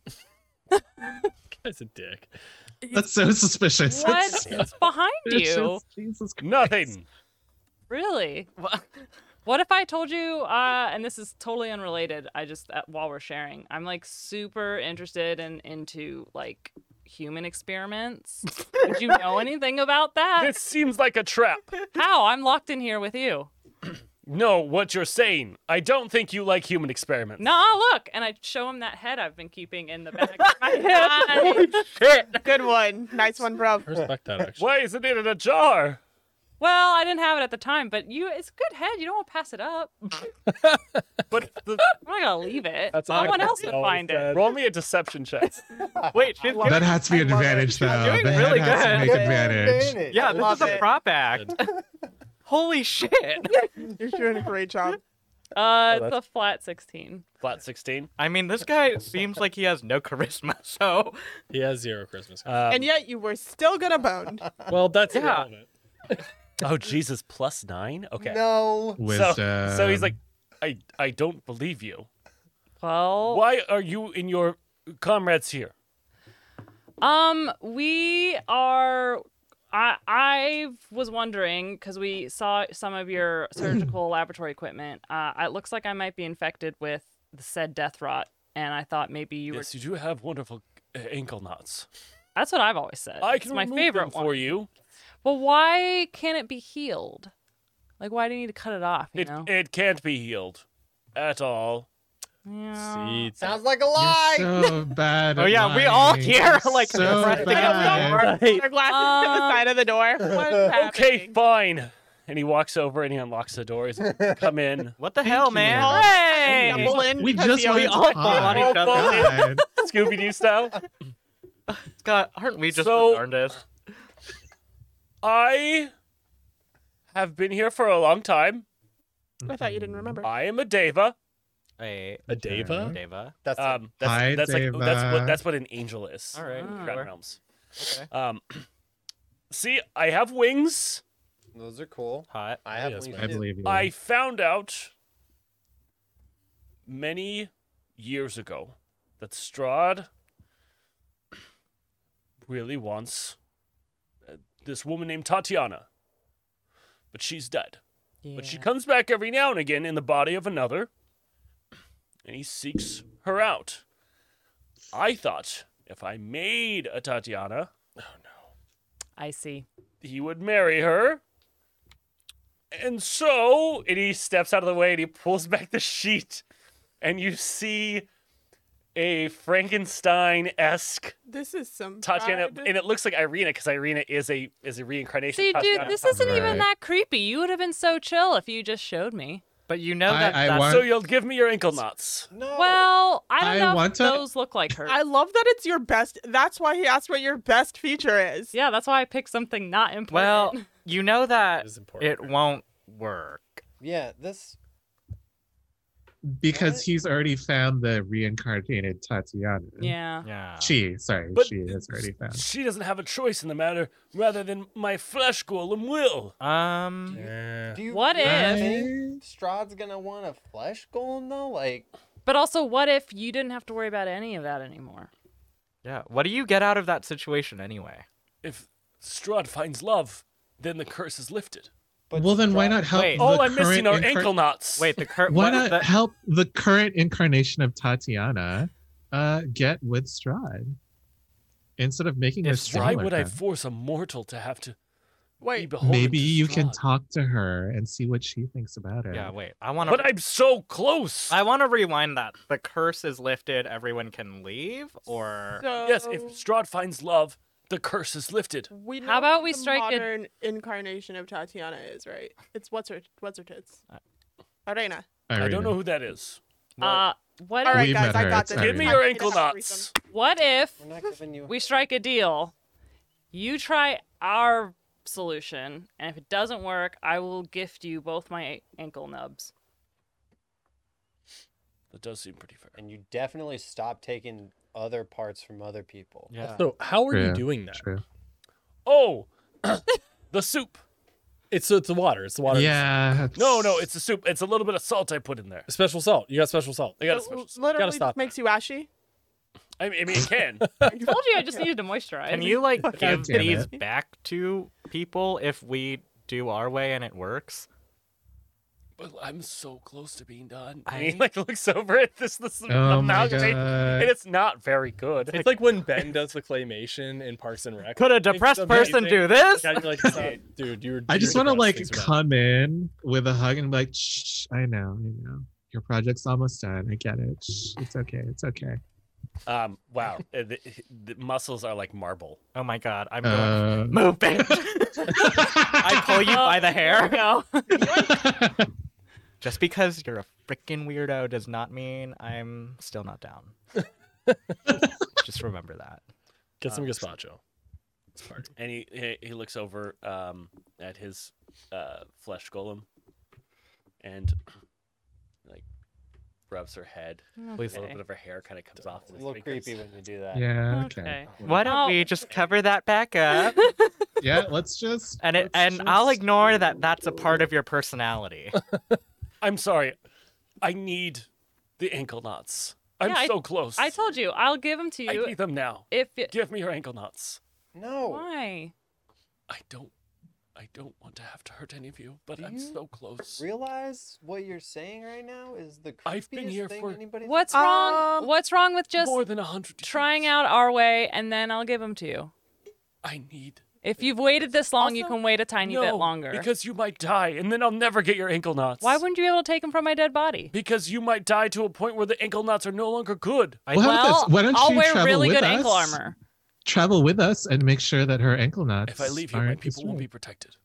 S8: That's a dick.
S6: That's so suspicious.
S9: What's behind you?
S6: Jesus
S3: Nothing.
S9: Really? What if I told you? Uh, and this is totally unrelated. I just uh, while we're sharing, I'm like super interested and into like human experiments? Would you know anything about that?
S3: This seems like a trap.
S9: How? I'm locked in here with you.
S3: No, what you're saying. I don't think you like human experiments.
S9: Nah, look. And I show him that head I've been keeping in the back of my head.
S4: Good one. Nice one, bro.
S8: I respect that actually.
S3: Why isn't it in a jar?
S9: Well, I didn't have it at the time, but you it's a good head. You don't want to pass it up. I'm
S3: But the,
S9: not gonna leave it.
S8: That's all I
S9: Someone
S8: can
S9: else would
S8: always
S9: find it.
S8: said.
S3: roll me a deception check.
S7: Wait, she's giving-
S6: That has to be an advantage, though.
S7: doing
S6: The head
S7: really
S6: has to
S7: good.
S6: make advantage.
S7: yeah, this
S4: Love
S7: is a
S4: it.
S7: prop act. Holy shit!
S4: You're doing a great job.
S3: oh,
S9: Uh, it's a flat sixteen.
S3: Flat 16.
S7: I mean, this guy seems like he has no charisma. So
S8: He has zero Christmas.
S3: Um,
S4: And yet you were still gonna bone.
S8: well, that's
S7: yeah.
S8: irrelevant.
S3: oh, Jesus, plus nine? Okay.
S5: No.
S6: Wisdom.
S3: So, so
S6: um,
S3: he's like, I, I don't believe you.
S9: Well,
S3: Why are you and your comrades here?
S9: Um, we are. I I was wondering because we saw some of your surgical laboratory equipment. Uh, it looks like I might be infected with the said death rot, and I thought maybe you
S3: yes, you do have wonderful uh, ankle knots.
S9: were. That's what I've always said.
S3: I
S9: it's
S3: can
S9: my
S3: remove
S9: favorite
S3: them
S9: one.
S3: for you.
S9: But why can't it be healed? Like, why do you need to cut it off? You
S3: It,
S9: know.
S3: it can't be healed at all.
S9: Yeah.
S8: See,
S5: Sounds like a
S6: You're
S5: lie.
S6: so bad.
S7: Oh,
S6: at
S7: yeah, we all
S6: lying.
S7: here are, like,
S6: so
S7: resting
S4: They don't
S6: bad.
S4: know. Their glasses to the
S9: Um,
S4: side of the door. What's
S3: Okay,
S4: happening?
S3: fine. And he walks over and he unlocks the door. He's like, come in.
S7: what the hell, man?
S6: you.
S7: Hey!
S4: Stumble in
S6: We
S4: because
S6: just
S4: you
S6: went
S4: always-
S6: to
S7: fall on
S6: pod.
S7: each other.
S6: God.
S3: Scooby Doo style.
S7: God, aren't we just
S3: So-
S7: the darndest?
S3: I have been here for a long time.
S4: I thought you didn't remember.
S3: I am a deva.
S7: Hey,
S8: a Deva?
S7: Deva.
S5: That's
S3: Um, that's
S6: Hi,
S3: that's like that's
S6: Deva.
S3: what that's what an angel is.
S7: All right.
S9: Ah.
S3: Forgotten
S7: sure.
S3: Realms.
S7: Okay.
S3: Um, see, I have wings.
S5: those are cool.
S7: Hot.
S5: I have
S8: Yes,
S5: wings
S6: I
S5: too.
S6: believe you.
S3: I found out many years ago that Strahd really wants uh, this woman named Tatiana, but she's dead. But she comes back every now and again in the body of another, and he seeks her out. I thought if I made a Tatiana,
S9: I see.
S3: he would marry her. And so, and he steps out of the way and he pulls back the sheet, and you see a Frankenstein esque
S4: This is some
S3: Tatiana,
S4: pride.
S3: and it looks like Irina because Irina is a is a reincarnation.
S9: See,
S3: of
S9: dude,
S3: Tatiana.
S9: this isn't even
S6: Right.
S9: that creepy. You would have been so chill if you just showed me.
S7: But you know
S6: I-
S7: that.
S6: I
S7: that's-
S6: want-
S3: so you'll give me your ankle knots.
S5: No.
S9: Well, I don't
S6: I
S9: know
S6: want
S9: if
S6: to-
S9: those look like her.
S4: I love that it's your best. That's why he asked what your best feature is.
S9: Yeah, that's why I picked something not important.
S7: well, you know that
S8: It is important.
S7: it won't work.
S5: yeah, this.
S6: because he's already found the reincarnated Tatiana.
S9: yeah.
S7: Yeah.
S6: She, sorry,
S3: But-
S6: she has already found.
S3: She doesn't have a choice in the matter, rather than my flesh golem will.
S7: Um.
S8: Yeah.
S5: Do you
S9: What
S5: really
S9: if-
S5: think Strahd's gonna want a flesh golem though? Like,
S9: But also, what if you didn't have to worry about any of that anymore?
S7: Yeah. What do you get out of that situation anyway?
S3: If Strahd finds love, then the curse is lifted.
S5: but
S6: well, then why
S5: Strahd-
S6: not help?
S7: Wait.
S6: the
S3: All Oh, I'm
S6: current
S3: missing are
S6: incar-
S3: ankle knots.
S7: Wait, the current.
S6: Why not help the current incarnation of Tatiana uh, get with Strahd instead of making
S3: If-
S6: this
S3: why would I force a mortal to have to be
S4: Wait,
S3: beholden
S6: Maybe
S3: to
S6: you can
S3: Strahd?
S6: talk to her and see what she thinks about it.
S7: Yeah. Wait. I want to.
S3: But I'm so close.
S7: I want to rewind that. The curse is lifted. Everyone can leave. Or
S4: so
S3: yes, if Strahd finds love, the curse is lifted.
S4: we know
S9: How
S4: what
S9: about we
S4: the
S9: strike a-
S4: modern incarnation of Tatiana is right. It's what's her what's her tits.
S7: Uh,
S4: Arena.
S3: I don't know who that is.
S9: Uh, what
S4: All
S9: if,
S4: right,
S6: We've
S4: guys,
S6: met
S4: I
S6: her,
S4: got
S6: it's
S4: this.
S6: Irina.
S3: Give me
S4: I
S3: your
S4: figured
S3: ankle
S4: out the
S3: knots.
S4: reason.
S9: what if
S5: We're not giving you.
S9: we strike a deal? You try our solution, and if it doesn't work, I will gift you both my ankle nubs.
S3: That does seem pretty fair.
S5: And you definitely stop taking other parts from other people.
S7: yeah.
S8: So how are
S6: Yeah,
S8: you doing that?
S6: True.
S3: Oh, the soup.
S8: It's so it's the water. It's the water.
S6: Yeah.
S3: No, no, it's the soup. It's a little bit of salt I put in there.
S8: Special salt. You got special salt.
S3: I got a
S4: So
S3: special.
S4: literally
S8: Gotta stop.
S4: makes you ashy.
S3: I mean, I mean, it can.
S9: I told you I just needed to moisturize.
S7: Can you like give
S6: damn
S7: these
S6: it.
S7: back to people if we do our way and it works?
S8: but I'm so close to being done.
S3: And he like looks over at this this
S6: Oh my
S3: amalgamation, and
S6: god.
S3: it's not very good.
S8: It's like when Ben does the claymation in Parks and Rec.
S7: Could a
S8: It's
S7: depressed
S8: amazing.
S7: person do this?
S8: Yeah, you're like, "Stop, dude, you're.
S6: I
S8: you're
S6: just want to
S8: depressed.
S6: like
S8: Things are bad."
S6: come in with a hug and be like, shh, shh, I know, I know. Your project's almost done. I get it. Shh, it's okay. It's okay.
S3: Um, wow, Uh, the, the muscles are like marble.
S7: Oh my god, I'm going.
S6: Uh,
S7: Move, bitch! I pull you by the
S9: Oh, There we
S7: hair.
S9: go.
S7: Just because you're a freaking weirdo does not mean I'm still not down. Just remember that.
S8: Get some gazpacho. It's party.
S3: And he he, he looks over um at his uh flesh golem, and like rubs her head. A
S7: Please,
S3: little
S9: Okay.
S3: bit of her hair kind of comes off.
S5: It's a
S3: and
S5: little
S3: it becomes-
S5: creepy when you do that.
S6: yeah. Okay.
S9: Okay.
S7: Why don't
S9: Oh.
S7: we just cover that back up?
S6: Yeah. Let's just.
S7: And it,
S6: let's
S7: and I'll
S6: just-
S7: ignore that that's a part of your personality.
S3: I'm sorry, I need the ankle knots. I'm
S9: Yeah, I-
S3: so close.
S9: I told you, I'll give them to
S3: I
S9: you
S3: need them now.
S9: if it,
S3: Give me your ankle knots.
S5: No.
S9: why.
S3: I don't. I don't want to have to hurt any of you, but
S5: Do
S3: I'm
S5: you
S3: so close.
S5: Realize what you're saying right now is the creepiest
S3: I've been here
S5: thing
S3: for-
S5: anybody's
S9: What's wrong?
S4: Um,
S9: What's wrong with just
S3: More than a hundred.
S9: trying
S3: years.
S9: out our way and then I'll give them to you?
S3: I need
S9: If you've waited this long, you
S3: Also,
S9: can wait a tiny
S3: no,
S9: bit longer.
S3: because you might die, and then I'll never get your ankle knots.
S9: Why wouldn't you be able to take them from my dead body?
S3: Because you might die to a point where the ankle knots are no longer good.
S7: I
S6: Well, how about
S9: well,
S6: this? Why don't
S9: I'll
S6: you
S9: wear
S6: travel
S9: really
S6: with
S9: good
S6: us?
S9: ankle armor.
S6: Travel with us and make sure that her ankle knots.
S3: If I leave here, my
S6: aren't
S3: people won't be
S6: destroyed.
S3: protected.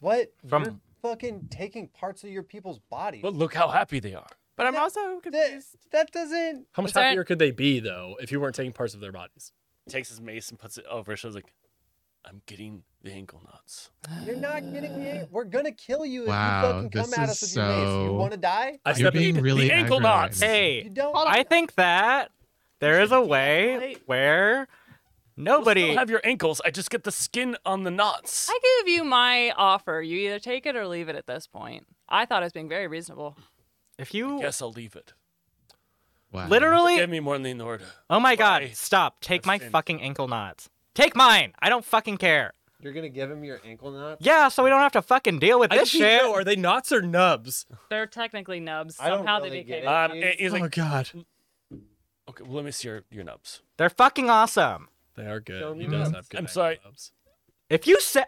S5: What?
S7: From-
S5: You're fucking taking parts of your people's bodies.
S3: But look how happy they are.
S4: But I'm also
S5: that,
S4: confused.
S5: that doesn't.
S8: How much
S9: Is there-
S8: happier could they be though if you weren't taking parts of their bodies?
S3: Takes his mace and puts it over. She's like, "I'm getting the ankle knots."
S5: You're not getting me. We're gonna kill you if
S6: Wow,
S5: you fucking come
S6: this
S5: at us
S6: is
S5: with your mace. You
S6: so-
S5: want to die?
S8: I
S6: You're
S8: step
S6: being
S8: in.
S6: really
S3: the ankle
S6: aggro right
S3: knots.
S6: now.
S5: You
S7: Hey,
S5: don't.
S7: I think that there is a way
S4: de-escalate.
S7: where
S3: You'll still
S7: nobody.
S3: have your ankles. I just get the skin on the knots.
S9: I give you my offer. You either take it or leave it at this point. I thought I was being very reasonable.
S7: If you
S3: Guess I'll leave it.
S6: Wow.
S7: literally,
S3: Give me more than the order.
S7: oh my god,
S3: Bye.
S7: stop! Take
S3: I've
S7: my
S3: sinned.
S7: fucking ankle knots. Take mine. I don't fucking care.
S5: You're gonna give him your ankle knot.
S7: Yeah, so we don't have to fucking deal with
S8: I
S7: this
S8: just need to
S7: shit.
S8: know, are they knots or nubs?
S9: They're technically nubs.
S5: I don't
S9: Somehow
S5: really
S9: they
S5: get
S9: became.
S5: it.
S3: Um,
S5: Jeez.
S3: he's
S8: oh
S3: like,
S8: god,
S3: "Okay, well, let me see your your nubs."
S7: They're fucking awesome.
S8: they are good.
S5: Don't
S8: He
S5: you
S8: does
S5: know?
S8: have good.
S3: I'm
S8: ankle
S3: sorry.
S8: nubs.
S7: If you say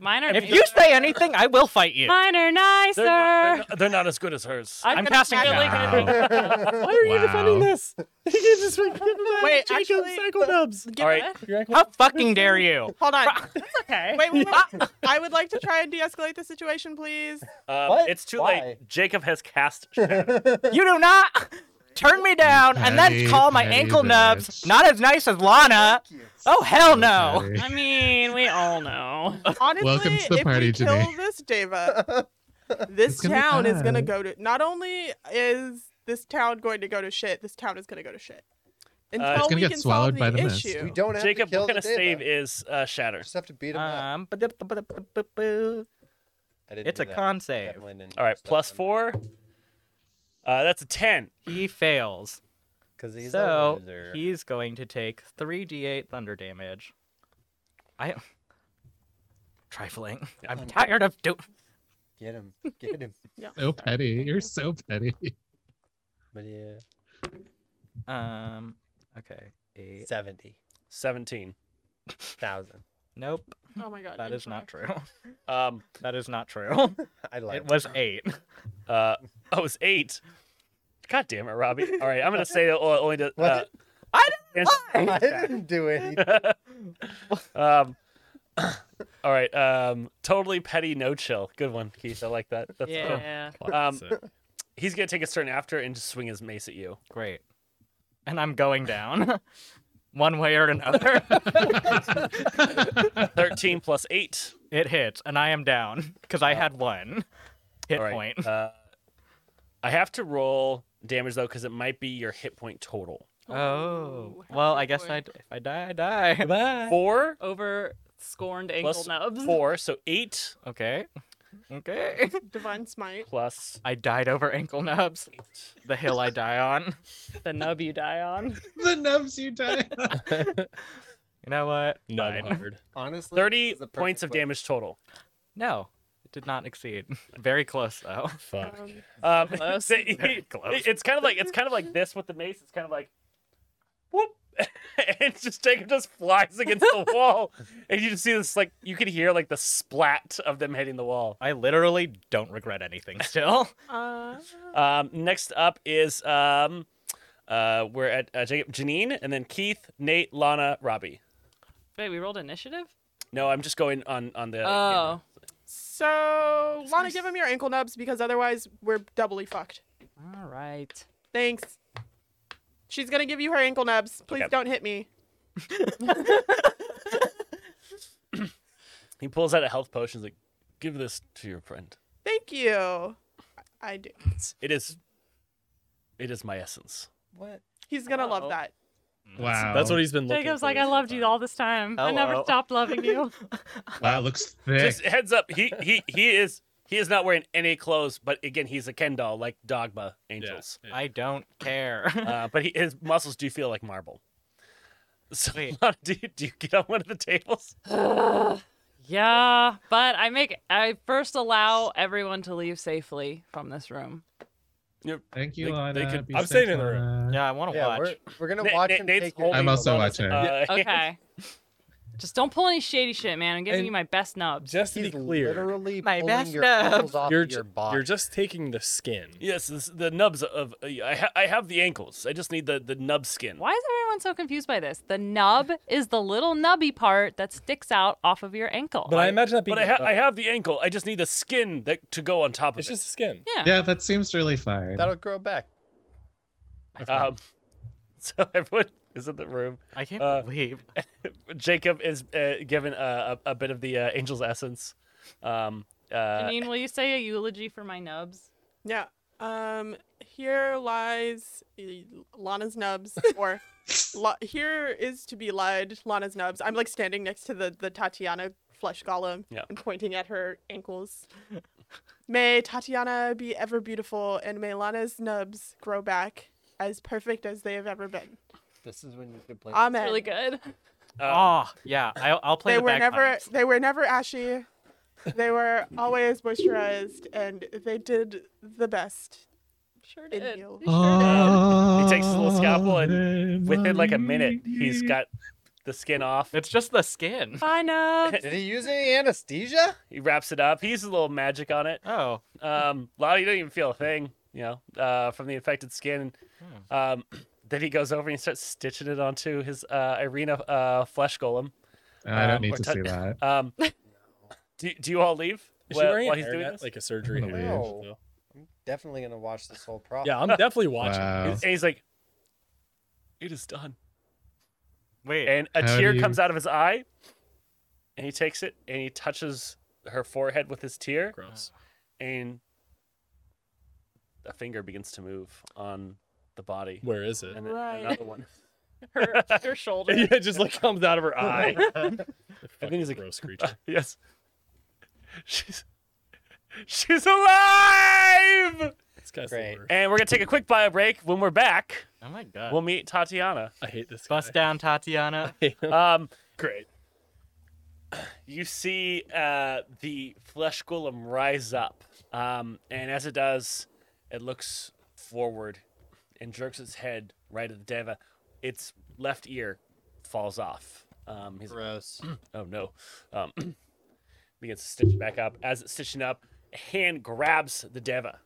S9: Mine are.
S7: if
S9: nicer.
S7: you say anything, I will fight you.
S9: Mine are nicer.
S3: They're not, they're not- they're not as good as hers.
S7: I'm
S9: gonna
S7: casting
S9: tackle
S7: Wow.
S9: it.
S8: Why are you
S6: Wow.
S8: defending this? You can't just give them
S7: Wait,
S8: Jacob's
S7: actually-
S8: ankle nubs.
S9: Give
S3: All
S9: it
S3: right.
S9: a-
S8: Your ankle
S7: How fucking dare you?
S4: Hold on.
S9: It's okay.
S4: Wait, wait, wait. I would like to try and de-escalate the situation, please.
S3: Um,
S5: What?
S3: It's too
S5: Why?
S3: late. Jacob has cast shadow.
S7: You do not turn me down and then
S6: Petty,
S7: call my
S6: petty
S7: ankle nubs
S6: bitch.
S7: not as nice as Lana. Oh hell no.
S6: Okay.
S9: I mean, we all know.
S4: Honestly,
S6: Welcome to the
S4: if
S6: party,
S4: we
S6: Janae.
S4: kill this Deva, this
S6: It's gonna be
S4: town is gonna
S6: bad.
S4: go to. Not only is this town going to go to shit, this town is gonna go to shit. Until
S3: It's
S6: Uh, gonna
S4: we
S6: get
S4: can
S6: swallowed
S4: solve
S6: by
S4: the
S6: the mist.
S4: issue.
S5: You don't have
S3: Jacob,
S5: to kill
S3: what kind
S5: the
S3: of save
S5: Deva.
S3: is uh, shatter?
S5: Just have to beat him up.
S7: Um, ba-dip-ba-dip-ba-boo.
S5: I didn't
S7: it's
S5: do
S7: a
S5: that.
S7: con save.
S5: Definitely didn't
S3: All right,
S5: touch that
S3: plus
S5: one.
S3: four. Uh, that's a ten.
S7: He fails.
S5: 'Cause he's a
S7: so
S5: loser.
S7: he's going to take 3d8 thunder damage. I trifling. I'm tired of do-
S5: Get him. Get him.
S6: So petty. You're so petty.
S5: But yeah,
S7: um okay. Eight.
S5: seventy
S3: Seventeen.
S5: thousand.
S7: Nope.
S4: Oh my god.
S7: That is not true.
S3: Um,
S7: That is not true.
S5: I like.
S7: It was eight.
S3: uh, oh, it's eight. God damn it, Robbie. All right, I'm gonna say it o- only to. Uh,
S5: What?
S7: I
S3: didn't
S5: I didn't do anything.
S3: um, all right. Um, totally petty, no chill. Good one, Keith. I like that. That's cool.
S9: Yeah.
S3: Um, he's gonna take a turn after and just swing his mace at you.
S7: Great. And I'm going down. One way or another.
S3: Thirteen plus eight.
S7: it hits, and I am down. Because I had one hit
S3: All right,
S7: point.
S3: Uh, I have to roll damage though, because it might be your hit point total.
S7: oh.
S9: how
S7: Well,
S9: did
S7: I
S9: it
S7: guess I,
S9: work?
S7: d- if I die, I die.
S5: Uh,
S3: Four
S9: Over scorned ankle
S3: plus
S9: nubs.
S3: four, so eight
S7: Okay. Okay.
S4: Divine smite.
S3: plus
S7: I died over ankle nubs. The hill I die on.
S9: The nub you die on.
S6: the nubs you die.
S7: You know what?
S8: Nub
S7: Fine.
S8: hard.
S5: Honestly,
S3: thirty
S5: this is the perfect
S3: points of
S5: way-
S3: damage total.
S7: No. did not exceed. Very close though.
S8: Fuck.
S4: Um,
S3: Um,
S9: Close.
S3: they-
S7: Very close.
S3: It's kind of like it's kind of like this with the mace. It's kind of like, whoop, and just Jacob just flies against the wall, and you just see this like you can hear like the splat of them hitting the wall.
S7: I literally don't regret anything still.
S4: uh,
S3: Um, next up is um, uh, we're at uh, Jacob, Janine, and then Keith, Nate, Lana, Robbie.
S9: Wait, we rolled initiative?
S3: No, I'm just going on on the.
S9: Oh.
S4: so Lana, give him your ankle nubs because otherwise we're doubly fucked.
S9: All right.
S4: Thanks. She's gonna give you her ankle nubs. Please
S3: Okay.
S4: don't hit me.
S3: He pulls out a health potion. He's like, give this to your friend.
S4: Thank you. I- I do.
S3: It is. It is my essence.
S5: What?
S4: He's gonna
S9: Oh.
S4: love that.
S6: Wow.
S8: That's what he's been looking
S9: Jacob's
S8: for
S9: like,
S8: this
S9: I
S8: whole
S9: loved you
S8: time.
S9: all this time. I never
S7: Hello.
S9: stopped loving you.
S6: Wow, it looks thick.
S3: Just heads up, he he he is he is not wearing any clothes, but again, he's a Ken doll like Dogma Angels.
S8: Yeah.
S7: I don't care.
S3: Uh, but he, his muscles do feel like marble. So,
S7: Wait.
S3: Lana, do you, do you get on one of the tables?
S9: yeah, but I make I first allow everyone to leave safely from this room.
S6: Thank you,
S3: They-
S6: Lana.
S3: they could-
S6: Be
S8: I'm
S6: safe,
S8: staying in the room.
S6: Lana.
S7: yeah, I want to
S5: Yeah,
S7: watch.
S5: we're, we're gonna
S3: Nate-
S5: watch
S3: Nate-
S5: him
S3: Nate's
S5: take
S3: holding
S5: your
S6: I'm
S3: the
S6: also
S3: Lana's,
S6: watching.
S3: uh, hand.
S9: Okay. Just don't pull any shady shit, man. I'm giving
S8: And-
S9: you my best nubs.
S8: Just to
S5: He's
S8: be clear,
S5: literally
S7: My
S5: pulling
S7: best
S5: your
S7: nubs.
S5: ankles off
S8: you're
S5: of
S8: ju-
S5: your body.
S8: you're just taking the skin.
S3: Yes, this, the nubs of uh, I, ha- I have the ankles. I just need the the nub skin.
S9: Why is everyone so confused by this? The nub is the little nubby part that sticks out off of your ankle.
S8: But I, imagine that being.
S3: But I, ha-
S8: uh,
S3: I have the ankle. I just need the skin that to go on top of
S8: it's
S3: it.
S8: just skin.
S9: yeah.
S6: Yeah, that seems really fine.
S5: That'll grow back.
S3: um, so everyone is in the room.
S7: I can't
S3: Uh,
S7: believe.
S3: Jacob is uh, given a, a, a bit of the uh, angel's essence. Um, uh,
S9: Janine, will you say a eulogy for my nubs?
S4: Yeah. Um. Here lies eh, Lana's nubs, or la- here is to be lied Lana's nubs. I'm like standing next to the the Tatiana flesh golem
S3: Yeah.
S4: and pointing at her ankles. may Tatiana be ever beautiful, and may Lana's nubs grow back as perfect as they have ever been.
S5: This is when you could play.
S4: Amen.
S9: It's really good.
S3: uh,
S7: Oh, yeah. I'll, I'll play
S4: they
S7: the
S4: were never
S7: bagpipes.
S4: they were never ashy. They were always moisturized, and they did the best
S9: Sure
S4: in
S9: did.
S4: you.
S6: Oh.
S3: he takes his little scalpel and within like a minute, he's got the skin off.
S7: It's just the skin.
S9: Bye, nubs.
S5: Did he use any anesthesia?
S3: He wraps it up. He uses a little magic on it.
S7: Oh,
S3: Um, Lottie, you don't even feel a thing, you know, uh, from the infected skin.
S8: Hmm.
S3: Um, then he goes over and he starts stitching it onto his uh, Irina uh, flesh golem.
S6: I
S3: um,
S6: don't
S3: or
S6: need to
S3: touch-
S6: see that.
S3: Um, do, do you all leave
S8: Is
S3: while-
S8: she wearing
S3: while
S8: a
S3: he's doing
S8: hairnet,
S3: this?
S8: like a surgery?
S6: I'm gonna
S8: hairnet,
S5: leave.
S8: though?
S5: Definitely gonna watch this whole process.
S8: Yeah, I'm definitely watching.
S6: Wow.
S3: And he's like, "It is done."
S7: wait.
S3: And a
S6: How do
S3: tear
S6: you-
S3: comes out of his eye, and he takes it and he touches her forehead with his tear,
S8: Gross.
S3: and a finger begins to move on the body,
S8: Where is it?
S3: and then another one.
S9: Her, her shoulder.
S8: yeah, it just like comes out of her eye.
S3: And then he's
S8: Fucking
S3: like,
S8: gross
S3: "Ah,
S8: creature.
S3: yes, she's she's alive.
S8: This guy's
S5: Great.
S8: the worst.
S3: And we're gonna take a quick bio break. When we're back,
S7: oh my god.
S3: we'll meet Tatiana.
S8: I hate this guy.
S7: Bust down, Tatiana.
S3: Um,
S8: Great.
S3: you see uh, the flesh golem rise up, um, and as it does, it looks forward and jerks its head right at the deva. Its left ear falls off. Um, he's
S5: Gross.
S3: oh no, um, begins to stitch back up. As it's stitching up, a hand grabs the deva.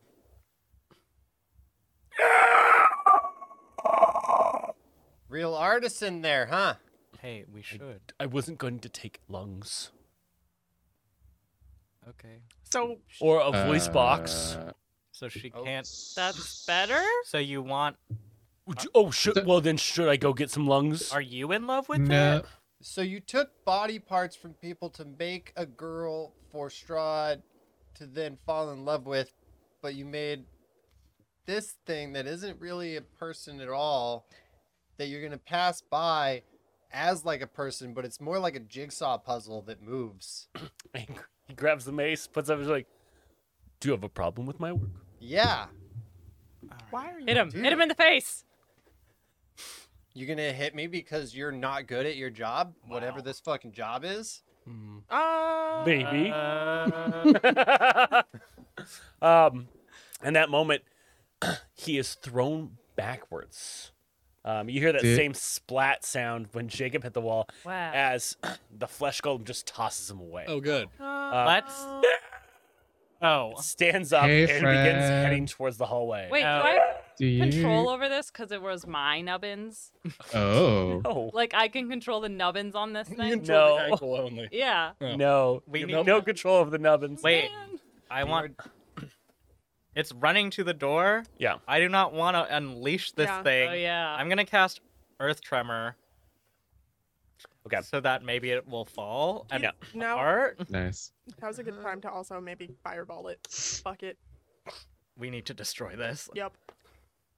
S5: Real artisan there, huh?
S7: Hey, we should.
S3: I wasn't going to take lungs
S7: Okay.
S4: So
S3: or a voice box.
S6: Uh,
S7: So she
S5: Oh.
S7: can't.
S9: That's better.
S7: So you want?
S3: Would you, oh, should, well then, should I go get some lungs?
S7: Are you in love with
S6: No,
S7: it?
S5: So you took body parts from people to make a girl for Strahd to then fall in love with, but you made this thing that isn't really a person at all that you're gonna pass by as like a person, but it's more like a jigsaw puzzle that moves.
S3: He gr- he grabs the mace, puts up his like, Do you have a problem with my work?
S5: Yeah.
S4: why are you
S9: Hit him. Hit him in the face.
S5: You gonna hit me because you're not good at your job, whatever this fucking job is?
S4: Uh,
S3: Maybe. um, in that moment, he is thrown backwards. Um, you hear that
S6: Did-
S3: same splat sound when Jacob hit the wall
S9: Wow.
S3: as the flesh golem just tosses him away. Uh,
S8: Oh, good.
S7: Let's. Oh,
S3: Stands up
S6: Hey,
S3: and begins
S6: friend.
S3: heading towards the hallway.
S9: Wait,
S7: Oh.
S9: do I have
S6: Do you?
S9: control over this? Because it was my nubbins.
S6: Oh,
S3: No,
S9: Like, I can control the nubbins on this
S8: You
S9: thing?
S8: control the
S3: No.
S8: ankle only.
S9: Yeah.
S8: No.
S3: no,
S7: We
S3: we
S7: need-
S3: need no control of the nubbins.
S7: Wait.
S9: Man.
S7: I want. It's running to the door.
S3: Yeah.
S7: I do not want to unleash this
S4: Yeah.
S7: thing.
S9: Oh, yeah.
S7: I'm gonna cast Earth Tremor.
S3: Okay.
S7: So that maybe it will fall. And
S3: Yeah.
S4: No.
S7: apart.
S6: nice.
S4: That was a good time to also maybe fireball it. Fuck it.
S7: We need to destroy this.
S4: Yep.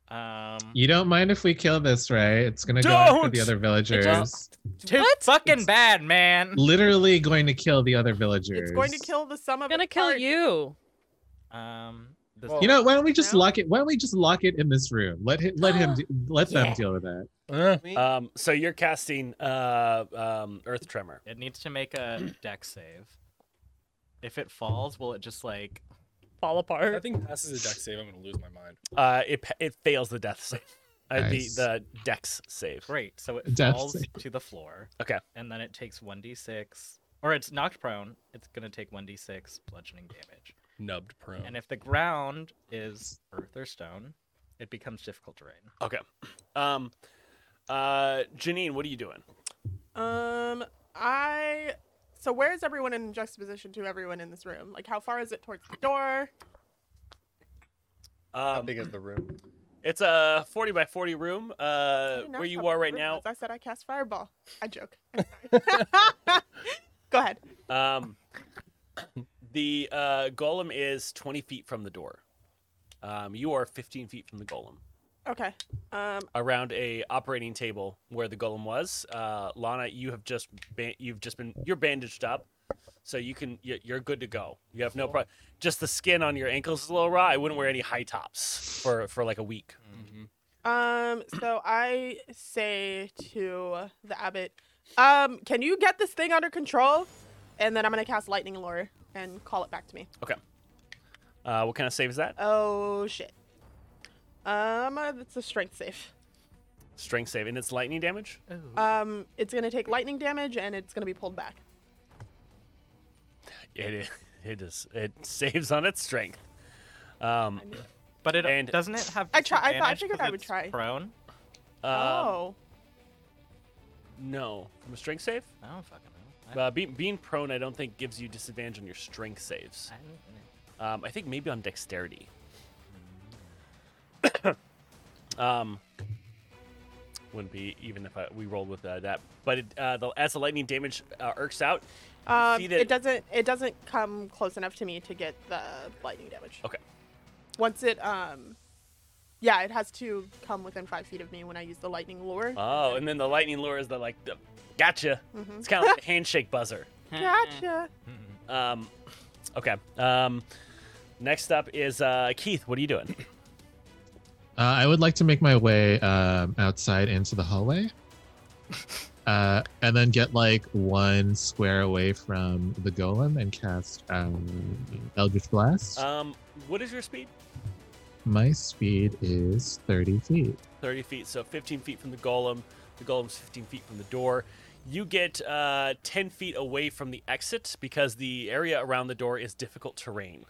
S7: Um.
S6: You don't mind if we kill this, right? It's gonna go after
S3: Don't!
S6: the other villagers.
S7: Too fucking bad, man.
S6: Literally going to kill the other villagers.
S4: It's going to kill the sum of
S9: I'm gonna
S4: its
S9: kill
S4: parts.
S9: you.
S7: Um. This
S6: You know, why don't we just
S4: No.
S6: lock it? Why don't we just lock it in this room? Let him, let him, de- let them deal with it.
S8: Uh,
S3: Um, so you're casting uh, um, Earth Tremor.
S7: It needs to make a deck save. If it falls, will it just like
S9: Fall
S8: I
S9: apart.
S8: think passes a deck save. I'm gonna lose my mind.
S3: Uh, it pa- it fails the death save. Uh,
S6: Nice.
S3: The the Dex save.
S7: great? So it
S6: Death
S7: falls
S6: save.
S7: to the floor.
S3: Okay.
S7: And then it takes one d six, or it's knocked prone. It's gonna take one d six bludgeoning damage.
S8: Nubbed prone.
S7: And if the ground is earth or stone, it becomes difficult terrain.
S3: Okay. Um, uh, Janine, what are you doing?
S4: Um, I. So where is everyone in juxtaposition to everyone in this room? Like, how far is it towards the door?
S5: How
S3: Um,
S5: big is the room?
S3: it's a forty by forty room. Uh,
S4: Didn't
S3: where
S4: ask
S3: you
S4: how
S3: are
S4: big
S3: right
S4: the
S3: now.
S4: room was. I said I cast fireball. I joke. I'm sorry. Go ahead.
S3: Um, the uh, golem is twenty feet from the door. Um, you are fifteen feet from the golem.
S4: Okay. Um,
S3: Around a operating table where the golem was. Uh, Lana, you have just ba- you've just been you're bandaged up, so you can you're, you're good to go. You have no problem. Just the skin on your ankles is a little raw. I wouldn't wear any high tops for for like a week.
S4: Um, so I say to the abbot, um, can you get this thing under control? And then I'm gonna cast lightning lure and call it back to me.
S3: Okay. Uh, what kind of save is that?
S4: Oh shit. Um, uh, it's a strength save.
S3: Strength save, and it's lightning damage.
S4: Um, it's gonna take lightning damage and it's gonna be pulled back.
S3: It i- it is it saves on its strength. Um,
S7: But it
S3: And-
S7: doesn't it have?
S4: I try- I thought- I
S7: disadvantage
S4: figured
S7: 'cause
S4: I would
S7: it's
S4: try.
S7: Prone.
S3: uh,
S4: oh,
S3: no, from a strength save.
S7: I don't fucking know. I,
S3: Uh, be, being prone, I don't think gives you disadvantage on your strength saves.
S7: I don't know.
S3: Um, I think maybe on dexterity. um, wouldn't be even if I, we rolled with uh, that. But it, uh, the, as the lightning damage uh, irks out, you
S4: um,
S3: see that-
S4: it doesn't. It doesn't come close enough to me to get the lightning damage.
S3: Okay.
S4: Once it, um, yeah, it has to come within five feet of me when I use the lightning lure.
S3: Oh, and then the lightning lure is the like the gotcha. It's kind of like a handshake buzzer.
S4: gotcha.
S3: Um, okay. Um, next up is uh, Keith. What are you doing?
S6: Uh, I would like to make my way um, outside into the hallway, uh, and then get like one square away from the golem and cast um, Eldritch Blast.
S3: Um, what is your speed?
S6: my speed is thirty feet.
S3: 30 feet, so 15 feet from the golem. The golem's 15 feet from the door. You get uh, 10 feet away from the exit because the area around the door is difficult terrain.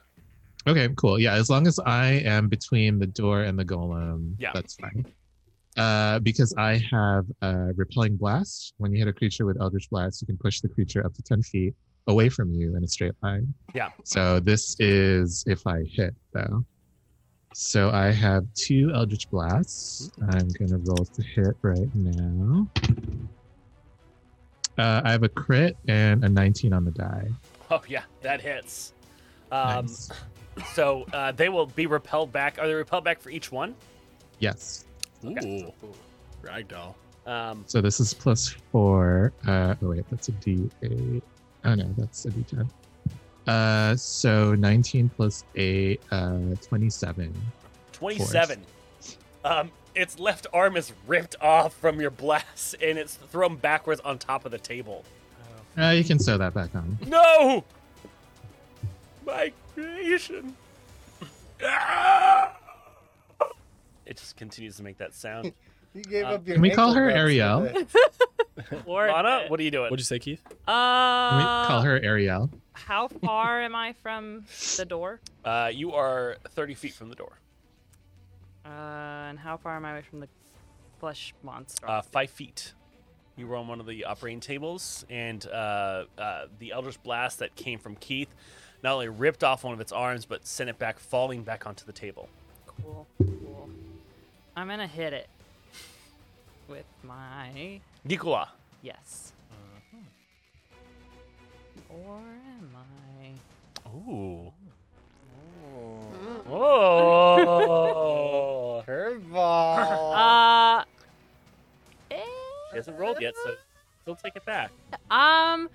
S6: Okay, cool. Yeah, as long as I am between the door and the golem,
S3: Yeah.
S6: that's fine. Uh, because I have a repelling blast. When you hit a creature with Eldritch Blast, you can push the creature up to 10 feet away from you in a straight line.
S3: Yeah.
S6: So this is if I hit, though. So I have two Eldritch Blasts. I'm going to roll to hit right now. Uh, I have a crit and a 19 on the die.
S3: Oh, yeah, that hits. Um,
S6: Nice.
S3: So uh, they will be repelled back. Are they repelled back for each one?
S6: Yes.
S8: Ooh, ragdoll.
S3: Um,
S6: So this is plus four. Uh, oh wait, that's a D8. Oh no, that's a D10. Uh, so 19 plus 8, uh, 27.
S3: 27. Um, its left arm is ripped off from your blast and it's thrown backwards on top of the table.
S7: Oh
S6: Uh, you can sew that back on.
S3: No! My creation. It just continues to make that sound.
S5: You gave
S3: Uh,
S5: up your
S6: Can we call
S5: ankle
S6: her
S5: rubs
S6: Ariel?
S5: today.
S9: Worth
S3: Lana,
S9: it.
S3: what are you doing?
S8: What'd you say, Keith?
S9: Uh,
S6: Can we call her Ariel?
S9: How far am I from the door?
S3: Uh, you are 30 feet from the door,
S9: Uh, and how far am I away from the flesh monster?
S3: uh, five feet. You were on one of the operating tables, and uh, uh, the Elder's Blast that came from Keith not only ripped off one of its arms, but sent it back, falling back onto the table.
S9: cool, cool. I'm gonna hit it with my
S3: Nicola,
S9: yes.
S8: Mm-hmm.
S9: Or am I?
S3: Ooh. Oh.
S8: Oh.
S5: Curveball.
S9: Uh, eh,
S3: She hasn't rolled yet, so he'll take it back.
S9: um,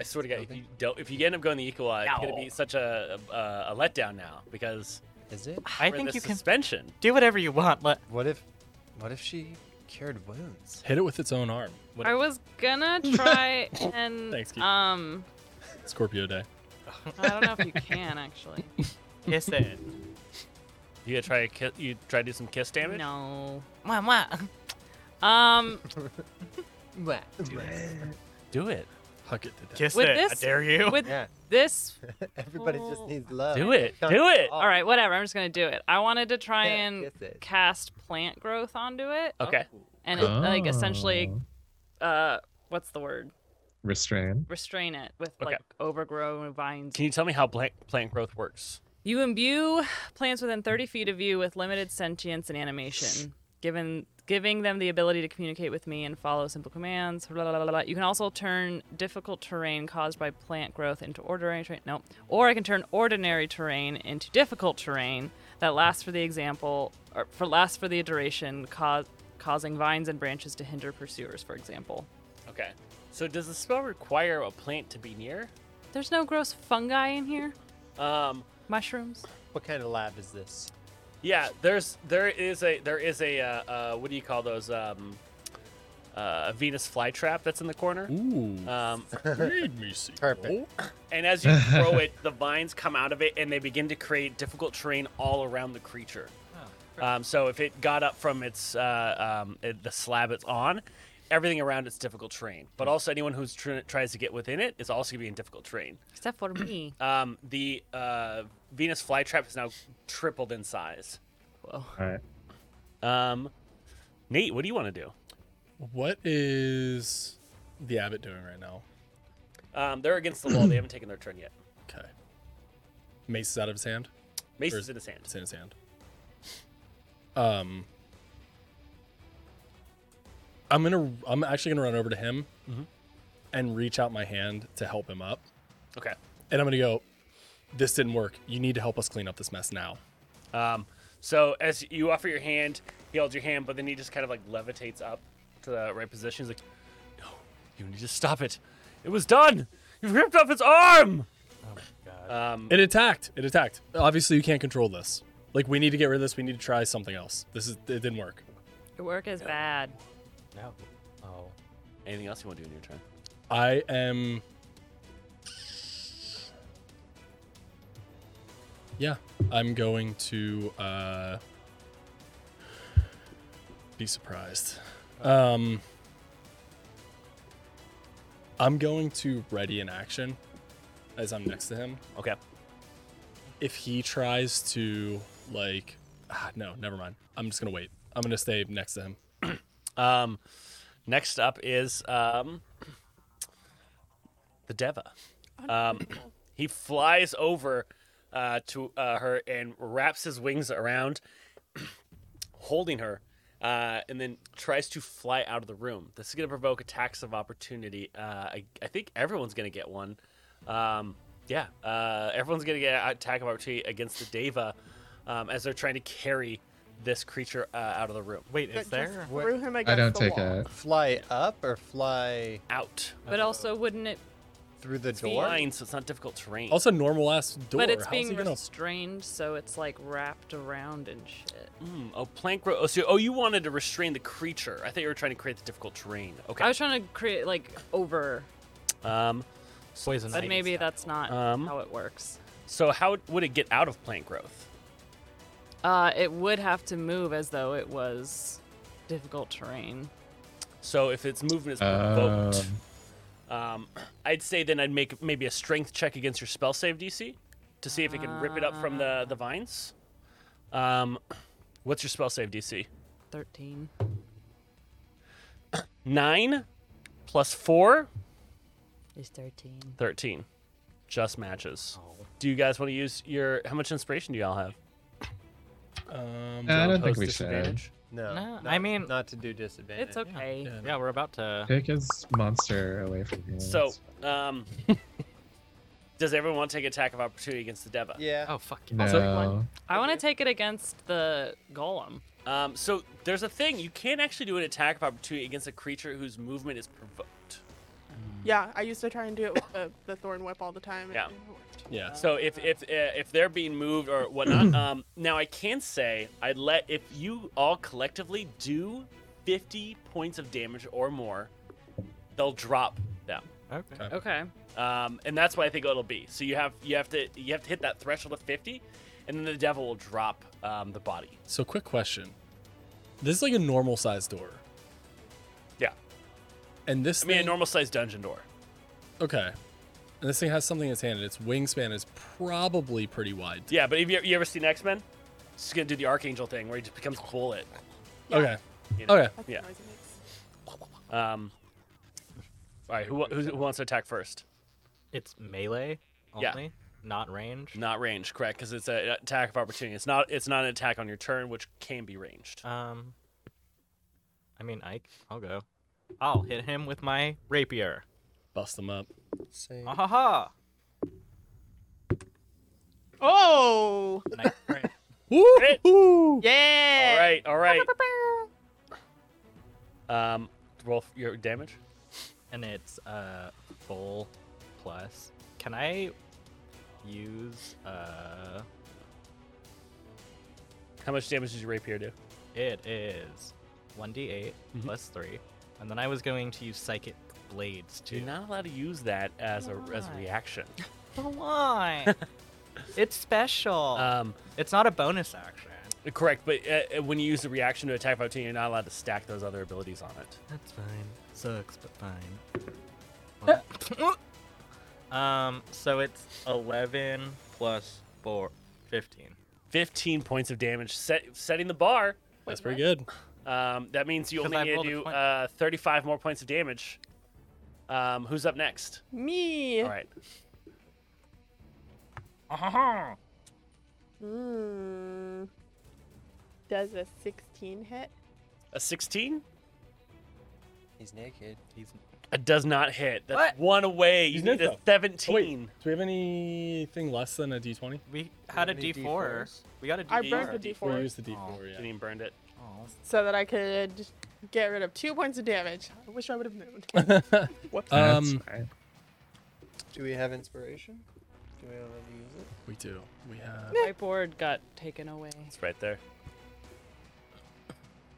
S3: I swear to God, if you don't, if you end up going the Equalize, it's gonna be such a a, a letdown now because
S5: Is it?
S7: I
S3: we're in
S7: think
S3: the
S7: you can
S3: suspension.
S7: do whatever you want. Let
S5: What if, what if she cured wounds?
S8: Hit it with its own arm. What
S9: I was gonna try and
S8: Thanks, Keith.
S9: um,
S8: Scorpio Day.
S9: I don't know if you can actually.
S7: kiss it.
S3: You gonna try a ki- you try to do some kiss damage?
S9: No. Um,
S3: Do it.
S8: Huck it to death.
S7: Kiss
S9: With
S7: it.
S9: this-
S7: I dare you.
S9: with
S5: Yeah.
S9: this,
S5: Everybody just
S9: Oh.
S5: needs love.
S3: Do it. Do it.
S8: Oh.
S9: all right, whatever. I'm just gonna do it. I wanted to try
S5: Yeah,
S9: and
S5: kiss it.
S9: cast plant growth onto it,
S3: Okay.
S9: and it, like essentially,
S6: Oh.
S9: uh, what's the word?
S6: restrain.
S9: Restrain it with
S3: Okay.
S9: like overgrown vines.
S3: Can you tell me how plant, plant growth works?
S9: You imbue plants within 30 feet of you with limited sentience and animation, given giving them the ability to communicate with me and follow simple commands. Blah, blah, blah, blah, blah. You can also turn difficult terrain caused by plant growth into ordinary terrain. Nope. Or I can turn ordinary terrain into difficult terrain that lasts for the example or for lasts for the duration, cause, causing vines and branches to hinder pursuers. For example,
S3: Okay. So does the spell require a plant to be near?
S9: there's no gross fungi in here.
S3: Um.
S9: Mushrooms.
S5: What kind of lab is this?
S3: Yeah. There's there is a there is a uh, uh what do you call those um uh a Venus flytrap that's in the corner.
S8: Ooh.
S3: Um,
S8: Made me see.
S5: Perfect.
S3: and as you throw it, the vines come out of it and they begin to create difficult terrain all around the creature. Um, so if it got up from its uh, um, it, the slab it's on, everything around it's difficult terrain. But also anyone who's tr- tries to get within it is also going to be in difficult terrain.
S9: Except for me.
S3: Um, the uh, Venus flytrap is now tripled in size.
S6: All right.
S3: Um, Nate, what do you want to do?
S8: What is the abbot doing right now?
S3: Um, they're against the wall. They haven't taken their turn yet.
S8: Okay. Mace is out of his hand.
S3: Mace
S8: Or
S3: is in his hand.
S8: It's in his hand. Um, I'm gonna. I'm actually gonna run over to him, and reach out my hand to help him up.
S3: Okay.
S8: And I'm gonna go. This didn't work. You need to help us clean up this mess now.
S3: Um, so as you offer your hand, he holds your hand, but then he just kind of like levitates up to the right position. He's like, "No, you need to stop it. It was done. You've ripped off its arm." Um,
S8: It attacked. It attacked. Obviously, you can't control this. Like we need to get rid of this. We need to try something else. This is. It didn't work.
S9: Your work is bad.
S7: No. Oh.
S3: anything else you want to do in your turn?
S8: I am. Yeah, I'm going to uh, be surprised. Um, I'm going to ready an action as I'm next to him.
S3: Okay.
S8: If he tries to, like, ah, no, never mind. I'm just gonna wait. I'm gonna stay next to him.
S3: Um, next up is um, the Deva. Um, he flies over uh, to uh, her and wraps his wings around, holding her, uh, and then tries to fly out of the room. This is going to provoke attacks of opportunity. Uh, I, I think everyone's going to get one. Um, yeah, uh, everyone's going to get an attack of opportunity against the Deva um, as they're trying to carry this creature uh, out of the room.
S7: Wait, is
S4: That
S7: there?
S4: just threw him
S6: I
S4: against
S6: don't
S4: the
S6: take
S4: wall.
S6: a.
S5: Fly up or fly?
S3: Out.
S9: But also, wouldn't it
S5: through the door.
S3: flying, so it's not difficult terrain.
S8: Also, normal ass door.
S9: But it's
S8: How's
S9: being
S8: he gonna-
S9: restrained, so it's like wrapped around and shit.
S3: Mm, oh, plank rope. Oh, so, oh, you wanted to restrain the creature. I thought you were trying to create the difficult terrain. Okay.
S9: I was trying to create like over,
S3: um,
S7: Poison
S9: but
S7: ivy
S9: maybe
S7: style.
S9: that's not
S3: Um,
S9: how it works.
S3: so how would it get out of plank growth?
S9: Uh, it would have to move as though it was difficult terrain.
S3: So if its movement is
S6: Um,
S3: provoked, um, I'd say then I'd make maybe a strength check against your spell save DC to see if it can rip it up from the the vines. Um, what's your spell save DC?
S9: Thirteen.
S3: Nine plus four,
S9: Is thirteen.
S3: 13. Just matches. Do you guys want to use your? How much inspiration do y'all have?
S8: Um,
S6: I
S8: John
S6: don't think
S8: Post
S6: we should.
S8: disadvantage.
S5: No,
S7: No,
S5: not-
S7: I mean-
S5: not to do disadvantage.
S9: It's okay.
S8: Yeah.
S7: Yeah, we're about to.
S6: Take his monster away from him.
S3: So, um, does everyone want to take attack of opportunity against the Deva?
S5: Yeah.
S7: Oh fuck yeah.
S6: no.
S9: I want to take it against the golem.
S3: Um, so there's a thing you can't actually do an attack of opportunity against a creature whose movement is provoked.
S4: Yeah, I used to try and do it with the, the thorn whip all the time. and
S3: Yeah.
S4: it worked.
S8: Yeah.
S3: So if if uh, if they're being moved or whatnot, um, now I can say I'd let if you all collectively do 50 points of damage or more, they'll drop them.
S7: Okay.
S9: Okay.
S3: um, and that's what I think it'll be. So you have you have to you have to hit that threshold of fifty, and then the devil will drop um, the body.
S8: So, quick question. This is like a normal size door.
S3: Yeah,
S8: And this
S3: I mean a
S8: thing-
S3: normal sized dungeon door.
S8: Okay. And this thing has something in its hand, and its wingspan is probably pretty wide.
S3: Yeah, but have you, you ever seen X Men? She's gonna do the archangel thing where he just becomes a bullet.
S8: Okay.
S3: You know?
S8: Okay.
S4: That's
S3: Yeah.
S4: the noise it makes.
S3: Um, all right, who, wa- who's- who wants to attack first?
S7: It's melee
S3: Yeah.
S7: only, not range.
S3: Not range, correct? Because it's an attack of opportunity. It's not it's not an attack on your turn, which can be ranged.
S7: Um, I mean, Ike, I'll go. I'll hit him with my rapier.
S8: Bust them up.
S5: Same.
S7: Ah ha ha!
S4: Oh,
S7: Nice crit.
S3: Crit.
S4: yeah.
S3: All right, all right. Um, roll your damage.
S7: and it's uh full plus. Can I use uh?
S3: How much damage does your rapier do?
S7: It is one d eight plus three, and then I was going to use psychic blades too.
S3: You're not allowed to use that as a as a
S7: Why?
S3: reaction.
S7: But why? it's special.
S3: Um,
S7: it's not a bonus action.
S3: correct, but uh, uh, when you use the reaction to attack opportunity, you're not allowed to stack those other abilities on it.
S7: That's fine. Sucks, but fine. What? um, so it's 11 plus 4, 15.
S3: 15 points of damage, set, setting the bar.
S8: That's pretty good.
S3: Um, that means you only
S7: Because I
S3: need to
S7: rolled a
S3: do
S7: 20.
S3: uh, 35 more points of damage. Um, who's up next?
S4: Me.
S3: All right.
S4: Mm. Does a 16 hit?
S3: A 16?
S5: He's naked.
S7: He's
S3: It does not hit. That's
S7: What?
S3: one away. You
S8: He's
S3: need a
S8: neutral. Oh, wait.
S3: 17.
S8: Do we have anything less than a d20?
S7: we had
S5: have
S7: a
S5: any
S7: D four.
S5: D4s?
S7: We got a D four.
S4: I burned the
S8: We'll
S4: d4
S8: use the d4.
S3: You
S8: yeah.
S3: didn't even burned it.
S4: so that I could get rid of two points of damage. I wish I would have known. Whoops.
S8: Um,
S6: That's fine.
S5: Do we have inspiration? Do we already use it?
S8: we do. We have.
S9: Whiteboard got taken away.
S3: It's right there.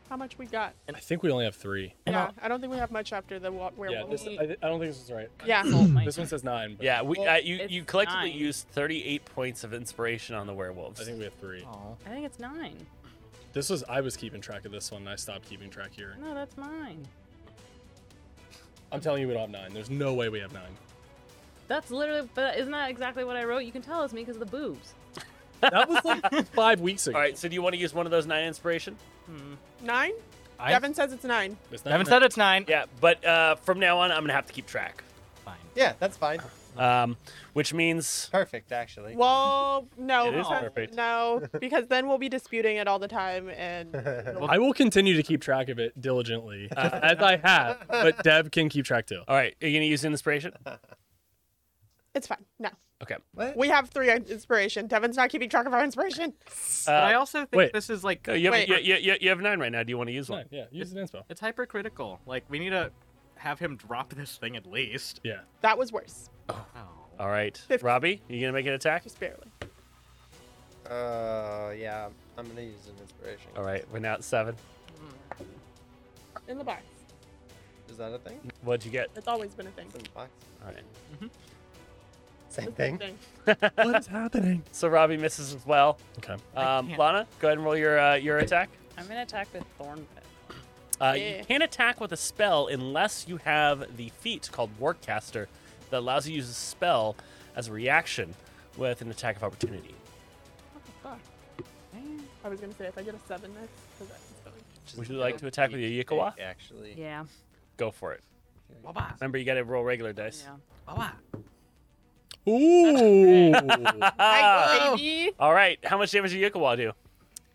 S4: How much we got?
S8: I think we only have three.
S4: Yeah, I don't think we have much after the wa-
S8: Yeah,
S4: werewolf.
S8: this, I, I don't think this is right.
S4: Yeah.
S8: This one says nine. But
S3: Yeah, we,
S5: Well,
S3: uh, you,
S9: it's
S3: you collectively
S9: nine.
S3: used 38 points of inspiration on the werewolves.
S8: I think we have three.
S9: I think it's nine.
S8: This was I was keeping track of this one, and I stopped keeping track here.
S9: No, that's mine.
S8: I'm telling you, we don't have nine. There's no way we have nine.
S9: That's literally, but isn't that exactly what I wrote? You can tell it's me because of the boobs.
S8: That was like five weeks ago.
S3: All right, so do you want to use one of those nine inspiration?
S4: Nine?
S7: I
S4: Devin says it's nine.
S8: It's not
S7: Devin
S8: nine.
S7: said it's nine.
S3: Yeah, but uh, from now on, I'm gonna have to keep track,
S7: Fine.
S5: Yeah, that's fine.
S3: um, which means
S5: Perfect, actually.
S4: Well, no,
S3: It is
S4: because-
S3: perfect.
S4: no, because then we'll be disputing it all the time, and
S8: I will continue to keep track of it diligently, as I have, but Dev can keep track
S7: Oh,
S8: too.
S3: uh, all right. Are you gonna use inspiration?
S4: it's fine. No,
S3: Okay.
S5: What?
S4: we have three inspiration. Devin's not keeping track of our inspiration.
S7: but I
S3: Uh,
S7: also think
S8: wait.
S7: this is like
S3: no, you, have,
S4: Wait.
S3: you, you, you- you have nine right now. Do you want to use
S8: Nine,
S3: one?
S8: yeah, use an inspo.
S7: it's hypercritical. Like we need to have him drop this thing at least.
S8: Yeah.
S4: That was worse.
S7: Oh.
S3: All right,
S4: Fifty.
S3: Robbie, you gonna make an attack?
S4: Just barely.
S5: Uh, yeah, I'm gonna use an inspiration.
S3: All right, we're now at seven.
S4: In the box.
S5: Is that a thing?
S3: What'd you get?
S4: It's always been a thing.
S5: It's in the box.
S3: All right.
S5: Same
S4: It's been a
S5: thing.
S4: thing.
S8: What is happening?
S3: So Robbie misses as well.
S8: Okay.
S3: Um,
S7: can't.
S3: Lana, go ahead and roll your uh, your attack.
S9: I'm gonna attack with Thorn. Whip.
S3: Uh,
S4: Yeah.
S3: You can't attack with a spell unless you have the feat called Wardcaster that allows you to use a spell as a reaction with an attack of opportunity.
S4: I was gonna say if I get a seven, that's because that's
S3: Would you like to attack with your Yikawa?
S5: Actually,
S9: Yeah.
S3: Go for it.
S7: Waba,
S3: Remember, you got to roll regular dice.
S9: Yeah.
S7: waba.
S8: Ooh.
S4: Hi, baby.
S3: All right, how much damage did Yikawa do?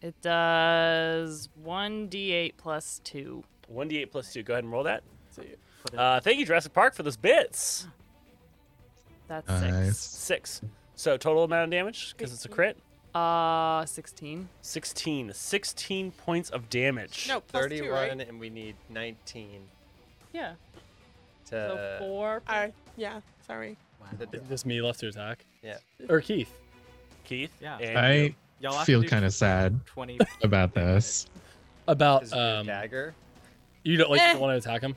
S9: It does one d8 plus two.
S3: 1d8 plus 2. Go ahead and roll that.
S4: So you-
S3: Uh, thank you, Jurassic Park, for those bits.
S9: That's six.
S6: Nice.
S3: Six. So, total amount of damage, because it's a crit,
S9: Uh, sixteen.
S3: 16. 16 points of damage.
S4: No, plus
S5: thirty-one,
S4: two, right?
S5: and we need nineteen
S9: Yeah. So
S7: Uh,
S5: to.
S9: four.
S4: I yeah. Sorry.
S5: to-
S8: Is it just me left to attack?
S5: yeah.
S8: Or Keith?
S3: Keith?
S7: Yeah.
S3: and
S6: I
S7: Y'all have to
S6: feel
S7: do
S6: kind of sad
S7: 20.
S6: about this.
S8: About
S5: Is it a
S8: um,
S5: dagger?
S8: you don't like
S4: Eh.
S8: you don't want to attack him.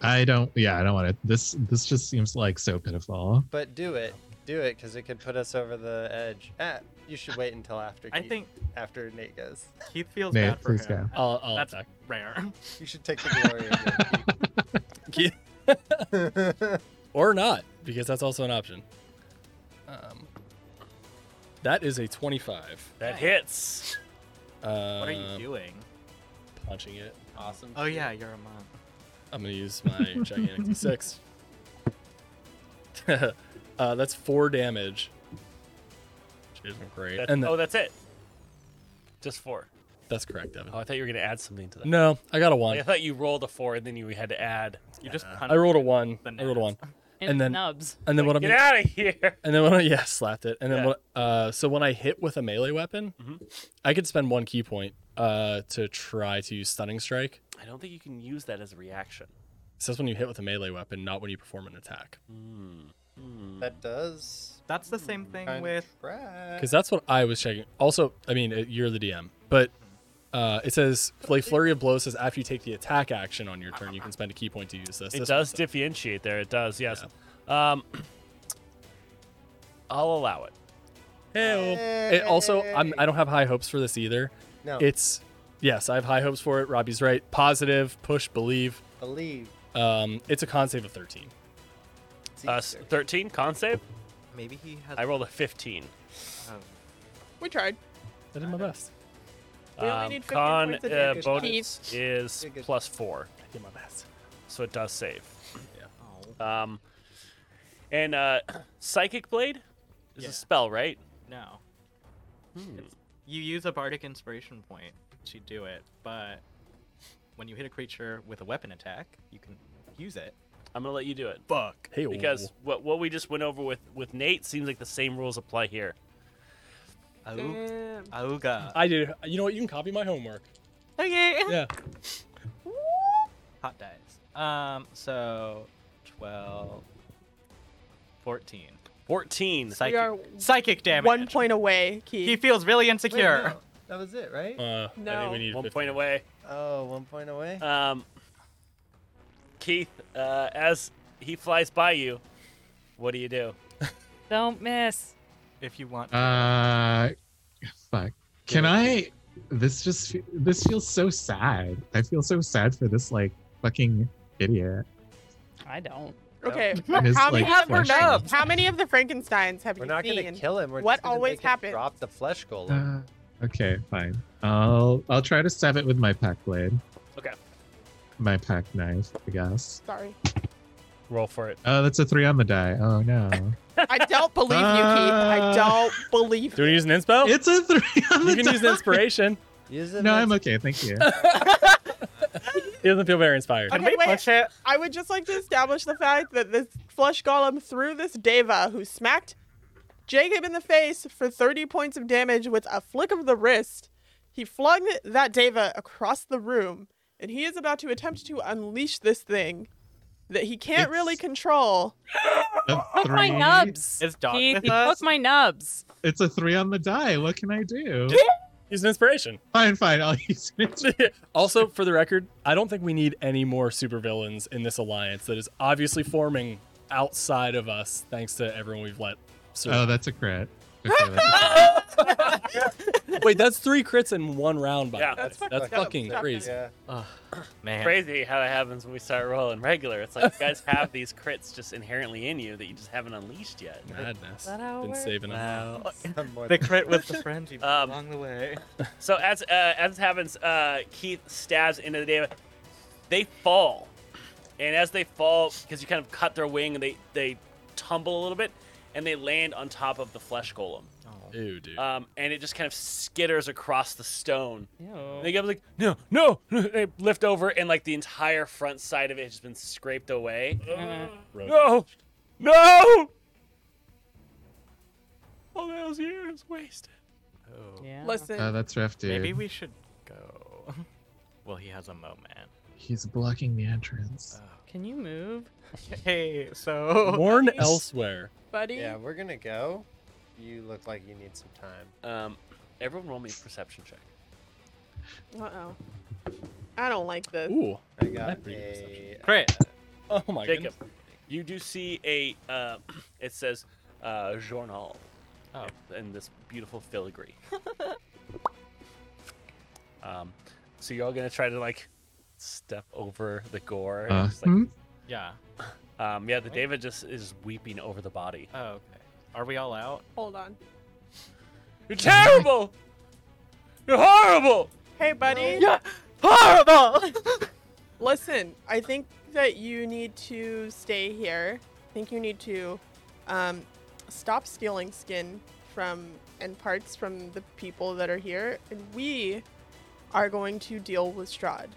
S6: I don't. Yeah, I don't want to. This this just seems like so pitiful.
S5: But do it, do it, because it could put us over the edge. Ah, you should wait until after.
S7: I
S5: Keith-
S7: think
S5: after Nate goes,
S7: Keith feels
S6: Nate,
S7: bad for
S6: please
S7: him.
S8: I'll, I'll
S7: That's
S8: attack.
S7: rare.
S5: you should take the glory. of
S8: Keith
S5: it, Keith.
S8: or not because that's also an option. Um, that is a twenty-five.
S3: That hits.
S8: Um,
S7: What are you doing?
S8: Punching it.
S5: awesome.
S7: Oh yeah, you're a monk.
S8: I'm gonna use my gigantic d6. uh, that's four damage. Which isn't great.
S3: That's-
S8: and
S3: oh,
S8: that,
S3: that's it. Just four.
S8: that's correct, Devin.
S3: Oh, I thought you were going to add something to that.
S8: No, I got a
S3: Like, I
S8: one.
S3: thought you rolled a four and then you had to add.
S7: You just
S8: I rolled a one.
S7: The
S8: I rolled a one.
S7: gnats.
S9: And,
S8: and then-
S9: nubs.
S8: And then what I'm
S3: Get out of here.
S8: And then when I yeah, slapped it. And then
S3: Yeah. Mm-hmm.
S8: what uh so when I hit with a melee weapon, I could spend one key point uh to try to use stunning strike.
S3: I don't think you can use that as a reaction.
S8: So that's when you hit with a melee weapon, not when you perform an attack.
S5: That does.
S7: That's the same thing
S5: kind
S7: with
S5: of track.
S8: Because that's what I was checking. Also, I mean, uh, you're the DM, but uh, it says flay flurry of blows says after you take the attack action on your turn, you can spend a key point to use this.
S3: It
S8: This
S3: does
S8: one-
S3: differentiate there. It does, yes. Um, I'll allow it.
S8: Hey-o. It also, I'm, I don't have high hopes for this either.
S5: No,
S8: It's yes, I have high hopes for it. Robbie's right. Positive, push, believe.
S5: believe.
S8: Um, it's a con save of 13.
S5: It's
S3: Uh,
S5: Easter.
S3: 13 con save.
S7: maybe he has.
S3: I rolled a 15.
S7: um,
S4: We tried.
S8: I did my best.
S4: We only
S3: Um,
S4: need 15
S3: con
S4: points of
S3: uh,
S4: damage.
S3: bonus is
S5: You're good.
S3: plus four,
S8: I did my best.
S3: so it does save.
S7: oh.
S3: Um, and uh, psychic blade is
S7: Yeah.
S3: a spell, right?
S7: No. It's- You use a bardic inspiration point to do it, but when you hit a creature with a weapon attack, you can use it.
S3: I'm gonna let you do it
S7: Fuck.
S8: Hey,
S3: because what what we just went over with with Nate seems like the same rules apply here.
S7: Aug-
S4: Damn.
S7: Auga.
S8: I did. You know what? You can copy my homework.
S4: Okay.
S8: Yeah.
S7: Hot dice. Um, so 12, 14.
S3: 14.
S7: Psychic,
S4: are
S7: psychic damage.
S4: One point away,
S7: He
S4: Keith.
S7: feels really
S5: Wait,
S7: insecure.
S5: no, That was it, right?
S8: Uh, I
S4: No.
S8: think we need
S3: One
S8: 15.
S3: point away.
S5: Oh, one point away.
S3: Um, Keith, uh, as he flies by you, what do you do?
S9: Don't miss.
S7: If you want.
S6: Uh, fuck. Can I? This just fe- this feels so sad. I feel so sad for this like fucking idiot.
S9: I don't.
S4: Okay.
S6: And his,
S4: How many
S6: like,
S4: of
S6: flesh golem.
S4: How many of the Frankenstein's have
S5: We're
S4: you
S5: not
S4: seen?
S5: gonna kill him. We're
S4: What
S5: just gonna
S4: always
S5: make him
S4: happens?
S5: Drop the flesh golem.
S6: Uh, okay, fine. I'll I'll try to stab it with my pack blade.
S3: Okay.
S6: My pack knife, I guess.
S4: Sorry.
S3: Roll for it.
S6: Oh, that's a three on the die. Oh no,
S4: I don't believe you, Keith. I
S6: Uh,
S4: don't believe
S8: Do we use an inspo?
S6: it's a three on the
S8: you can
S6: die.
S8: use an inspiration.
S5: Use it.
S6: no,
S5: as-
S6: I'm okay. Thank you.
S8: He doesn't feel very inspired.
S4: Okay, wait. I would just like to establish the fact that this flesh golem threw this deva who smacked Jacob in the face for 30 points of damage with a flick of the wrist. He flung that deva across the room, and he is about to attempt to unleash this thing that he can't really
S6: It's-
S4: control.
S6: A
S9: Poke my
S6: three.
S9: nubs.
S7: Is Doc
S9: He,
S7: with
S9: he
S7: us?
S9: poked my nubs.
S6: It's a three on the die. What can I do?
S8: Use an inspiration.
S6: fine, fine. I'll use it.
S8: also, for the record, I don't think we need any more supervillains in this alliance that is obviously forming outside of us, thanks to everyone we've let.
S6: Oh,
S8: Serve.
S6: that's a crit. Okay, that's-
S8: Wait, that's three crits in one round, by the
S3: Yeah.
S8: way.
S4: That's
S8: that's,
S4: fucked
S8: that's
S4: up.
S8: fucking
S4: That's
S8: crazy.
S5: Yeah.
S7: Man,
S3: Crazy how that happens when we start rolling regular. It's like you guys have these crits just inherently in you that you just haven't unleashed yet.
S8: Madness.
S7: That how it
S8: Been
S7: works?
S8: saving up.
S7: Wow.
S5: Some more
S7: the
S5: than-
S7: crit with the friend you
S3: Um,
S7: along the way.
S3: So as uh, as this happens, uh, Keith stabs into the David. They fall, and as they fall, because you kind of cut their wing, and they they tumble a little bit, and they land on top of the flesh golem.
S7: oh,
S8: Ew, dude.
S3: Um, and it just kind of skitters across the stone. And
S7: Ew.
S3: they get like no, no, no," they lift over, and like the entire front side of it has been scraped away.
S9: Uh,
S8: Rogue.
S3: No, no! All those Oh, years wasted.
S7: Oh.
S9: Yeah.
S4: Listen,
S6: uh, that's rough, dude.
S7: Maybe we should go. Well, he has a moment.
S6: He's blocking the entrance.
S9: Can you move?
S7: Hey, so
S8: Warn elsewhere.
S4: buddy.
S5: Yeah, we're gonna go. You look like you need some time.
S3: Um, everyone roll me a perception check.
S4: Uh oh. I don't like this.
S8: Ooh.
S5: I got
S8: That'd be
S5: a.
S7: crit.
S8: Oh my
S3: Jacob,
S8: god.
S3: you do see a. Uh, it says uh, journal.
S7: Oh.
S3: And this beautiful filigree. um, so you're all gonna try to like step over the gore. and
S6: Uh,
S3: just, like-
S6: hmm?
S7: Yeah.
S3: um, yeah, the David just is weeping over the body.
S7: Oh, okay. Are we all out?
S4: Hold on.
S3: You're terrible. You're horrible.
S4: Hey, buddy.
S7: Horrible.
S4: Listen, I think that you need to stay here. I think you need to um, stop stealing skin from and parts from the people that are here, and we are going to deal with Strahd.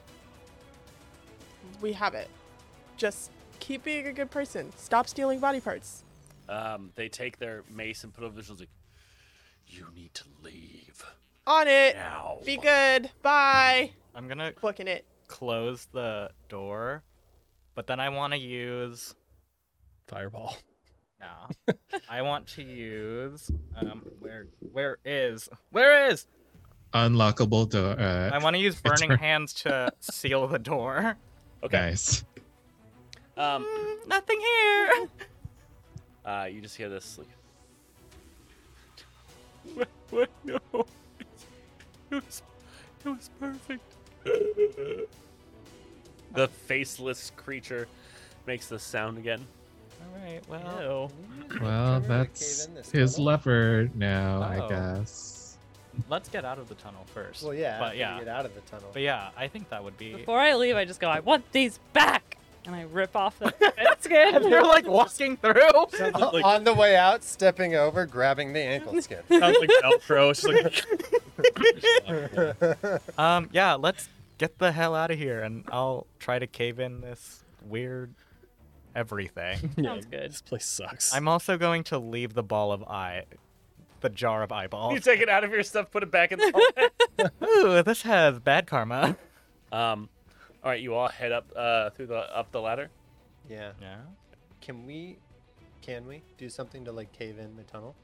S4: We have it. Just keep being a good person. Stop stealing body parts.
S3: Um, they take their mace and put it over their shoulders. Like, you need to leave
S4: On it.
S3: now.
S4: Be good. Bye.
S7: I'm gonna
S4: Booking it.
S7: close the door, but then I want to use.
S8: Fireball.
S7: No, I want to use. Um, where where is where is?
S6: Unlockable door.
S7: I
S6: Uh,
S7: want to use burning
S6: right.
S7: hands to seal the door.
S6: Nice.
S3: Um,
S7: Nothing here.
S3: Uh, you just hear this like, what, what? No, it was, it was perfect. the faceless creature makes this sound again.
S7: All right. Well,
S6: Well,
S5: Remember the cave
S6: that's
S5: in this
S6: his
S5: tunnel?
S6: leopard now,
S7: Oh.
S6: I guess.
S7: let's get out of the tunnel first.
S5: Well, yeah.
S7: But
S5: after
S7: yeah.
S5: We get out of the tunnel.
S7: But yeah, I think that would be.
S9: Before I leave, I just go, I want these back. And I rip off the That's good.
S7: You're like walking through.
S8: Sounds
S5: O-
S8: like,
S5: On the way out, stepping over, grabbing the ankle skin.
S8: sounds like Velcro. It's just like.
S7: Um, yeah, let's get the hell out of here, and I'll try to cave in this weird everything.
S9: Sounds good.
S8: This place sucks.
S7: I'm also going to leave the ball of eye, the jar of
S3: You
S7: eyeballs.
S3: take it out of your stuff, put it back in the.
S7: Ooh, this has bad karma.
S3: um, all right, you all head up uh, through the up the ladder.
S5: Yeah.
S7: Yeah.
S5: Can we? Can we do something to like cave in the tunnel?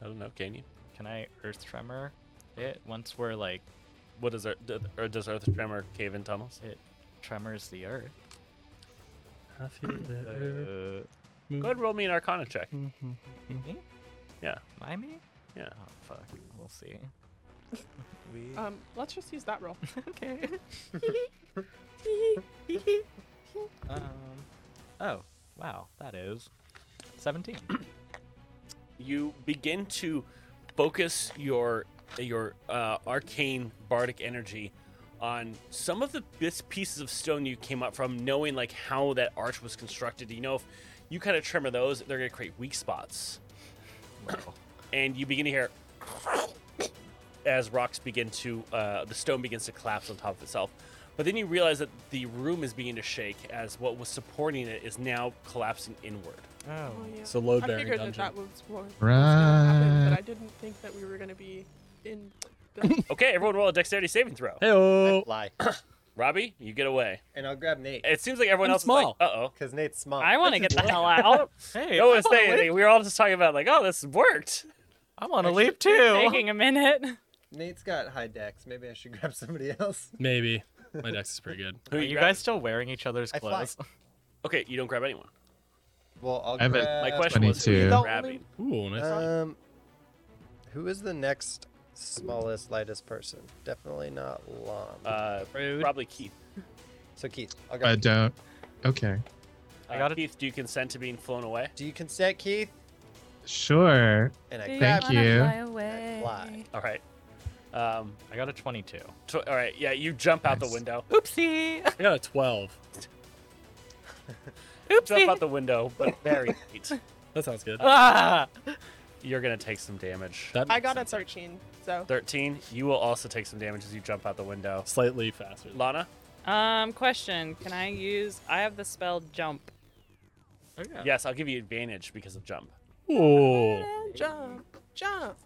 S3: I don't know. Can you?
S7: Can I earth tremor it once we're like
S3: What does Earth, d- or does Earth Tremor cave in tunnels?
S7: it tremors the earth? Uh,
S3: Go ahead, and roll me an Arcana check.
S7: me?
S3: Yeah.
S7: My me?
S3: Yeah.
S7: Oh fuck. We'll see.
S4: Um, let's just use that roll.
S7: Okay. um. Oh. Wow. That is. Seventeen.
S3: you begin to focus your your uh, arcane bardic energy on some of the bits pieces of stone you came up from, knowing like how that arch was constructed. You know, if you kind of trimmer those, they're gonna create weak spots,
S7: Wow.
S3: and you begin to hear as rocks begin to uh, the stone begins to collapse on top of itself. But then you realize that the room is beginning to shake as what was supporting it is now collapsing inward.
S7: Oh.
S8: So
S4: I
S8: load-bearing
S4: figured
S8: dungeon.
S4: that that was what was gonna happen, but I
S6: Right.
S4: didn't think that we were gonna be in.
S3: Okay, everyone, roll a dexterity saving throw.
S8: Heyo.
S5: Lie.
S3: Robbie, you get away.
S5: and I'll grab Nate
S3: It seems like everyone
S8: I'm
S3: else
S8: small.
S3: is like, uh oh.
S5: because Nate's small.
S9: I want to get the hell out.
S7: Hey,
S3: No one's saying anything. We were all just talking about, like, oh, this worked.
S7: I'm on a leap too.
S9: Taking a minute.
S5: Nate's got high decks. Maybe I should grab somebody else.
S8: Maybe. My dex is pretty good.
S7: Are
S3: Who
S7: you
S3: grabbing?
S7: guys still wearing each other's
S5: I fly.
S7: clothes?
S3: Okay, you don't grab anyone.
S5: Well, I'll
S6: I have a-
S5: grab.
S8: Uh,
S3: My question was, who
S6: 22.
S3: you
S5: Don't
S3: grabbing?
S8: Ooh, nice.
S4: Uh,
S5: Um, who is the next smallest, lightest person? Definitely not Lom.
S3: Uh, probably Keith.
S5: so Keith, I'll grab.
S6: I don't. Okay.
S3: Uh,
S7: I got it.
S3: Keith, do you consent to being flown away?
S5: Do you consent, Keith?
S6: Sure.
S5: And I
S9: Do
S5: grab.
S6: Thank you.
S9: wanna fly
S5: I
S9: away?
S5: fly.
S3: All right. Um,
S7: I got a 22.
S3: tw- all right. Yeah, you jump out the
S6: Nice.
S3: window.
S7: Oopsie.
S8: I got a 12.
S3: Jump out the window, but very late.
S8: That sounds good.
S7: ah!
S3: You're gonna take some damage.
S8: That
S4: I
S8: makes
S4: got a
S8: sense.
S4: 13, so.
S3: Thirteen. You will also take some damage as you jump out the window.
S8: slightly faster.
S3: Lana,
S9: Um, question. Can I use? I have the spell jump.
S3: yes, I'll give you advantage because of jump.
S8: Ooh.
S4: Jump, jump.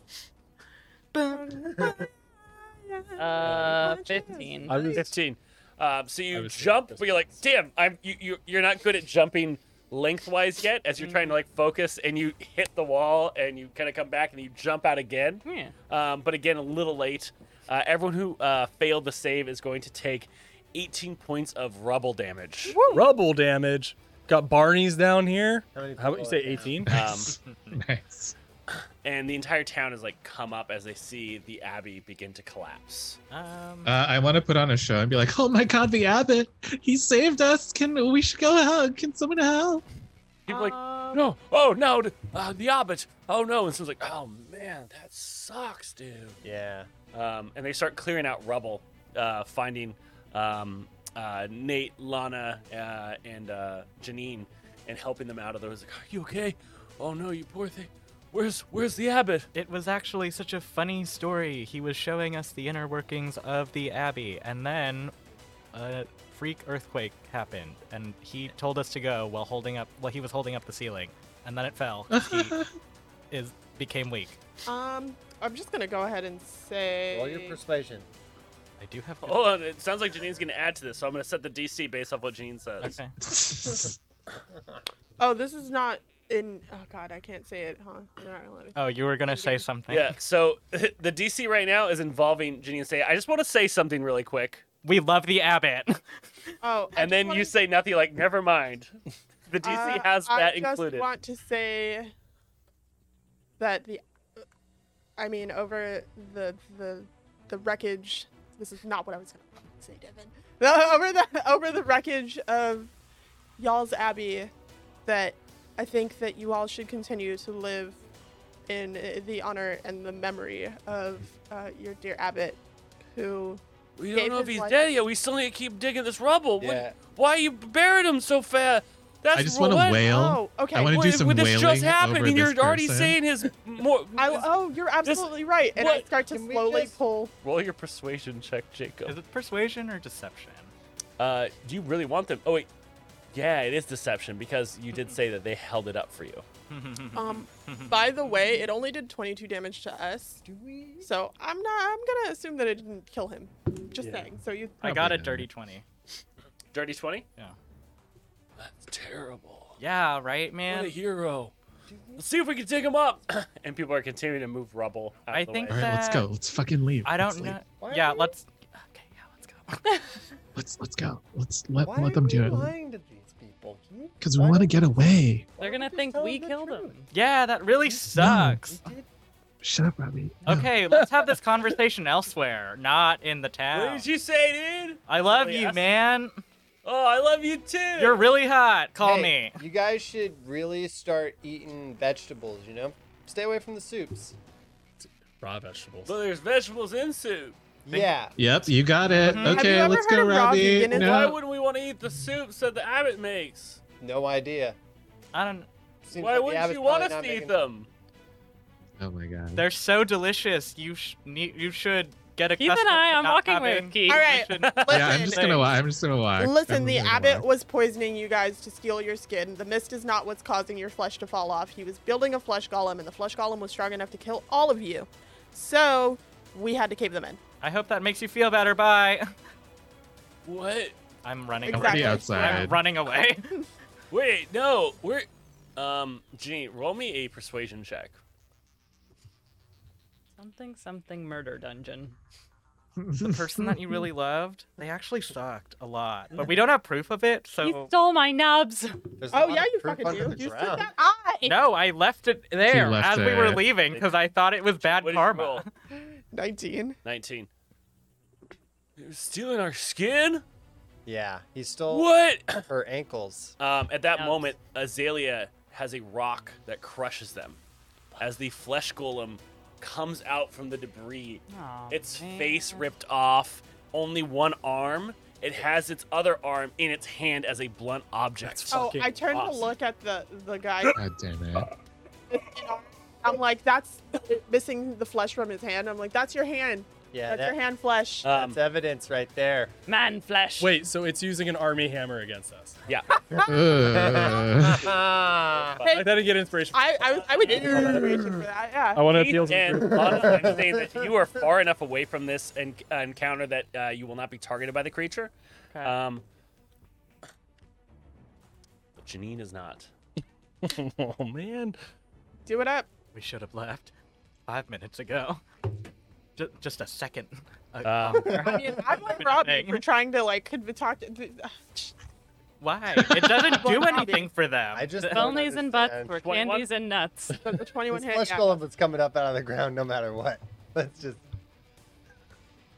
S9: Uh, fifteen.
S8: I was
S3: Fifteen. Um, so
S8: I
S3: you
S8: was-
S3: jump, but you're like, damn, I'm you, you. You're not good at jumping lengthwise yet. As you're trying to like focus, and you hit the wall, and you kind of come back, and you jump out again.
S9: Yeah.
S3: um, but again, a little late. Uh, everyone who uh, failed the save is going to take 18 points of rubble damage.
S8: rubble damage. Got Barney's down here.
S5: How many
S8: How about you
S5: people
S8: say
S5: are down?
S8: 18?
S3: Um,
S6: Nice. nice.
S3: And the entire town is like come up as they see the abbey begin to collapse.
S7: Um,
S6: Uh, I want to put on a show and be like, "Oh my God, the abbot! He saved us! Can we should go help? Can someone help?"
S3: People are
S7: Um, uh,
S3: like, no, oh no, d- uh, the abbot, oh no. And someone's like, oh man, that sucks, dude.
S5: Yeah.
S3: um, and they start clearing out rubble, uh, finding um, uh, Nate, Lana, uh, and uh, Janine, and helping them out of those. Like, are you okay? Oh no, you poor thing. Where's Where's the abbot?
S7: It was actually such a funny story. He was showing us the inner workings of the abbey, and then a freak earthquake happened, and he told us to go while holding up. Well, he was holding up the ceiling, and then it fell. 'cause he is became weak.
S4: Um, I'm just gonna go ahead and say.
S5: Roll your persuasion.
S7: I do have.
S3: Hold on, it sounds like Janine's gonna add to this, so I'm gonna set the DC based off what Janine says.
S7: Okay.
S4: oh, this is not in. Oh God, I can't say it, huh? All right, let me-
S7: Oh, you were gonna say something.
S3: Yeah, so the DC right now is involving Janine say, I just want to say something really quick.
S7: We love the abbot.
S4: Oh, I
S3: And then
S4: just
S3: you
S4: wanna-
S3: say nothing like, never mind. The DC
S4: uh,
S3: has that
S4: I just
S3: included.
S4: want to say that the, I mean, over the the the wreckage. This is not what I was gonna say, Devin. The- over the over the wreckage of y'all's abbey, that I think that you all should continue to live in uh, the honor and the memory of uh, your dear abbot, who
S3: We
S4: gave
S3: don't know if
S4: his
S3: he's
S4: life-
S3: dead yet. We still need to keep digging this rubble. What-
S5: Yeah.
S3: why you buried him so fast? That's
S6: I just want to
S3: what-
S6: wail.
S4: Oh, okay.
S6: I want to
S3: what-
S6: do some
S3: what this
S6: wailing
S3: just happened,
S6: over
S3: and you're
S6: this
S3: already
S6: person.
S3: saying his more.
S4: I, oh, you're absolutely right, and I
S3: what-
S4: start to
S5: Can we
S4: slowly
S5: just-
S4: pull.
S3: Roll your persuasion check,
S7: Is
S3: Jacob.
S7: it persuasion or deception?
S3: Uh, do you really want them? Oh wait, yeah, it is deception because you did say that they held it up for you.
S4: Um, by the way, it only did 22 damage to us,
S5: Do we?
S4: so I'm not. I'm gonna assume that it didn't kill him. Just
S3: Yeah.
S4: saying. So you.
S7: I got
S6: Probably
S7: a
S6: not.
S7: dirty twenty.
S3: Dirty twenty.
S7: Yeah.
S3: That's terrible.
S7: Yeah. Right,
S3: What a
S7: man.
S3: hero. Let's see if we can dig him up. and people are continuing to move rubble. Out
S7: I
S3: of the
S7: think
S3: way.
S6: All right, let's go. Let's fucking leave.
S7: I
S6: Let's
S7: don't
S6: leave.
S7: know.
S5: Why
S7: Yeah.
S5: are we-
S7: Let's. Okay. Yeah. Let's go.
S6: Let's let's go. Let's let
S5: Why
S6: let
S5: are
S6: them
S5: we
S6: do it
S5: lying to these people? Hmm?
S6: because we
S5: Why
S6: want to
S5: don't
S6: get away.
S5: why
S9: They're
S5: don't
S9: gonna
S5: you
S9: think
S5: tell
S9: we
S5: the
S9: killed
S5: truth?
S9: him.
S7: Yeah, that really sucks.
S5: We did.
S6: Shut up, Robbie. No.
S7: Okay, let's have this conversation elsewhere, not in the
S3: What
S7: town.
S3: did you say, dude?
S7: I love
S3: Really
S7: you,
S3: ask-
S7: man.
S3: Oh, I love you too.
S7: You're really hot. Call
S5: Hey,
S7: me.
S5: You guys should really start eating vegetables. You know, stay away from the soups.
S8: Raw vegetables.
S3: But there's vegetables in soup.
S5: Yeah.
S6: Yep, you got it.
S7: Mhm. Have
S6: Okay,
S4: Mm-hmm. you ever
S6: let's
S4: heard
S6: go,
S4: of raw
S6: Robbie.
S4: veganism?
S3: Why
S6: No.
S3: wouldn't we want to eat the soups that the abbot makes?
S5: No idea.
S7: I don't.
S5: Seems
S3: Why
S5: like the
S3: wouldn't
S5: abbot's
S3: you want
S5: probably
S3: us
S5: not
S3: to eat
S5: making-
S3: them?
S6: oh my god.
S7: They're so delicious. You sh- need. You should get a.
S9: Keep an eye. I'm walking with Keith.
S4: All right.
S6: yeah, I'm just
S4: Listen.
S6: gonna watch. I'm just gonna watch.
S4: Listen,
S6: I'm
S4: the
S6: gonna
S4: abbot
S6: watch.
S4: was poisoning you guys to steal your skin. The mist is not what's causing your flesh to fall off. He was building a flesh golem, and the flesh golem was strong enough to kill all of you. So we had to cave them in.
S7: I hope that makes you feel better. Bye.
S3: What?
S7: I'm running
S4: Exactly.
S7: away.
S6: outside.
S7: I'm running away.
S3: Wait, no. We're. Um, Jeannie, roll me a persuasion check.
S9: Something, something murder dungeon.
S7: the person that you really loved, they actually sucked a lot, but we don't have proof of it.
S9: You
S7: So
S9: stole my nubs.
S5: There's a
S4: Oh
S5: lot
S4: yeah,
S5: of
S4: you
S5: proof
S4: fucking
S5: under
S4: do.
S5: the
S4: You said
S5: ground.
S4: that I
S7: no, I left it there
S6: left
S7: as we were
S6: it.
S7: leaving because I thought it was bad
S3: What did you roll?
S7: karma.
S4: nineteen.
S3: Nineteen. You're stealing our skin?
S5: Yeah, he stole
S3: What?
S5: her ankles.
S3: Um, at that
S9: Yikes.
S3: moment, Azalea has a rock that crushes them as the flesh golem comes out from the debris.
S9: Aw,
S3: its
S9: Oh, man.
S3: face ripped off, only one arm. It has its other arm in its hand as a blunt object.
S4: Oh, I turned
S3: awesome.
S4: to look at the the guy.
S6: God damn it.
S4: I'm like, that's missing the flesh from his hand. I'm like, that's your hand.
S5: Yeah,
S4: that's
S5: that-
S4: your hand flesh.
S3: Um,
S5: that's evidence right there.
S9: Man flesh.
S8: Wait, so it's using an army hammer against us.
S3: yeah.
S6: Ugh.
S7: Ah.
S8: I thought I'd get inspiration.
S4: I I, was, I would give you inspiration for that. Yeah.
S8: want
S3: Keith and Lana understand that you are far enough away from this en- uh, encounter that uh, you will not be targeted by the creature.
S9: Okay.
S3: Um, but Janine is not.
S8: Oh man.
S4: Do it up.
S7: We should have left five minutes ago. Just, just a second. Uh, A-
S3: Um,
S4: I mean, I'm like Robbie
S7: Thing.
S4: for trying to uh, like could be talked.
S7: Why? It doesn't do
S4: Well,
S7: anything for them.
S5: I just don't
S9: Bonies and butts
S5: understand.
S9: for
S3: Twenty-one.
S9: candies and nuts. Uh,
S4: The, the 21
S5: This
S4: hit.
S5: flesh
S4: yeah.
S5: golem was coming up out of the ground no matter what. Let's just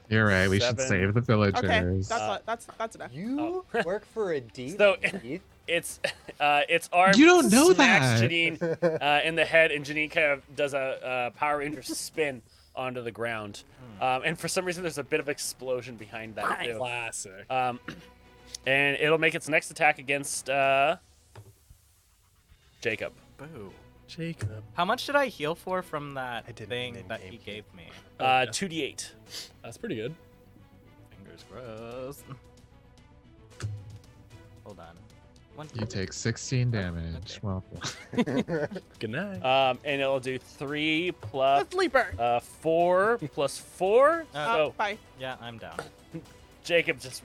S6: You're right. We should
S3: Seven.
S6: save the
S4: Okay,
S6: villagers. Uh,
S4: that's that's that's enough.
S5: you
S7: Oh.
S5: work for a demon.
S3: So-
S5: Keith?
S3: it's uh, its arm.
S6: You don't know
S3: smacks
S6: that.
S3: Janine uh, in the head, and Janine kind of does a uh, Power Ranger spin onto the ground. Um, and for some reason, there's a bit of explosion behind that too.
S8: Classic.
S3: Um, and it'll make its next attack against uh, Jacob.
S7: Boo.
S8: Jacob.
S7: How much did I heal for from that
S5: I didn't-
S7: thing
S5: didn't
S7: that
S5: aim
S7: he
S5: for
S7: gave me?
S3: Uh, 2d8.
S8: That's pretty good.
S7: Fingers gross. Hold on. One,
S6: You take 16 damage. Well,
S8: Good night.
S3: Um, and it'll do 3 plus
S4: The sleeper.
S3: uh, 4 plus Oh, 4.
S4: Uh,
S3: so
S4: bye.
S7: Yeah, I'm down.
S3: Jacob just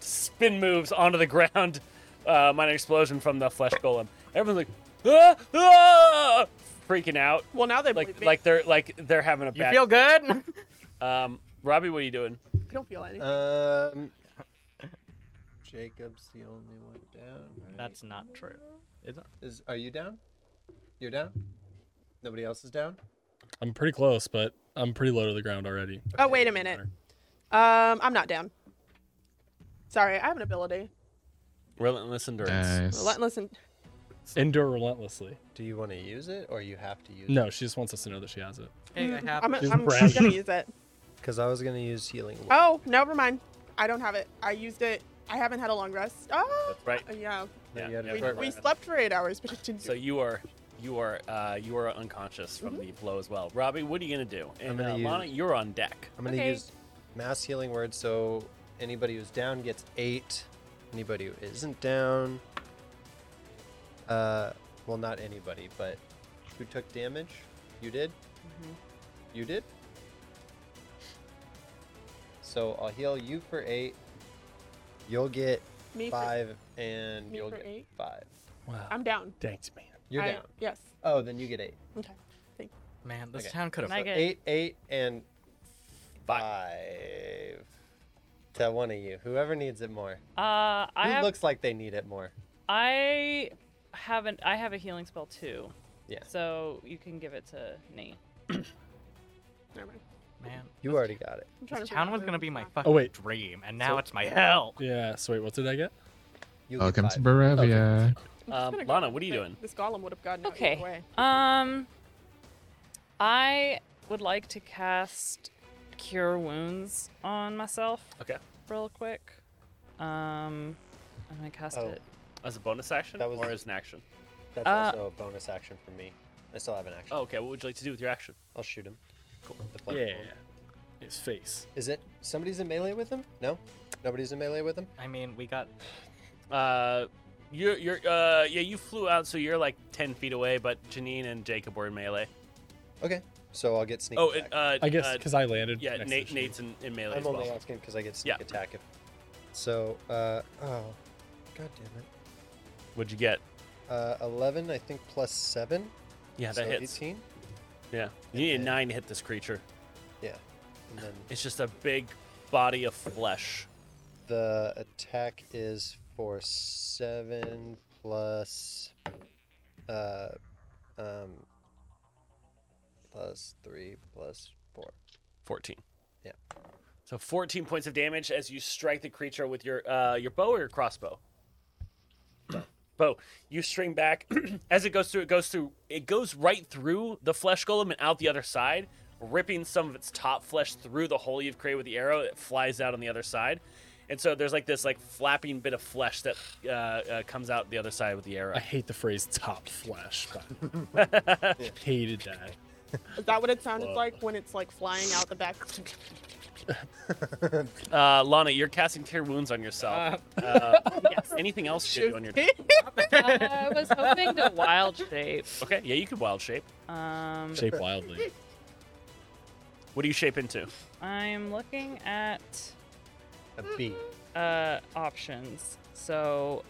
S3: spin moves onto the ground. Uh, minor explosion from the flesh golem. Everyone's like, ah, ah, freaking out.
S4: Well, now they
S3: Like,
S4: believe me.
S3: like they're like they're having a
S7: You
S3: bad.
S7: feel good?
S3: um, Robbie, what are you doing?
S4: I don't feel anything.
S5: Um, Jacob's the only one down. right?
S7: That's not true. Is it?
S5: Is, are you down? You're down. Nobody else is down.
S8: I'm pretty close, but I'm pretty low to the ground already.
S4: oh wait a minute. Um, I'm not down. Sorry, I have an ability.
S3: Relentless
S5: Uh,
S3: endurance.
S6: nice.
S4: Relentless and
S8: Endure relentlessly.
S5: Do you want to use it or you have to use it?
S8: No, she just wants us to know that she has it.
S7: Hey, I have
S4: I'm,
S7: it.
S4: I'm,
S8: Just
S4: I'm
S8: brag.
S4: gonna use it.
S5: Because I was gonna use healing. word.
S4: Oh, never mind. I don't have it. I used it. I haven't had a long rest. Oh,
S3: That's right.
S4: yeah.
S5: But
S3: Yeah,
S5: you had a
S3: yeah,
S4: We,
S5: short
S4: we
S5: rest.
S4: slept for eight hours, but it didn't.
S3: So
S4: So
S3: you are you are uh, you are unconscious from
S4: Mm-hmm.
S3: the blow as well. Robbie, what are you gonna do? And
S5: gonna
S3: uh,
S5: use-
S3: Lana, you're on deck.
S5: I'm gonna
S4: Okay.
S5: use mass healing word. So anybody who's down gets eight. Anybody who isn't down. Uh, well, not anybody, but who took damage? You did.
S4: Mm-hmm.
S5: You did. So I'll heal you for eight. You'll get
S4: me, for,
S5: five, and
S4: me
S5: you'll
S4: for
S5: get
S4: eight?
S5: five.
S8: Wow.
S4: I'm down.
S8: Thanks, man.
S5: You're
S4: I-
S5: down.
S4: Yes.
S5: Oh, then you get eight.
S4: Okay.
S7: Man, this
S5: Okay.
S7: town could
S9: And I
S7: have.
S9: get
S5: Eight, eight, and
S3: Five.
S5: five. To one of you, whoever needs it more.
S9: Uh, I
S5: Who
S9: have,
S5: looks like they need it more?
S9: I haven't. I have a healing spell too.
S5: Yeah.
S9: So you can give it to Nate.
S4: Never mind.
S7: Man,
S5: You already got it.
S4: I'm trying
S7: this
S4: to
S7: town
S4: figure out
S7: was
S4: where
S7: gonna
S4: we
S7: be my
S4: are.
S7: fucking
S8: wait.
S7: dream, and now it's my hell.
S8: Yeah. So wait, what did I get?
S3: Uh,
S5: You'll get
S6: Welcome to
S5: five.
S6: Barovia.
S4: I'm just
S3: Um,
S4: gonna go
S3: Lana,
S4: with
S3: what are you
S4: the-
S3: doing?
S4: This golem would have gotten out
S9: Okay.
S4: either way.
S9: Um, I would like to cast Cure Wounds on myself
S3: Okay.
S9: real quick. Um, I'm gonna cast
S5: Oh,
S9: it.
S3: As a bonus action
S5: That was-
S3: or as an action?
S5: That's
S9: Uh,
S5: also a bonus action for me. I still have an action.
S3: Oh, okay. What would you like to do with your action?
S5: I'll shoot him. Cool.
S8: Yeah. His face.
S5: Is it somebody's in melee with him? No, nobody's in melee with him.
S7: I mean, we got.
S3: Uh, you're you're uh yeah you flew out, so you're like ten feet away, but Janine and Jacob were in melee.
S5: Okay, so I'll get sneak
S3: Oh, and,
S5: attack.
S3: uh,
S8: I guess
S3: uh,
S8: because I landed.
S3: yeah,
S8: next to
S3: Nate
S8: she.
S3: Nate's in, in melee
S5: I'm
S3: as
S5: only
S3: well.
S5: asking because I get sneak
S3: Yeah.
S5: attack. If So, uh, oh, god damn it.
S3: What'd you get?
S5: Uh, 11, I think, plus 7.
S3: Yeah,
S5: so
S3: that hits.
S5: 18.
S3: Yeah, you need a
S5: then-
S3: nine to hit this creature.
S5: Yeah. And then
S3: It's just a big body of flesh.
S5: the attack is for 7 plus, uh, um, plus 3 plus 4.
S3: 14.
S5: Yeah.
S3: So 14 points of damage as you strike the creature with your uh, your bow or your crossbow. bow. You string back as it goes through. It goes through. It goes right through the flesh golem and out the other side, ripping some of its top flesh through the hole you've created with the arrow. It flies out on the other side, and so there's like this like flapping bit of flesh that uh, uh, comes out the other side with the
S8: I
S3: arrow.
S8: hate the phrase top flash. But hated that.
S4: Is that what it sounded like when it's like flying out the back?
S3: Uh, Lana, you're casting cure wounds on yourself. Uh, Anything else you could do on your
S9: I was hoping to wild shape.
S3: okay? Yeah, you could wild shape.
S9: Um,
S8: Shape wildly.
S3: What do you shape into?
S9: I'm looking at
S5: A B.
S9: uh options, so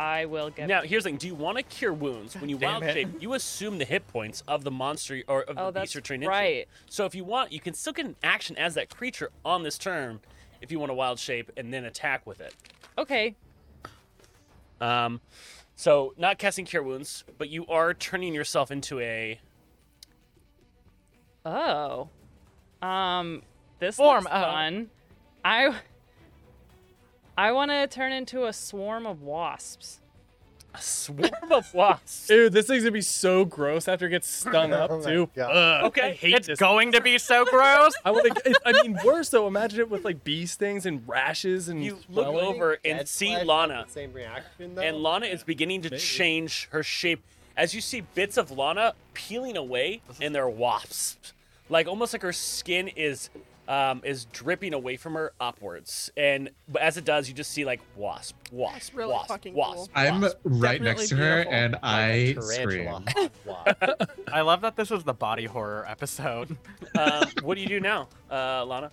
S9: I will get.
S3: Now, here's the thing: Do you want to cure wounds when you wild shape? You assume the hit points of the monster y- or of
S9: oh,
S3: the
S9: that's
S3: beast you're turning
S9: right.
S3: into. So, if you want, you can still get an action as that creature on this turn if you want to wild shape and then attack with it.
S9: Okay,
S3: Um, so, not casting cure wounds, but you are turning yourself into a.
S9: Oh. Um this
S7: Form
S9: looks
S7: of.
S9: fun. I I want to turn into a swarm of wasps.
S3: a swarm of wasps.
S8: Dude, this thing's gonna be so gross after it gets stung up
S5: Oh my
S8: too.
S5: God.
S8: Ugh,
S3: Okay,
S8: I hate
S7: It's
S8: this.
S7: going to be so gross.
S8: I want to. I mean, worse though. Imagine it with like bee stings and rashes and
S3: You look
S8: swelling.
S3: over and see Lana.
S5: Same reaction, though.
S3: and Lana is beginning to change her shape as you see bits of Lana peeling away, and they're wasps, like almost like her skin is um, is dripping away from her upwards. And but as it does, you just see like wasp, wasp,
S4: really
S3: wasp,
S4: fucking
S3: wasp.
S4: cool.
S6: I'm
S3: wasp.
S6: right next to
S4: Definitely
S6: her,
S4: beautiful.
S6: and I
S5: tarantula.
S6: scream.
S7: I love that this is the body horror episode.
S3: um, what do you do now, uh, Lana?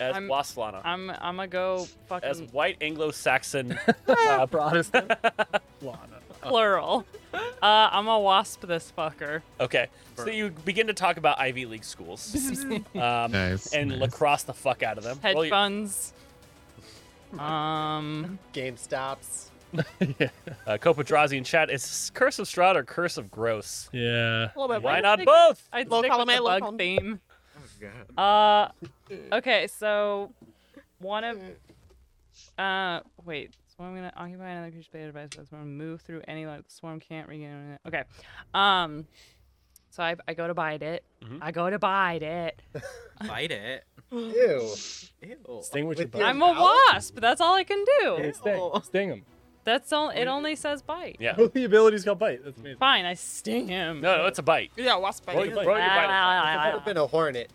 S3: As
S9: I'm-
S3: wasp Lana,
S9: I'm I'm gonna go
S3: as
S9: fucking
S3: white Anglo-Saxon.
S8: Uh, Protestant. Lana.
S9: plural. uh I'm a wasp this fucker.
S3: okay, so you begin to talk about Ivy League schools um,
S6: Nice,
S3: and
S6: nice.
S3: lacrosse the fuck out of them.
S9: Hedge
S3: Roll your-
S9: funds. Um
S5: Game stops.
S3: Uh, Copadrazi in chat is Curse of Strahd or Curse of Gross?
S8: Yeah.
S4: A little bit.
S3: Why
S9: I
S3: not
S9: think-
S3: both?
S9: I'd
S4: Low
S9: stick with
S4: column A,
S9: the
S4: low
S9: bug
S4: column B.
S9: theme. Uh okay, so one of uh wait, so I'm gonna occupy another creature beta device that's gonna move through any like the swarm can't regain it. Okay. Um so I, I go to bite it.
S3: Mm-hmm.
S9: I go to bite it.
S7: Bite it.
S5: Ew.
S7: Ew.
S8: Sting with, your
S5: With
S8: butt.
S5: your-
S9: I'm a wasp. That's all I can
S8: Yeah,
S9: do.
S8: sting. Sting him.
S9: That's all it only says bite.
S3: Yeah.
S8: the ability's called bite. That's amazing.
S9: Fine, I sting him. Ah,
S3: No, no, it's a bite.
S4: Yeah, wasp bite.
S3: Roll your,
S4: is-
S3: roll your bite.
S5: Might have been a hornet.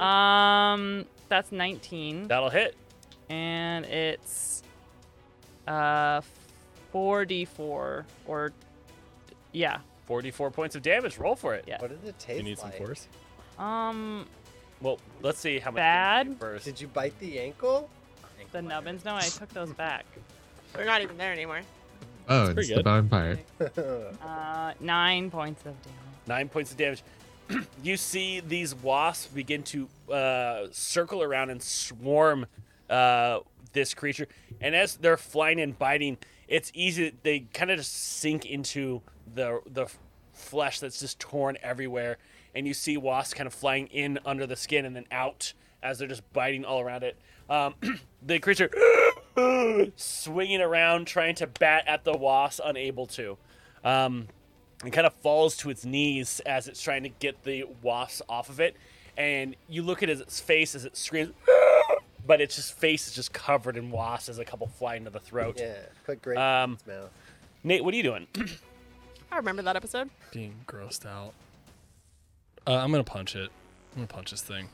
S9: Um that's nineteen.
S3: That'll hit.
S9: and it's uh 4d4 or yeah
S3: 44 points of damage. Roll for it.
S9: Yeah.
S5: What did it taste
S8: You need some
S5: like?
S8: force.
S9: um
S3: Well, let's see how much
S9: Bad.
S3: damage first.
S5: Did you bite the ankle?
S9: the nubbins no i took those back
S4: We're not even there anymore.
S6: Oh,
S8: pretty
S6: it's the
S8: good.
S6: bone part.
S9: uh nine points of damage
S3: Nine points of damage. you see these wasps begin to uh, circle around and swarm uh, this creature. And as they're flying and biting, it's easy. They kind of just sink into the the f- flesh that's just torn everywhere. And you see wasps kind of flying in under the skin and then out as they're just biting all around it. Um, the creature swinging around, trying to bat at the wasp, unable to. Um, and kind of falls to its knees as it's trying to get the wasps off of it. And you look at its face as it screams, but its just face is just covered in wasps as a couple fly into the throat.
S5: Yeah. Put grape
S3: Um,
S5: in its mouth.
S3: Nate, what are you doing?
S4: I remember that episode.
S8: Being grossed out. Uh, I'm gonna punch it. I'm gonna punch this thing.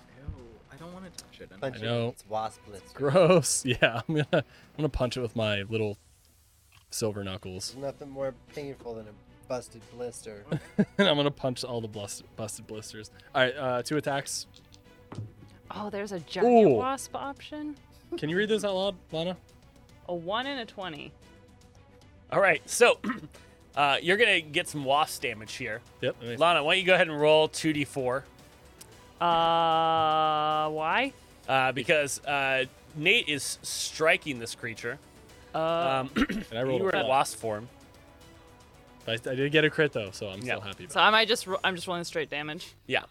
S7: I don't want to touch it.
S5: Punch it in
S8: know.
S5: It's wasp blitz.
S8: Gross. Yeah. I'm gonna. I'm gonna punch it with my little silver knuckles.
S5: There's nothing more painful than a busted blister.
S8: and I'm gonna punch all the blust- busted blisters. All right. Uh, two attacks.
S9: oh there's a giant
S8: Ooh.
S9: wasp option
S8: Can you read those out loud, Lana?
S9: A one and a twenty.
S3: All right, so uh, you're gonna get some wasp damage here.
S8: Yep. that makes-
S3: Lana, why don't you go ahead and roll two d four?
S9: Uh, why?
S3: Uh, because uh, Nate is striking this creature.
S9: Uh,
S3: Um,
S8: And I
S3: you
S8: rolled a
S3: were in
S8: five.
S3: wasp form.
S8: But I, I did get a crit though, so I'm still
S3: Yeah.
S8: happy.
S9: so
S8: About
S9: am I just? Ro- I'm just rolling straight damage.
S3: Yeah.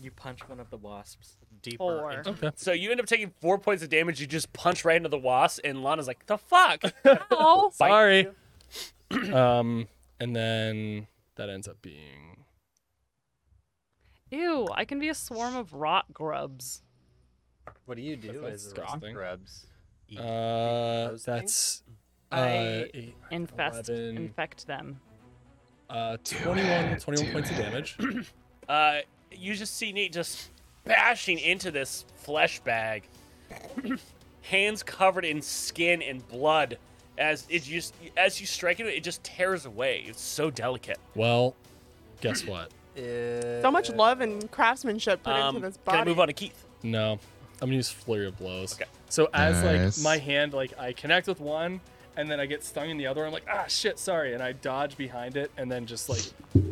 S7: You punch one of the wasps deeper.
S9: Four.
S7: into-
S8: it. Okay.
S3: So you end up taking four points of damage. You just punch right into the wasp, and Lana's like, "The fuck."
S9: Oh,
S3: Bite.
S8: Sorry. um, and then that ends up being
S9: ew! I can be a swarm of rot grubs.
S5: What do you do?
S8: That's
S5: as a rock? E-
S8: disgusting.
S7: Grubs.
S8: Uh,
S5: those
S8: that's uh,
S9: I-
S8: eight,
S9: Infest,
S8: 11,
S9: infect them.
S8: uh 21, 21 points of damage.
S3: Uh, you just see Nate just bashing into this flesh bag, hands covered in skin and blood. As it just as you strike into it, it just tears away. It's so delicate.
S8: Well, guess what?
S4: So much love and craftsmanship put
S3: Um,
S4: into this body.
S3: can I move on to Keith?
S8: No, I'm gonna use flurry of blows.
S3: Okay.
S8: So as
S6: Nice.
S8: like my hand, like I connect with one, and then I get stung in the other. I'm like, ah, shit, sorry, and I dodge behind it, and then just like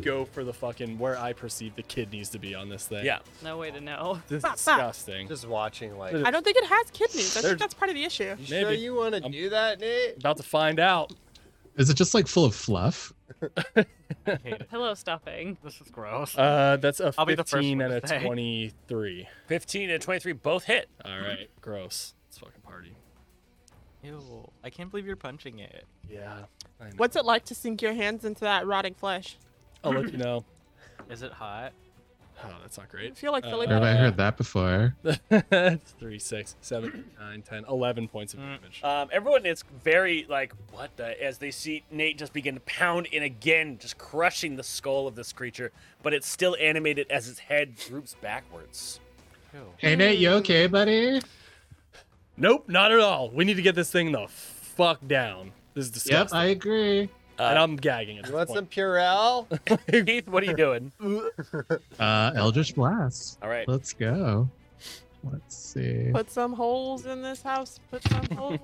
S8: go for the fucking where I perceive the kidneys to be on this thing.
S3: Yeah.
S9: No way to know.
S8: This
S4: Bah,
S8: is
S4: bah.
S8: disgusting.
S5: Just watching, like,
S8: There's-
S4: I don't think it has kidneys. I
S8: There's-
S4: think that's part of the issue.
S5: you sure
S8: Maybe.
S5: you want to
S8: I'm-
S5: do that, Nate?
S8: About to find out.
S6: Is it just like full of fluff?
S9: Pillow stuffing.
S7: This is gross.
S8: Uh, that's a
S7: I'll be the first
S8: 15
S7: one
S8: and
S7: to
S8: a
S7: say.
S8: 23.
S3: 15 and 23 both hit.
S8: All right, gross. It's fucking party.
S7: Ew. I can't believe you're punching it.
S8: Yeah. I know.
S4: What's it like to sink your hands into that rotting flesh?
S8: I'll let you know.
S7: Is it hot?
S8: Oh, that's not
S4: I
S8: great.
S4: feel like
S8: Uh,
S4: Philip.
S6: Where have I heard that before?
S8: That's 3, 6, 7, 9, 10, 11 points
S7: Mm.
S8: of
S7: Uh,
S8: damage.
S3: Um, everyone is very like, what the? As they see Nate just begin to pound in again, just crushing the skull of this creature, but it's still animated as its head droops backwards.
S6: Hey Nate, you okay, buddy?
S8: Nope, not at all. We need to get this thing the fuck down. This is
S6: Yep,
S8: disgusting.
S6: I agree.
S8: and I'm gagging at
S5: You
S8: this
S5: want some
S8: point.
S5: Purell?
S3: Keith, what are you doing?
S6: Uh, Eldritch Blast.
S3: All right.
S6: Let's go. Let's see.
S4: Put some holes in this house. Put some holes.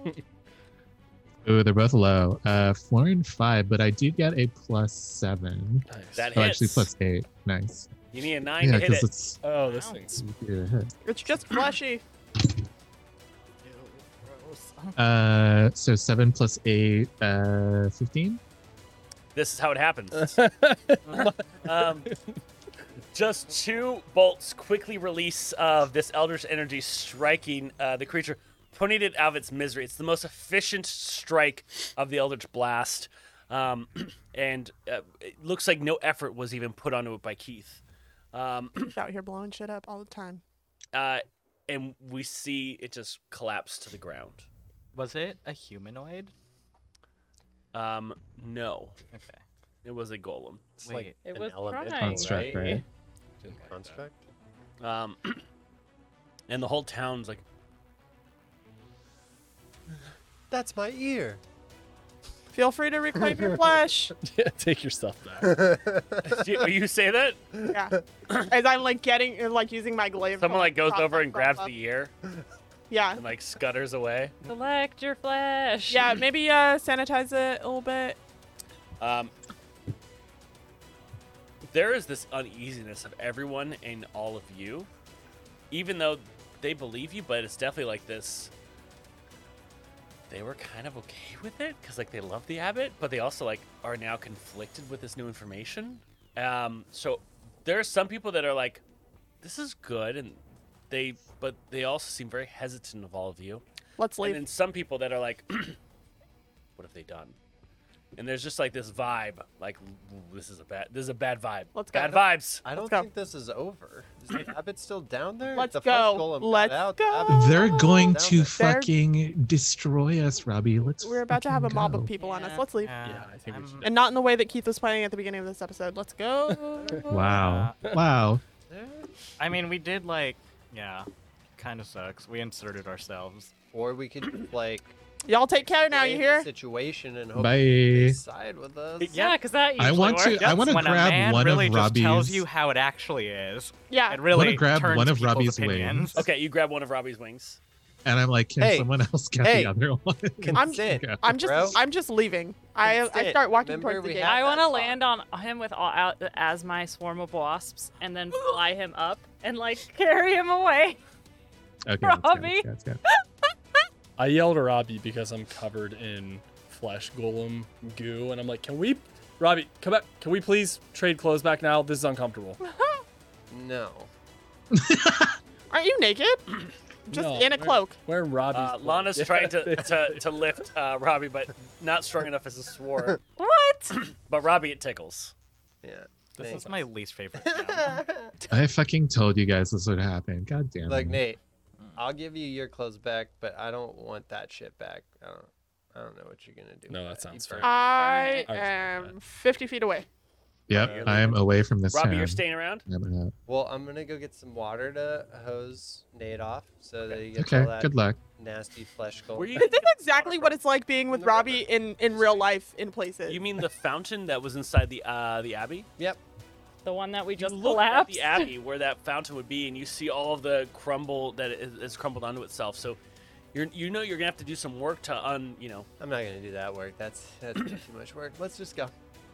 S6: Ooh, they're both low. Uh, four and five, but I do get a plus seven.
S8: Nice.
S3: That
S6: Oh,
S3: hits.
S6: actually, plus eight. Nice.
S3: You need a nine
S6: Yeah,
S3: to hit it.
S6: because it's.
S8: oh, this thing's
S6: yeah, hit.
S4: it's just fleshy.
S6: Uh, so seven plus eight, uh, fifteen.
S3: This is how it happens. um, just two bolts quickly release of this Elder's energy, striking uh, the creature, putting it out of its misery. It's the most efficient strike of the Eldritch Blast. Um, and uh, it looks like no effort was even put onto it by Keith. Um,
S4: He's out here blowing shit up all the time.
S3: uh, and we see it just collapse to the ground.
S7: Was it a humanoid?
S3: Um, no,
S7: Okay.
S3: it was a golem.
S5: It's
S7: Wait.
S5: like
S9: It
S5: an
S9: was
S5: elemental,
S9: primed.
S6: Construct, right?
S5: Construct?
S3: Um, and the whole town's like,
S5: That's my ear.
S4: Feel free to reclaim your flesh.
S8: Yeah, take your stuff back.
S3: "Do you say that?
S4: Yeah. As I'm like getting, or, like using my glaive. to,
S3: Someone like goes
S4: prop
S3: over and
S4: myself
S3: grabs
S4: up.
S3: the ear
S4: Yeah.
S3: and like scutters away.
S9: Collect your flesh.
S4: Yeah. Maybe uh, sanitize it a little bit.
S3: Um, there is this uneasiness of everyone and all of you, even though they believe you, but it's definitely like this. They were kind of okay with it because like they love the abbot, but they also like are now conflicted with this new information. Um, so there are some people that are like, "This is good," and they, but they also seem very hesitant of all of you.
S4: Let's
S3: And
S4: leave.
S3: then some people that are like, what have they done? And there's just like this vibe, like "Ooh, this is a bad, this is a bad vibe.
S4: Let's go.
S3: bad vibes.
S5: I don't
S4: go.
S5: think this is over. Is the abbot still down there?
S4: Let's
S5: the first
S4: go.
S5: golem got
S4: Let's
S5: out,
S4: go.
S5: The abbot's
S6: They're
S5: still
S6: going
S5: down
S6: to
S5: there.
S6: fucking destroy us, Robbie. Let's.
S4: We're about to have a
S6: fucking
S4: mob
S6: go.
S4: of people on us. Let's leave.
S8: Yeah, I think we should
S4: And not in the way that Keith was playing at the beginning of this episode. Let's go.
S6: Wow. Wow.
S7: I mean, we did like, yeah, kind of sucks. We inserted ourselves.
S5: Or we could just, like
S4: Y'all take care now. You
S5: blame the
S4: hear?
S5: situation and hope
S6: Bye.
S5: they side with us.
S9: Yeah, because that.
S6: I
S9: usually
S6: want to.
S9: works.
S6: I want to
S7: when a
S6: grab
S7: man
S6: one
S7: really
S6: of
S7: just tells
S6: Robbie's.
S7: you how it actually is.
S4: Yeah.
S7: It really
S6: grab
S7: turns
S6: one of
S7: people's
S6: Robbie's
S7: opinions.
S6: wings.
S3: Okay, you grab one of Robbie's wings.
S6: And I'm like, can
S5: Hey,
S6: someone else get
S5: hey.
S6: the other one?
S5: Consent.
S6: Okay.
S4: I'm just
S5: Bro.
S4: I'm just leaving. I
S5: That's
S4: I
S5: it.
S4: start walking
S5: Remember
S4: towards the
S5: we
S4: gate.
S5: had-
S9: I
S5: that
S9: want to
S5: thought.
S9: land on him with all out as my swarm of wasps, and then fly him up and like carry him away.
S6: okay, let's go,
S9: Robbie.
S6: let's go, let's go.
S8: I yelled at Robbie because I'm covered in flesh golem goo, and I'm like, "Can we, Robbie, come back? Can we please trade clothes back now? This is uncomfortable."
S5: No.
S4: Aren't you naked? just
S8: No,
S4: in a
S8: we're-
S4: cloak.
S8: Wearing Robbie's.
S3: Uh,
S8: clothes.
S3: Lana's trying to, to, to lift uh, Robbie, but not strong enough as a sword.
S9: What?
S3: But Robbie, it tickles.
S5: Yeah.
S7: This
S5: Thanks.
S7: is my least favorite. town.
S6: I fucking told you guys this would happen. God damn
S5: Like
S6: it.
S5: Nate, I'll give you your clothes back, but I don't want that shit back. I don't. I don't know what you're gonna do.
S8: No,
S5: with
S8: that sounds
S5: You
S8: fair.
S5: burn-
S4: I
S8: I was-
S4: am 50 feet away.
S6: Yep, I am away from this
S3: Robbie,
S6: town.
S3: you're staying around.
S6: I'm out.
S5: Well, I'm gonna go get some water to hose Nate off, so that he gets all
S6: Okay,
S5: that
S6: good luck.
S5: nasty flesh gold.
S3: Were you?
S4: That's exactly what it's like being with
S5: In the
S4: Robbie in in real life in places.
S3: You mean the fountain that was inside the uh, the abbey?
S5: Yep.
S9: The one that we
S3: You
S9: just
S3: look at
S9: collapsed.
S3: the abbey where that fountain would be, and you see all of the crumble that is, is crumbled onto itself. So, you're you know you're gonna have to do some work to un you know.
S5: I'm not gonna do that work. That's that's too much work. Let's just go.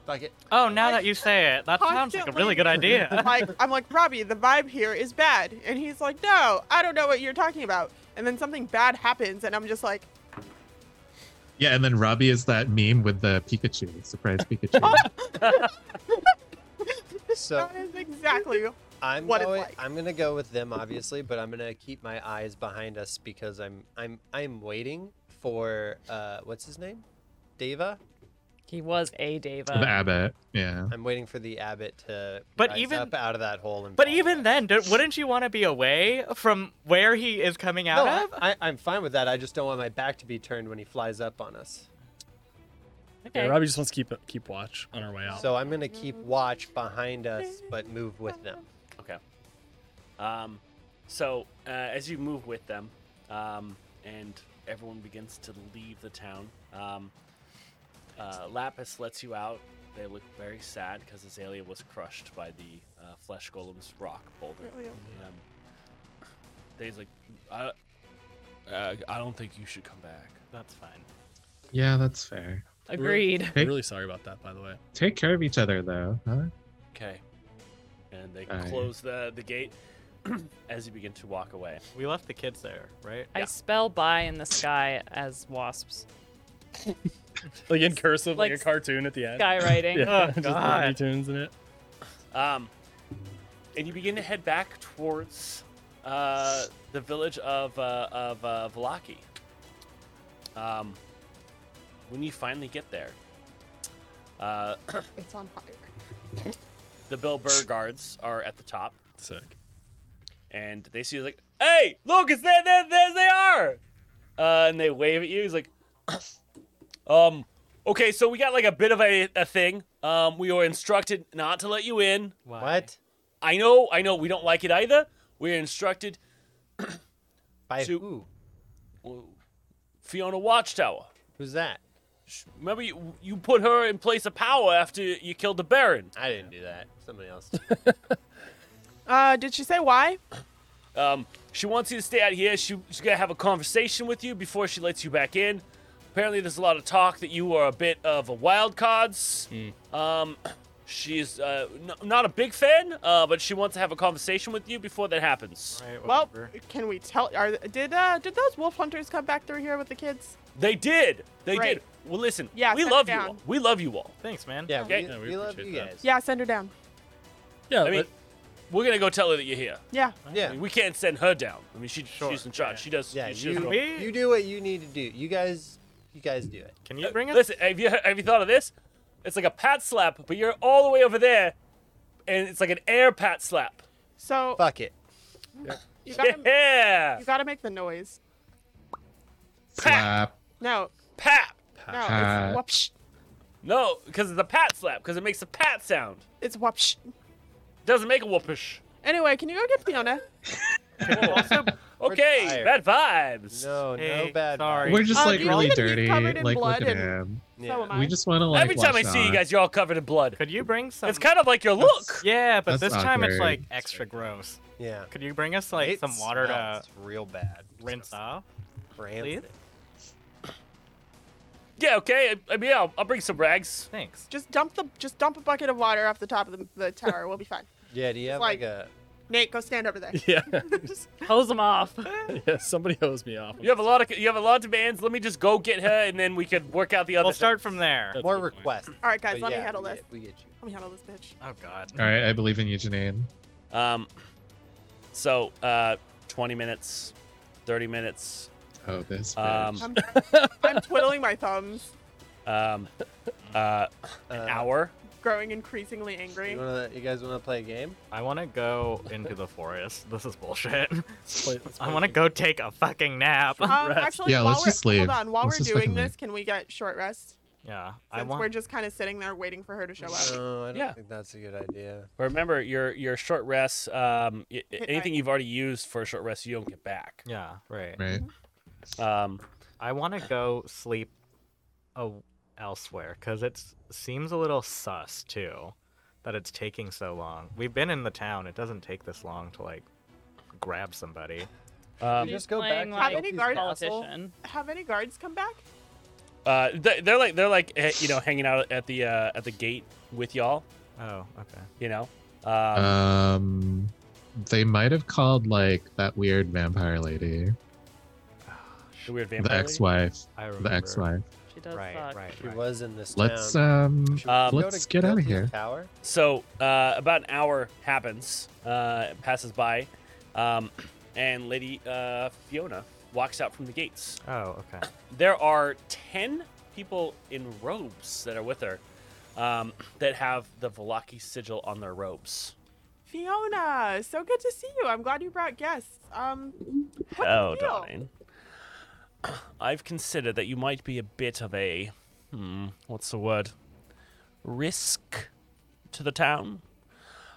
S5: Fuck it.
S7: oh, now that you say it, that sounds like a really good idea.
S4: like I'm like Robbie, the vibe here is bad, and he's like, "No, I don't know what you're talking about." And then something bad happens, and I'm just like,
S6: Yeah, and then Robbie is that meme with the Pikachu, surprise Pikachu.
S5: So
S4: "That is exactly."
S5: I'm
S4: what it's
S5: going.
S4: like.
S5: I'm gonna go with them, obviously, but I'm gonna keep my eyes behind us because I'm I'm I'm waiting for uh what's his name, Deva.
S9: He was a Deva.
S6: the abbot. Yeah.
S5: I'm waiting for the abbot to
S7: But
S5: rise
S7: even-
S5: up out of that hole. And
S7: But
S5: fall
S7: even
S5: back.
S7: then, do, wouldn't you want to be away from where he is coming
S5: no,
S7: out
S5: I,
S7: of?
S5: I, I'm fine with that. I just don't want my back to be turned when he flies up on us.
S8: Yeah,
S9: Okay.
S8: Robbie just wants to keep keep watch on our way out.
S5: So I'm gonna keep watch behind us, but move with them.
S3: Okay. Um, so uh, as you move with them, um, and everyone begins to leave the town, um, uh, Lapis lets you out. They look very sad because Azalea was crushed by the uh, flesh golem's rock boulder. Um, they's like, I, uh, I don't think you should come back.
S7: That's fine.
S6: Yeah, that's fair.
S9: Agreed.
S8: I'm really sorry about that, by the way.
S6: Take care of each other though, huh?
S3: Okay. And they
S6: Aye.
S3: close the the gate as you begin to walk away.
S7: We left the kids there, right?
S9: I spell by in the sky as wasps.
S8: Like in cursive, like,
S9: Like Oh,
S8: a cartoon at the end.
S9: Skywriting.
S8: Yeah, just
S7: God.
S8: Looney Tunes in it.
S3: Um, and you begin to head back towards uh, the village of uh, of uh, Velaki. Um, when you finally get there, uh,
S4: It's on fire.
S3: the Bill Burr guards are at the top,
S8: Sick.
S3: and they see you like, "Hey, look, it's there, there, there they are!" Uh, and they wave at you. He's like, "Um, okay, so we got like a bit of a, a thing. Um, we were instructed not to let you in.
S7: Why?
S5: What?
S3: I know, I know, we don't like it either. We're instructed
S5: By
S3: So-
S5: who?
S3: Fiona Watchtower.
S5: Who's that?
S3: Sh- Remember, you, you put her in place of power after you killed the Baron.
S5: I didn't do that. Somebody else.
S4: Uh, did she say why?
S3: Um, she wants you to stay out here. She, she's gonna have a conversation with you before she lets you back in. Apparently, there's a lot of talk that you are a bit of a wild cards. Um, she's uh, n- not a big fan, uh, but she wants to have a conversation with you before that happens.
S7: Right,
S4: Well,
S7: whatever.
S4: can we tell? Are did uh did those wolf hunters come back through here with the kids?
S3: They did. They
S4: Right.
S3: did. Well, listen.
S4: Yeah,
S3: we
S4: set it
S3: love you
S4: down.
S3: all. We love you all.
S7: thanks, man.
S5: yeah,
S3: Okay.
S5: we,
S8: Yeah, we
S5: we, love you
S8: appreciate that.
S5: guys.
S4: Yeah, send her down.
S8: Yeah,
S3: I mean,
S8: but-
S3: we're gonna go tell her that you're here.
S4: Yeah.
S3: I
S5: Yeah.
S3: mean, we can't send her down. I mean, she,
S7: Sure,
S3: she's in charge.
S7: yeah.
S3: She does.
S5: Yeah,
S3: she does
S5: you,
S7: We-
S5: you do what you need to do. You guys, you guys do it.
S7: Can you bring us?
S3: Uh, Listen, have you have you thought of this? It's like a pat slap, but you're all the way over there, and it's like an air pat slap.
S4: So
S5: Fuck it.
S4: you gotta
S3: yeah,
S4: you gotta make the noise.
S6: Slap.
S4: No,
S3: pat.
S4: no,
S6: Pat.
S4: it's whoopsh.
S3: No, because it's a pat slap, because it makes a pat sound.
S4: It's whoopsh.
S3: Doesn't make a whoopish.
S4: Anyway, can you go get Fiona?
S3: Okay,
S5: tired.
S3: bad vibes.
S5: No,
S7: Hey,
S5: no bad.
S7: sorry.
S6: We're just
S4: Uh,
S6: like
S4: do you
S6: really
S4: think he's
S6: dirty.
S4: covered in
S6: Like
S4: blood
S6: look at
S4: and-
S6: him.
S4: So
S5: Yeah.
S4: am I.
S6: We just want to like.
S3: Every time I
S6: watch
S3: see you
S6: on.
S3: guys, you're all covered in blood.
S7: Could you bring some?
S3: It's kind of like your look.
S7: Yeah, but
S6: That's
S7: this time it's
S6: awkward.
S7: like extra gross.
S5: Yeah.
S7: Could you bring us like
S5: It
S7: some water to
S5: smells real bad.
S7: rinse off?
S5: Branson.
S3: Yeah, okay. I, I mean, yeah, I'll, I'll bring some rags.
S7: Thanks.
S4: Just dump the just dump a bucket of water off the top of the, the tower. We'll be fine.
S5: Yeah, do you have
S4: like-
S5: like, a
S4: Nate, go stand over there.
S8: Yeah,
S4: Just-
S9: Hose them off.
S8: yeah. Somebody hose me off.
S3: You have a lot of you have a lot of demands. Let me just go get her, and then we can work out the other.
S7: We'll start from there.
S8: That's
S5: more
S8: a good point.
S5: requests?
S4: all right, guys,
S5: But
S4: let me
S5: yeah,
S4: handle
S5: we
S4: this.
S5: get- we get you.
S4: Let me handle this, bitch.
S7: Oh God.
S6: All right, I believe in you, Janine.
S3: Um, so uh, twenty minutes, thirty minutes.
S6: Oh, this.
S3: Um,
S6: bitch.
S4: I'm, I'm twiddling my thumbs,
S3: um, uh, an
S5: Uh,
S3: hour.
S4: growing increasingly angry.
S5: You, wanna, you guys want to play a game?
S7: I want to go into the forest. This is bullshit.
S8: Let's play- let's
S7: I
S8: play
S7: want to
S8: the
S7: go take a fucking nap.
S4: Um,
S8: rest.
S4: actually,
S6: Yeah,
S4: while
S6: let's
S4: we're,
S6: just leave.
S4: Hold on, while
S6: Let's just
S4: we're doing
S6: fucking
S4: this,
S6: leave.
S4: can we get short rest?
S7: Yeah, I
S4: Since we're
S7: want.
S4: just kind of sitting there waiting for her to show up.
S5: No, I don't
S3: Yeah.
S5: think that's a good idea.
S3: Remember your your short rests. Um, y-
S4: night.
S3: anything you've already used for a short rest, you don't get back.
S7: Yeah, right.
S6: Right.
S3: Um,
S7: I want to go sleep, oh, elsewhere because it seems a little sus too, that it's taking so long. We've been in the town. It doesn't take this long to like grab somebody.
S3: um,
S5: just go
S9: playing
S5: back to
S9: like
S4: Have any guard
S9: politician.
S4: Have any guards come back?
S3: uh, th- they're like they're like eh, you know hanging out at the uh, at the gate with y'all.
S7: Oh, okay.
S3: You know. Um,
S6: Um, they might have called like that weird vampire lady,
S3: the weird vampire.
S6: the
S3: lady.
S6: ex-wife,
S7: I remember.
S6: the ex-wife.
S9: She does
S7: Right,
S9: suck.
S7: right,
S5: She
S7: right.
S5: was in this
S6: Let's
S5: town.
S6: um,
S5: Should we go
S6: let's
S5: to
S6: get out of
S5: Gilda's
S6: here.
S5: Tower?
S3: So uh, about an hour happens, uh, passes by, um, and Lady uh, Fiona walks out from the gates.
S7: Oh, okay.
S3: There are ten people in robes that are with her um, that have the Velaki sigil on their robes.
S4: Fiona, so good to see you. I'm glad you brought guests. Um, what's
S3: Oh,
S4: the deal?
S3: darling. I've considered that you might be a bit of a hmm, what's the word? Risk to the town.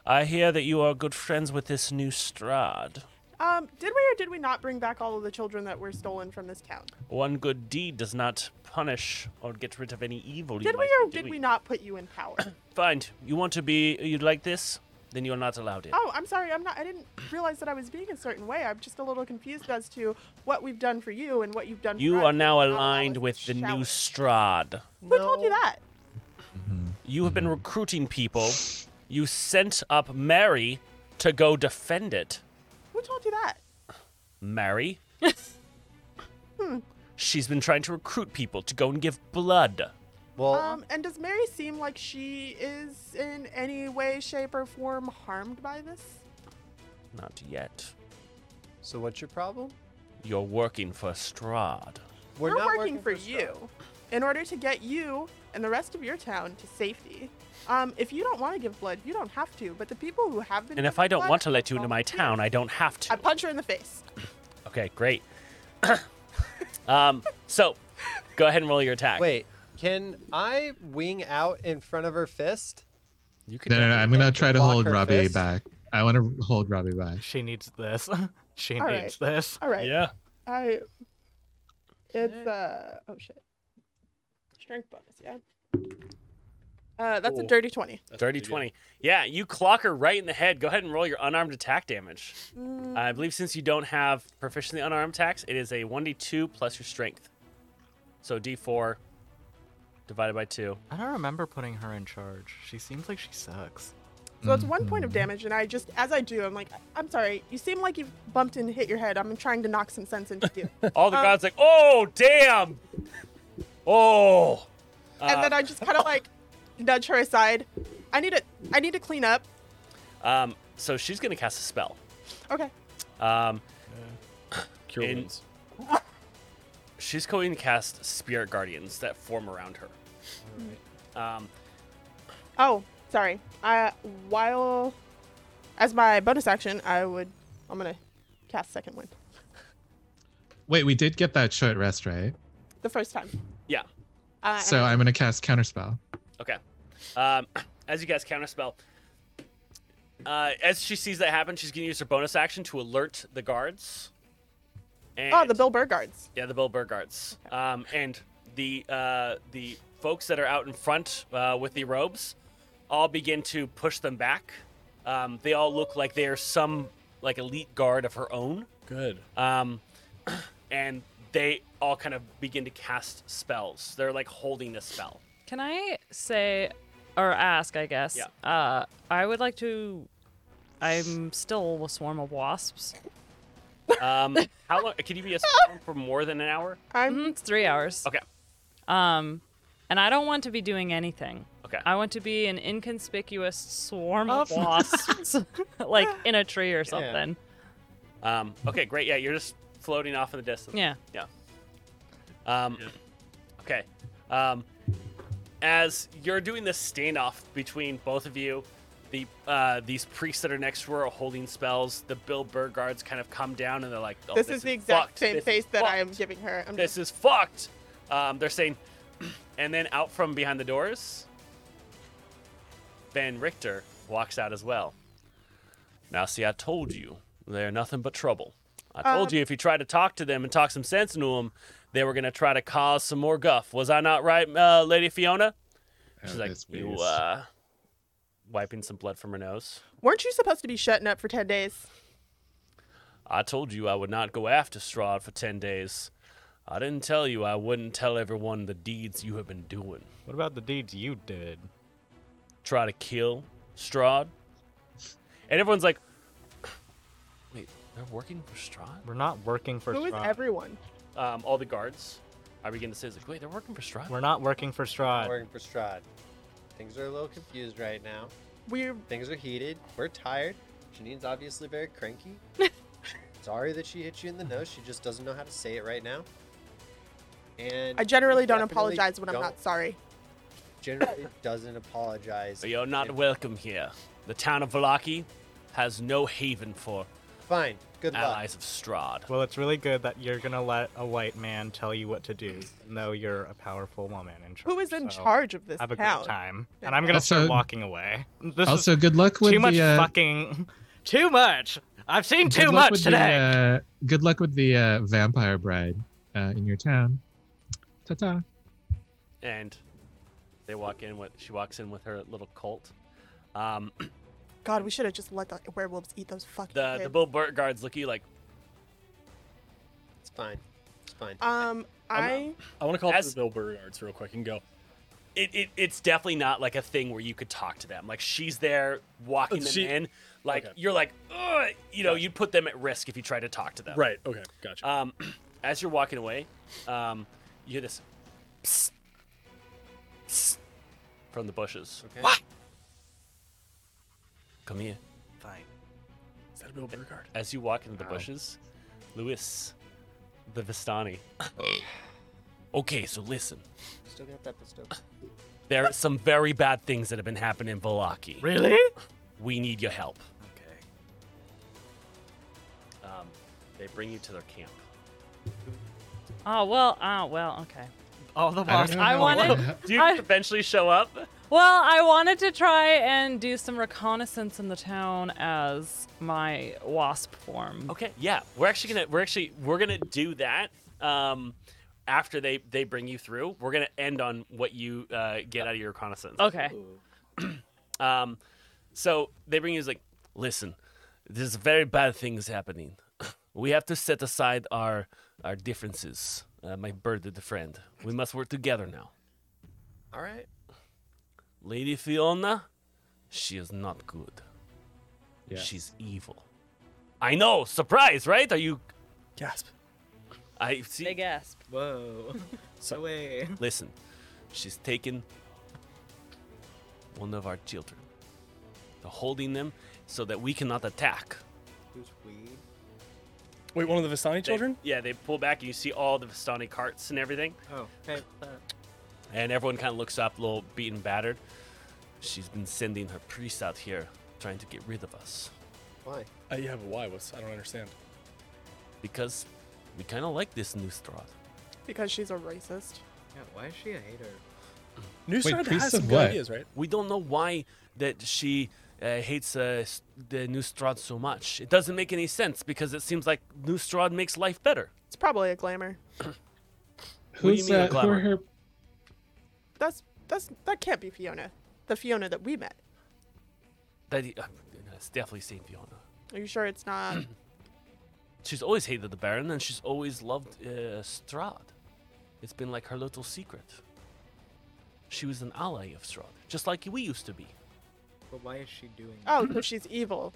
S3: I hear that you are good friends with this new Strad.
S4: Um, did we or did we not bring back all of the children that were stolen from this town?
S3: One good deed does not punish or get rid of any evil. you
S4: Did we
S3: might
S4: or
S3: be
S4: did we
S3: doing.
S4: not put you in power?
S3: Fine. You want to be? You'd like this? Then you're not allowed in.
S4: oh, I'm sorry. I'm not. I didn't realize that I was being a certain way. I'm just a little confused as to what we've done for you and what you've done. for
S3: you
S4: us.
S3: are now
S4: Not allow
S3: aligned
S4: us
S3: with
S4: to
S3: the
S4: shout.
S3: new Strad.
S4: Who told you that?
S3: You have been recruiting people. You sent up Mary to go defend it.
S4: Who told you that?
S3: Mary. She's been trying to recruit people to go and give blood.
S5: Well,
S4: Um, and does Mary seem like she is in any way, shape, or form harmed by this?
S3: Not yet.
S5: so what's your problem?
S3: You're working for Strad.
S5: We're, not
S4: working, for,
S5: Strahd.
S4: you in order to get you and the rest of your town to safety. Um, if you don't want to give blood, you don't have to. But the people who have been
S3: And if
S4: giving
S3: I don't
S4: blood
S3: want to let you into my
S4: volunteer.
S3: town, I don't have
S4: I
S3: to.
S4: punch her in the face.
S3: Okay, great. um, so go ahead and roll your attack.
S5: Wait, can I wing out in front of her fist?
S3: you can.
S6: No, no, no. I'm gonna try to
S5: Block
S6: hold
S5: her
S6: Robbie
S5: fist.
S6: back. I want to hold Robbie back.
S7: She needs this. she
S4: All
S7: needs this.
S4: All right.
S8: Yeah.
S4: I. It's uh oh shit. Strength bonus, yeah. Uh, that's a
S3: Ooh.
S4: dirty twenty.
S8: That's pretty
S3: 30
S8: good.
S3: 20. Yeah, you clock her right in the head. Go ahead and roll your unarmed attack damage.
S4: Mm,
S3: I believe since you don't have proficiency in unarmed attacks, it is a 1d2 plus your strength. So d4 divided by 2.
S7: I don't remember putting her in charge. She seems like she sucks.
S4: So it's one point of damage, and I just, as I do, I'm like, I'm sorry, you seem like you've bumped and hit your head. I'm trying to knock some sense into you. and
S3: All the gods like, oh damn, oh.
S4: then I just kind of like nudge her aside. I need to, I need to clean up.
S3: Um, so she's gonna cast a spell.
S4: Okay.
S3: Um,
S8: Cure
S3: In-
S8: wounds.
S3: she's going to cast Spirit Guardians that form around her. Um,
S4: Oh, sorry. I while, as my bonus action, I would, I'm gonna cast second wind.
S6: Wait, we did get that short rest, right?
S4: The first time.
S3: yeah.
S4: Uh,
S6: So I'm gonna cast counterspell.
S3: Okay. Um, as you guys counter spell, uh, as she sees that happen, she's gonna use her bonus action to alert the guards. And
S4: oh, the Bill Burr guards.
S3: Yeah, the Bill Burr guards. Um, and the uh, the folks that are out in front uh, with the robes all begin to push them back. Um, they all look like they are some like elite guard of her own.
S8: Good.
S3: Um, and they all kind of begin to cast spells. They're like holding a spell.
S9: Can I say or ask, I guess?
S3: Yeah.
S9: Uh, I would like to. I'm still a swarm of wasps.
S3: Um, how long? Can you be a swarm for more than an hour?
S9: Mhm, It's three hours.
S3: Okay.
S9: Um, and I don't want to be doing anything.
S3: Okay.
S9: I want to be an inconspicuous swarm of wasps, like in a tree or something.
S3: Um, okay, great. Yeah, you're just floating off in the distance.
S9: Yeah.
S3: Um, Okay. Um, as you're doing this standoff between both of you, the uh, these priests that are next to her are holding spells. The Bill guards kind of come down and they're like, oh,
S4: this, is, the exact
S3: fucked.
S4: same
S3: This is
S4: face that I am
S3: fucked.
S4: giving her. I'm
S3: This is fucked. Um, they're saying, and then out from behind the doors, Van Richter walks out as well. Now, see, I told you they're nothing but trouble. I told you if you tried to talk to them and talk some sense into them, they were gonna try to cause some more guff. Was I not right, uh, Lady Fiona? She's
S6: Oh,
S3: like,
S6: this
S3: you,
S6: beast.
S3: uh, wiping some blood from her nose.
S4: Weren't you supposed to be shutting up for 10 days?
S3: I told you I would not go after Strahd for ten days. I didn't tell you I wouldn't tell everyone the deeds you have been doing.
S7: What about the deeds you did?
S3: try to kill Strahd. And everyone's like, wait, they're working for Strahd?
S7: We're not working for
S4: Who is
S7: Strahd.
S4: everyone?
S3: Um, all the guards I begin to say, is like, wait, they're working for Strahd?
S7: We're not working for Strahd.
S5: Working for Strahd. Things are a little confused right now.
S4: We're
S5: Things are heated. We're tired. Janine's obviously very cranky. Sorry that she hit you in the nose. She just doesn't know how to say it right now. And
S4: I generally
S5: she
S4: don't
S5: definitely
S4: apologize when I'm
S5: don't-
S4: not sorry.
S5: Generally doesn't apologize.
S3: But you're not welcome here. The town of Valaki has no haven for
S5: Fine. Good luck.
S3: allies of Strahd.
S7: Well, it's really good that you're gonna let a white man tell you what to do, even though you're a powerful woman in charge.
S4: Who is in
S7: so
S4: charge of this
S7: Have a
S4: town?
S7: good time, and I'm gonna
S6: Also-
S7: start walking away. This is
S6: also, good luck with
S7: too
S6: the
S7: much
S6: uh,
S7: fucking, too much. I've seen
S6: good
S7: too
S6: luck
S7: much
S6: with
S7: today.
S6: The, uh, good luck with the uh, vampire bride uh, in your town. Ta ta.
S3: And they walk in with, she walks in with her little cult. Um,
S4: God, we should have just let the werewolves eat those fucking
S3: the, the
S4: kids.
S3: Bill Burt guards look at you like,
S5: It's fine. It's fine.
S4: Um, I
S8: I want to call up
S3: As-
S8: the Bill Burgards real quick and go.
S3: it, it, it's definitely not like a thing where you could talk to them. Like she's there walking them
S8: She-
S3: in. Like
S8: Okay.
S3: you're like, Ugh, you know, you'd put them at risk if you tried to talk to them.
S8: Right. Okay. Gotcha.
S3: Um, as you're walking away, um, you hear this psst, psst from the bushes.
S5: Okay.
S3: What? Come here.
S7: Fine.
S8: is that a Bill Burgard?
S3: As you walk into the bushes, Luis, the Vistani. okay, so listen.
S5: Still got that pistol.
S3: There are some very bad things that have been happening in Valaki.
S7: Really?
S3: We need your help.
S7: Okay.
S3: Um, they bring you to their camp.
S9: Oh well. Oh well. Okay.
S7: All the
S6: I,
S7: wasps.
S6: don't
S9: I
S6: know
S9: wanted-
S6: what-
S3: Do you
S9: I-
S3: eventually show up?
S9: Well, I wanted to try and do some reconnaissance in the town as my wasp form.
S3: Okay, yeah, we're actually gonna we're actually we're gonna do that. Um, after they they bring you through, we're gonna end on what you uh, get out of your reconnaissance.
S9: Okay.
S3: Um, so they bring you is like, listen, there's very bad things happening. We have to set aside our our differences. Uh, my birded friend, we must work together now.
S5: All right.
S3: Lady Fiona, she is not good.
S6: Yeah.
S3: She's evil. I know. Surprise, right? Are you?
S8: Gasp.
S3: I see.
S9: Big gasp.
S7: Whoa. So way.
S3: Listen, she's taken one of our children. They're holding them so that we cannot attack.
S5: Who's we?
S8: Wait, one of the Visani
S3: They-
S8: children?
S3: yeah, they pull back and you see all the Vistani carts and everything.
S5: Oh, hey.
S3: And everyone kind of looks up, a little beaten, battered. She's been sending her priests out here trying to get rid of us
S5: Why?
S8: Uh, yeah, but why? What's I don't understand.
S3: because we kind of like this new Strahd.
S4: because she's a racist.
S7: Yeah, why is she a hater?
S8: New Strahd
S6: priests
S8: has some
S6: of
S8: good
S6: what?
S8: ideas, right?
S3: We don't know why that she uh, hates uh, s- the new Strahd so much. It doesn't make any sense because it seems like new Strahd makes life better.
S4: It's probably a glamour.
S3: do you
S6: Who's
S3: mean a
S6: uh, who
S3: glamour?
S6: are her?
S4: That's that's that can't be Fiona, the Fiona that we met.
S3: That, uh, that's definitely Saint Fiona.
S4: Are you sure it's not
S3: She's always hated the Baron, and she's always loved uh, Strahd. It's been like her little secret. She was an ally of Strahd, just like we used to be.
S7: But why is she doing that?
S4: Oh, so she's evil.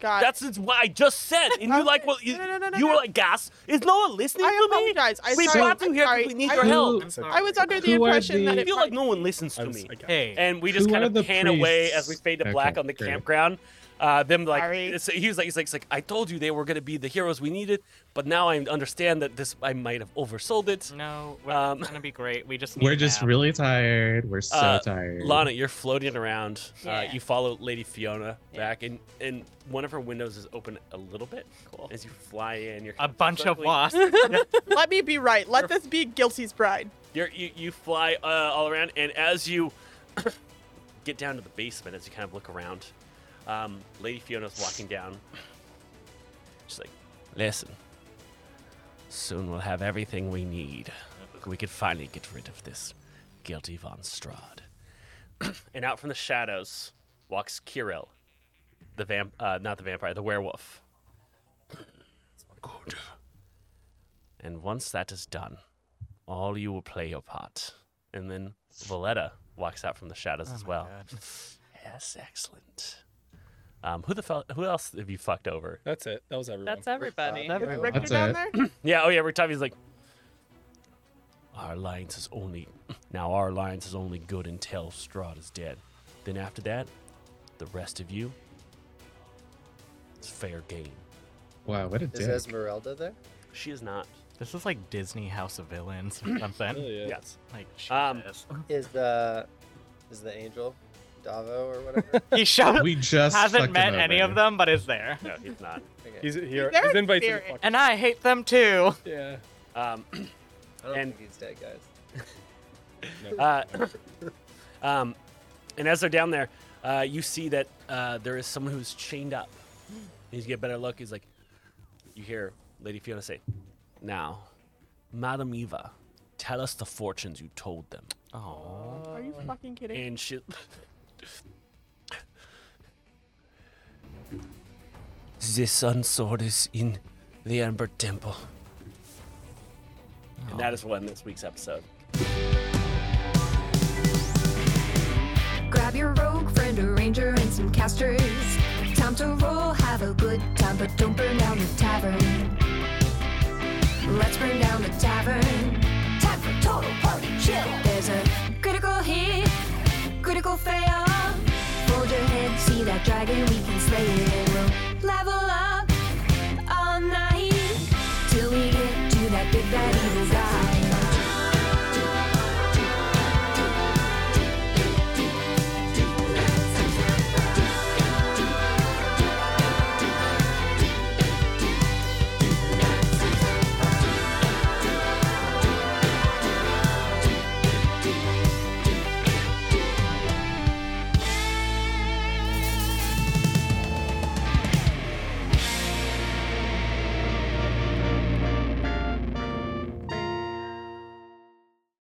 S4: God.
S3: That's it's what I just said, and you like well, you,
S4: No, no, no, no,
S3: you were
S4: no.
S3: like gas. Is no one listening
S4: I
S3: to me?
S4: apologize. I
S3: we
S4: sorry.
S3: brought you
S4: I'm
S3: here
S4: sorry.
S3: because we need
S4: I-
S3: your help.
S7: I'm sorry.
S4: I was under the
S6: Who are
S4: impression that
S6: the-
S3: I
S4: it
S3: feel like no one listens to
S8: I was-
S3: me.
S8: I got it.
S7: Hey,
S3: and we just
S6: Who
S3: kind
S6: are
S3: of
S6: the
S3: pan away as we
S6: priests?
S3: fade to
S6: Okay,
S3: black on the
S6: great.
S3: campground. Uh, them like
S4: Sorry.
S3: it's- he was like he's like, he's like I told you they were gonna be the heroes we needed, but now I understand that this I might have oversold it.
S7: No, we're
S3: Um,
S7: gonna be great. We just need
S6: We're
S7: a
S6: just
S7: nap.
S6: really tired. We're so
S3: Uh,
S6: tired.
S3: Lana, you're floating around. Uh,
S9: Yeah.
S3: you follow Lady Fiona
S9: Yeah.
S3: back, and and one of her windows is open a little bit
S9: Cool.
S3: as you fly in. You're
S7: a bunch of
S3: luckily-
S7: wasps.
S4: Let me be right. Let this be Guilty's bride.
S3: You're, you you fly uh, all around, and as you get down to the basement, as you kind of look around, um, Lady Fiona's walking down. She's like, "Listen, soon we'll have everything we need. We could finally get rid of this guilty von Strahd." and out from the shadows walks Kirill, the vamp, uh, not the vampire, the werewolf. Good. And once that is done, all you will play your part. And then Valletta walks out from the shadows as well. Yes, excellent. Um, who the fel- who else have you fucked over?
S8: That's it. That was everyone.
S9: That's everybody.
S4: Is Richter
S6: That's
S4: down
S6: it.
S4: there?
S3: Yeah, oh yeah, every time he's like Our alliance is only now our alliance is only good until Strahd is dead. Then after that, the rest of you it's fair game.
S6: wow, what a
S5: Is
S6: dick.
S5: Esmeralda there?
S3: She is not.
S7: This is like Disney House of Villains or something.
S8: Really, yeah.
S3: Yes.
S7: like
S3: Um,
S7: Jesus.
S5: Is the is the angel Davo or whatever?
S7: he showed
S6: We just fucked
S7: hasn't
S6: him
S7: met any
S6: over.
S7: of them, but is there.
S3: No, he's not.
S5: Okay.
S8: He's here.
S4: They're
S8: He's invited to
S4: spirit.
S8: the fucking.
S7: And I hate them too.
S8: Yeah.
S3: Um,
S5: I don't
S3: and-
S5: think he's dead, guys.
S3: Uh, um, and as they're down there, uh, you see that uh, there is someone who's chained up. He's get a better look. He's like, you hear Lady Fiona say, "Now, Madam Eva, tell us the fortunes you told them."
S7: Oh,
S4: Are you fucking kidding?
S3: And she, the sun sword is in the Amber Temple. And that is one this week's episode.
S2: Grab your rogue friend, a ranger, and some casters. Time to roll, have a good time, but don't burn down the tavern. Let's burn down the tavern. Time for total party chill. There's a critical hit, critical fail. Hold your head, see that dragon, we can slay it. We'll level up.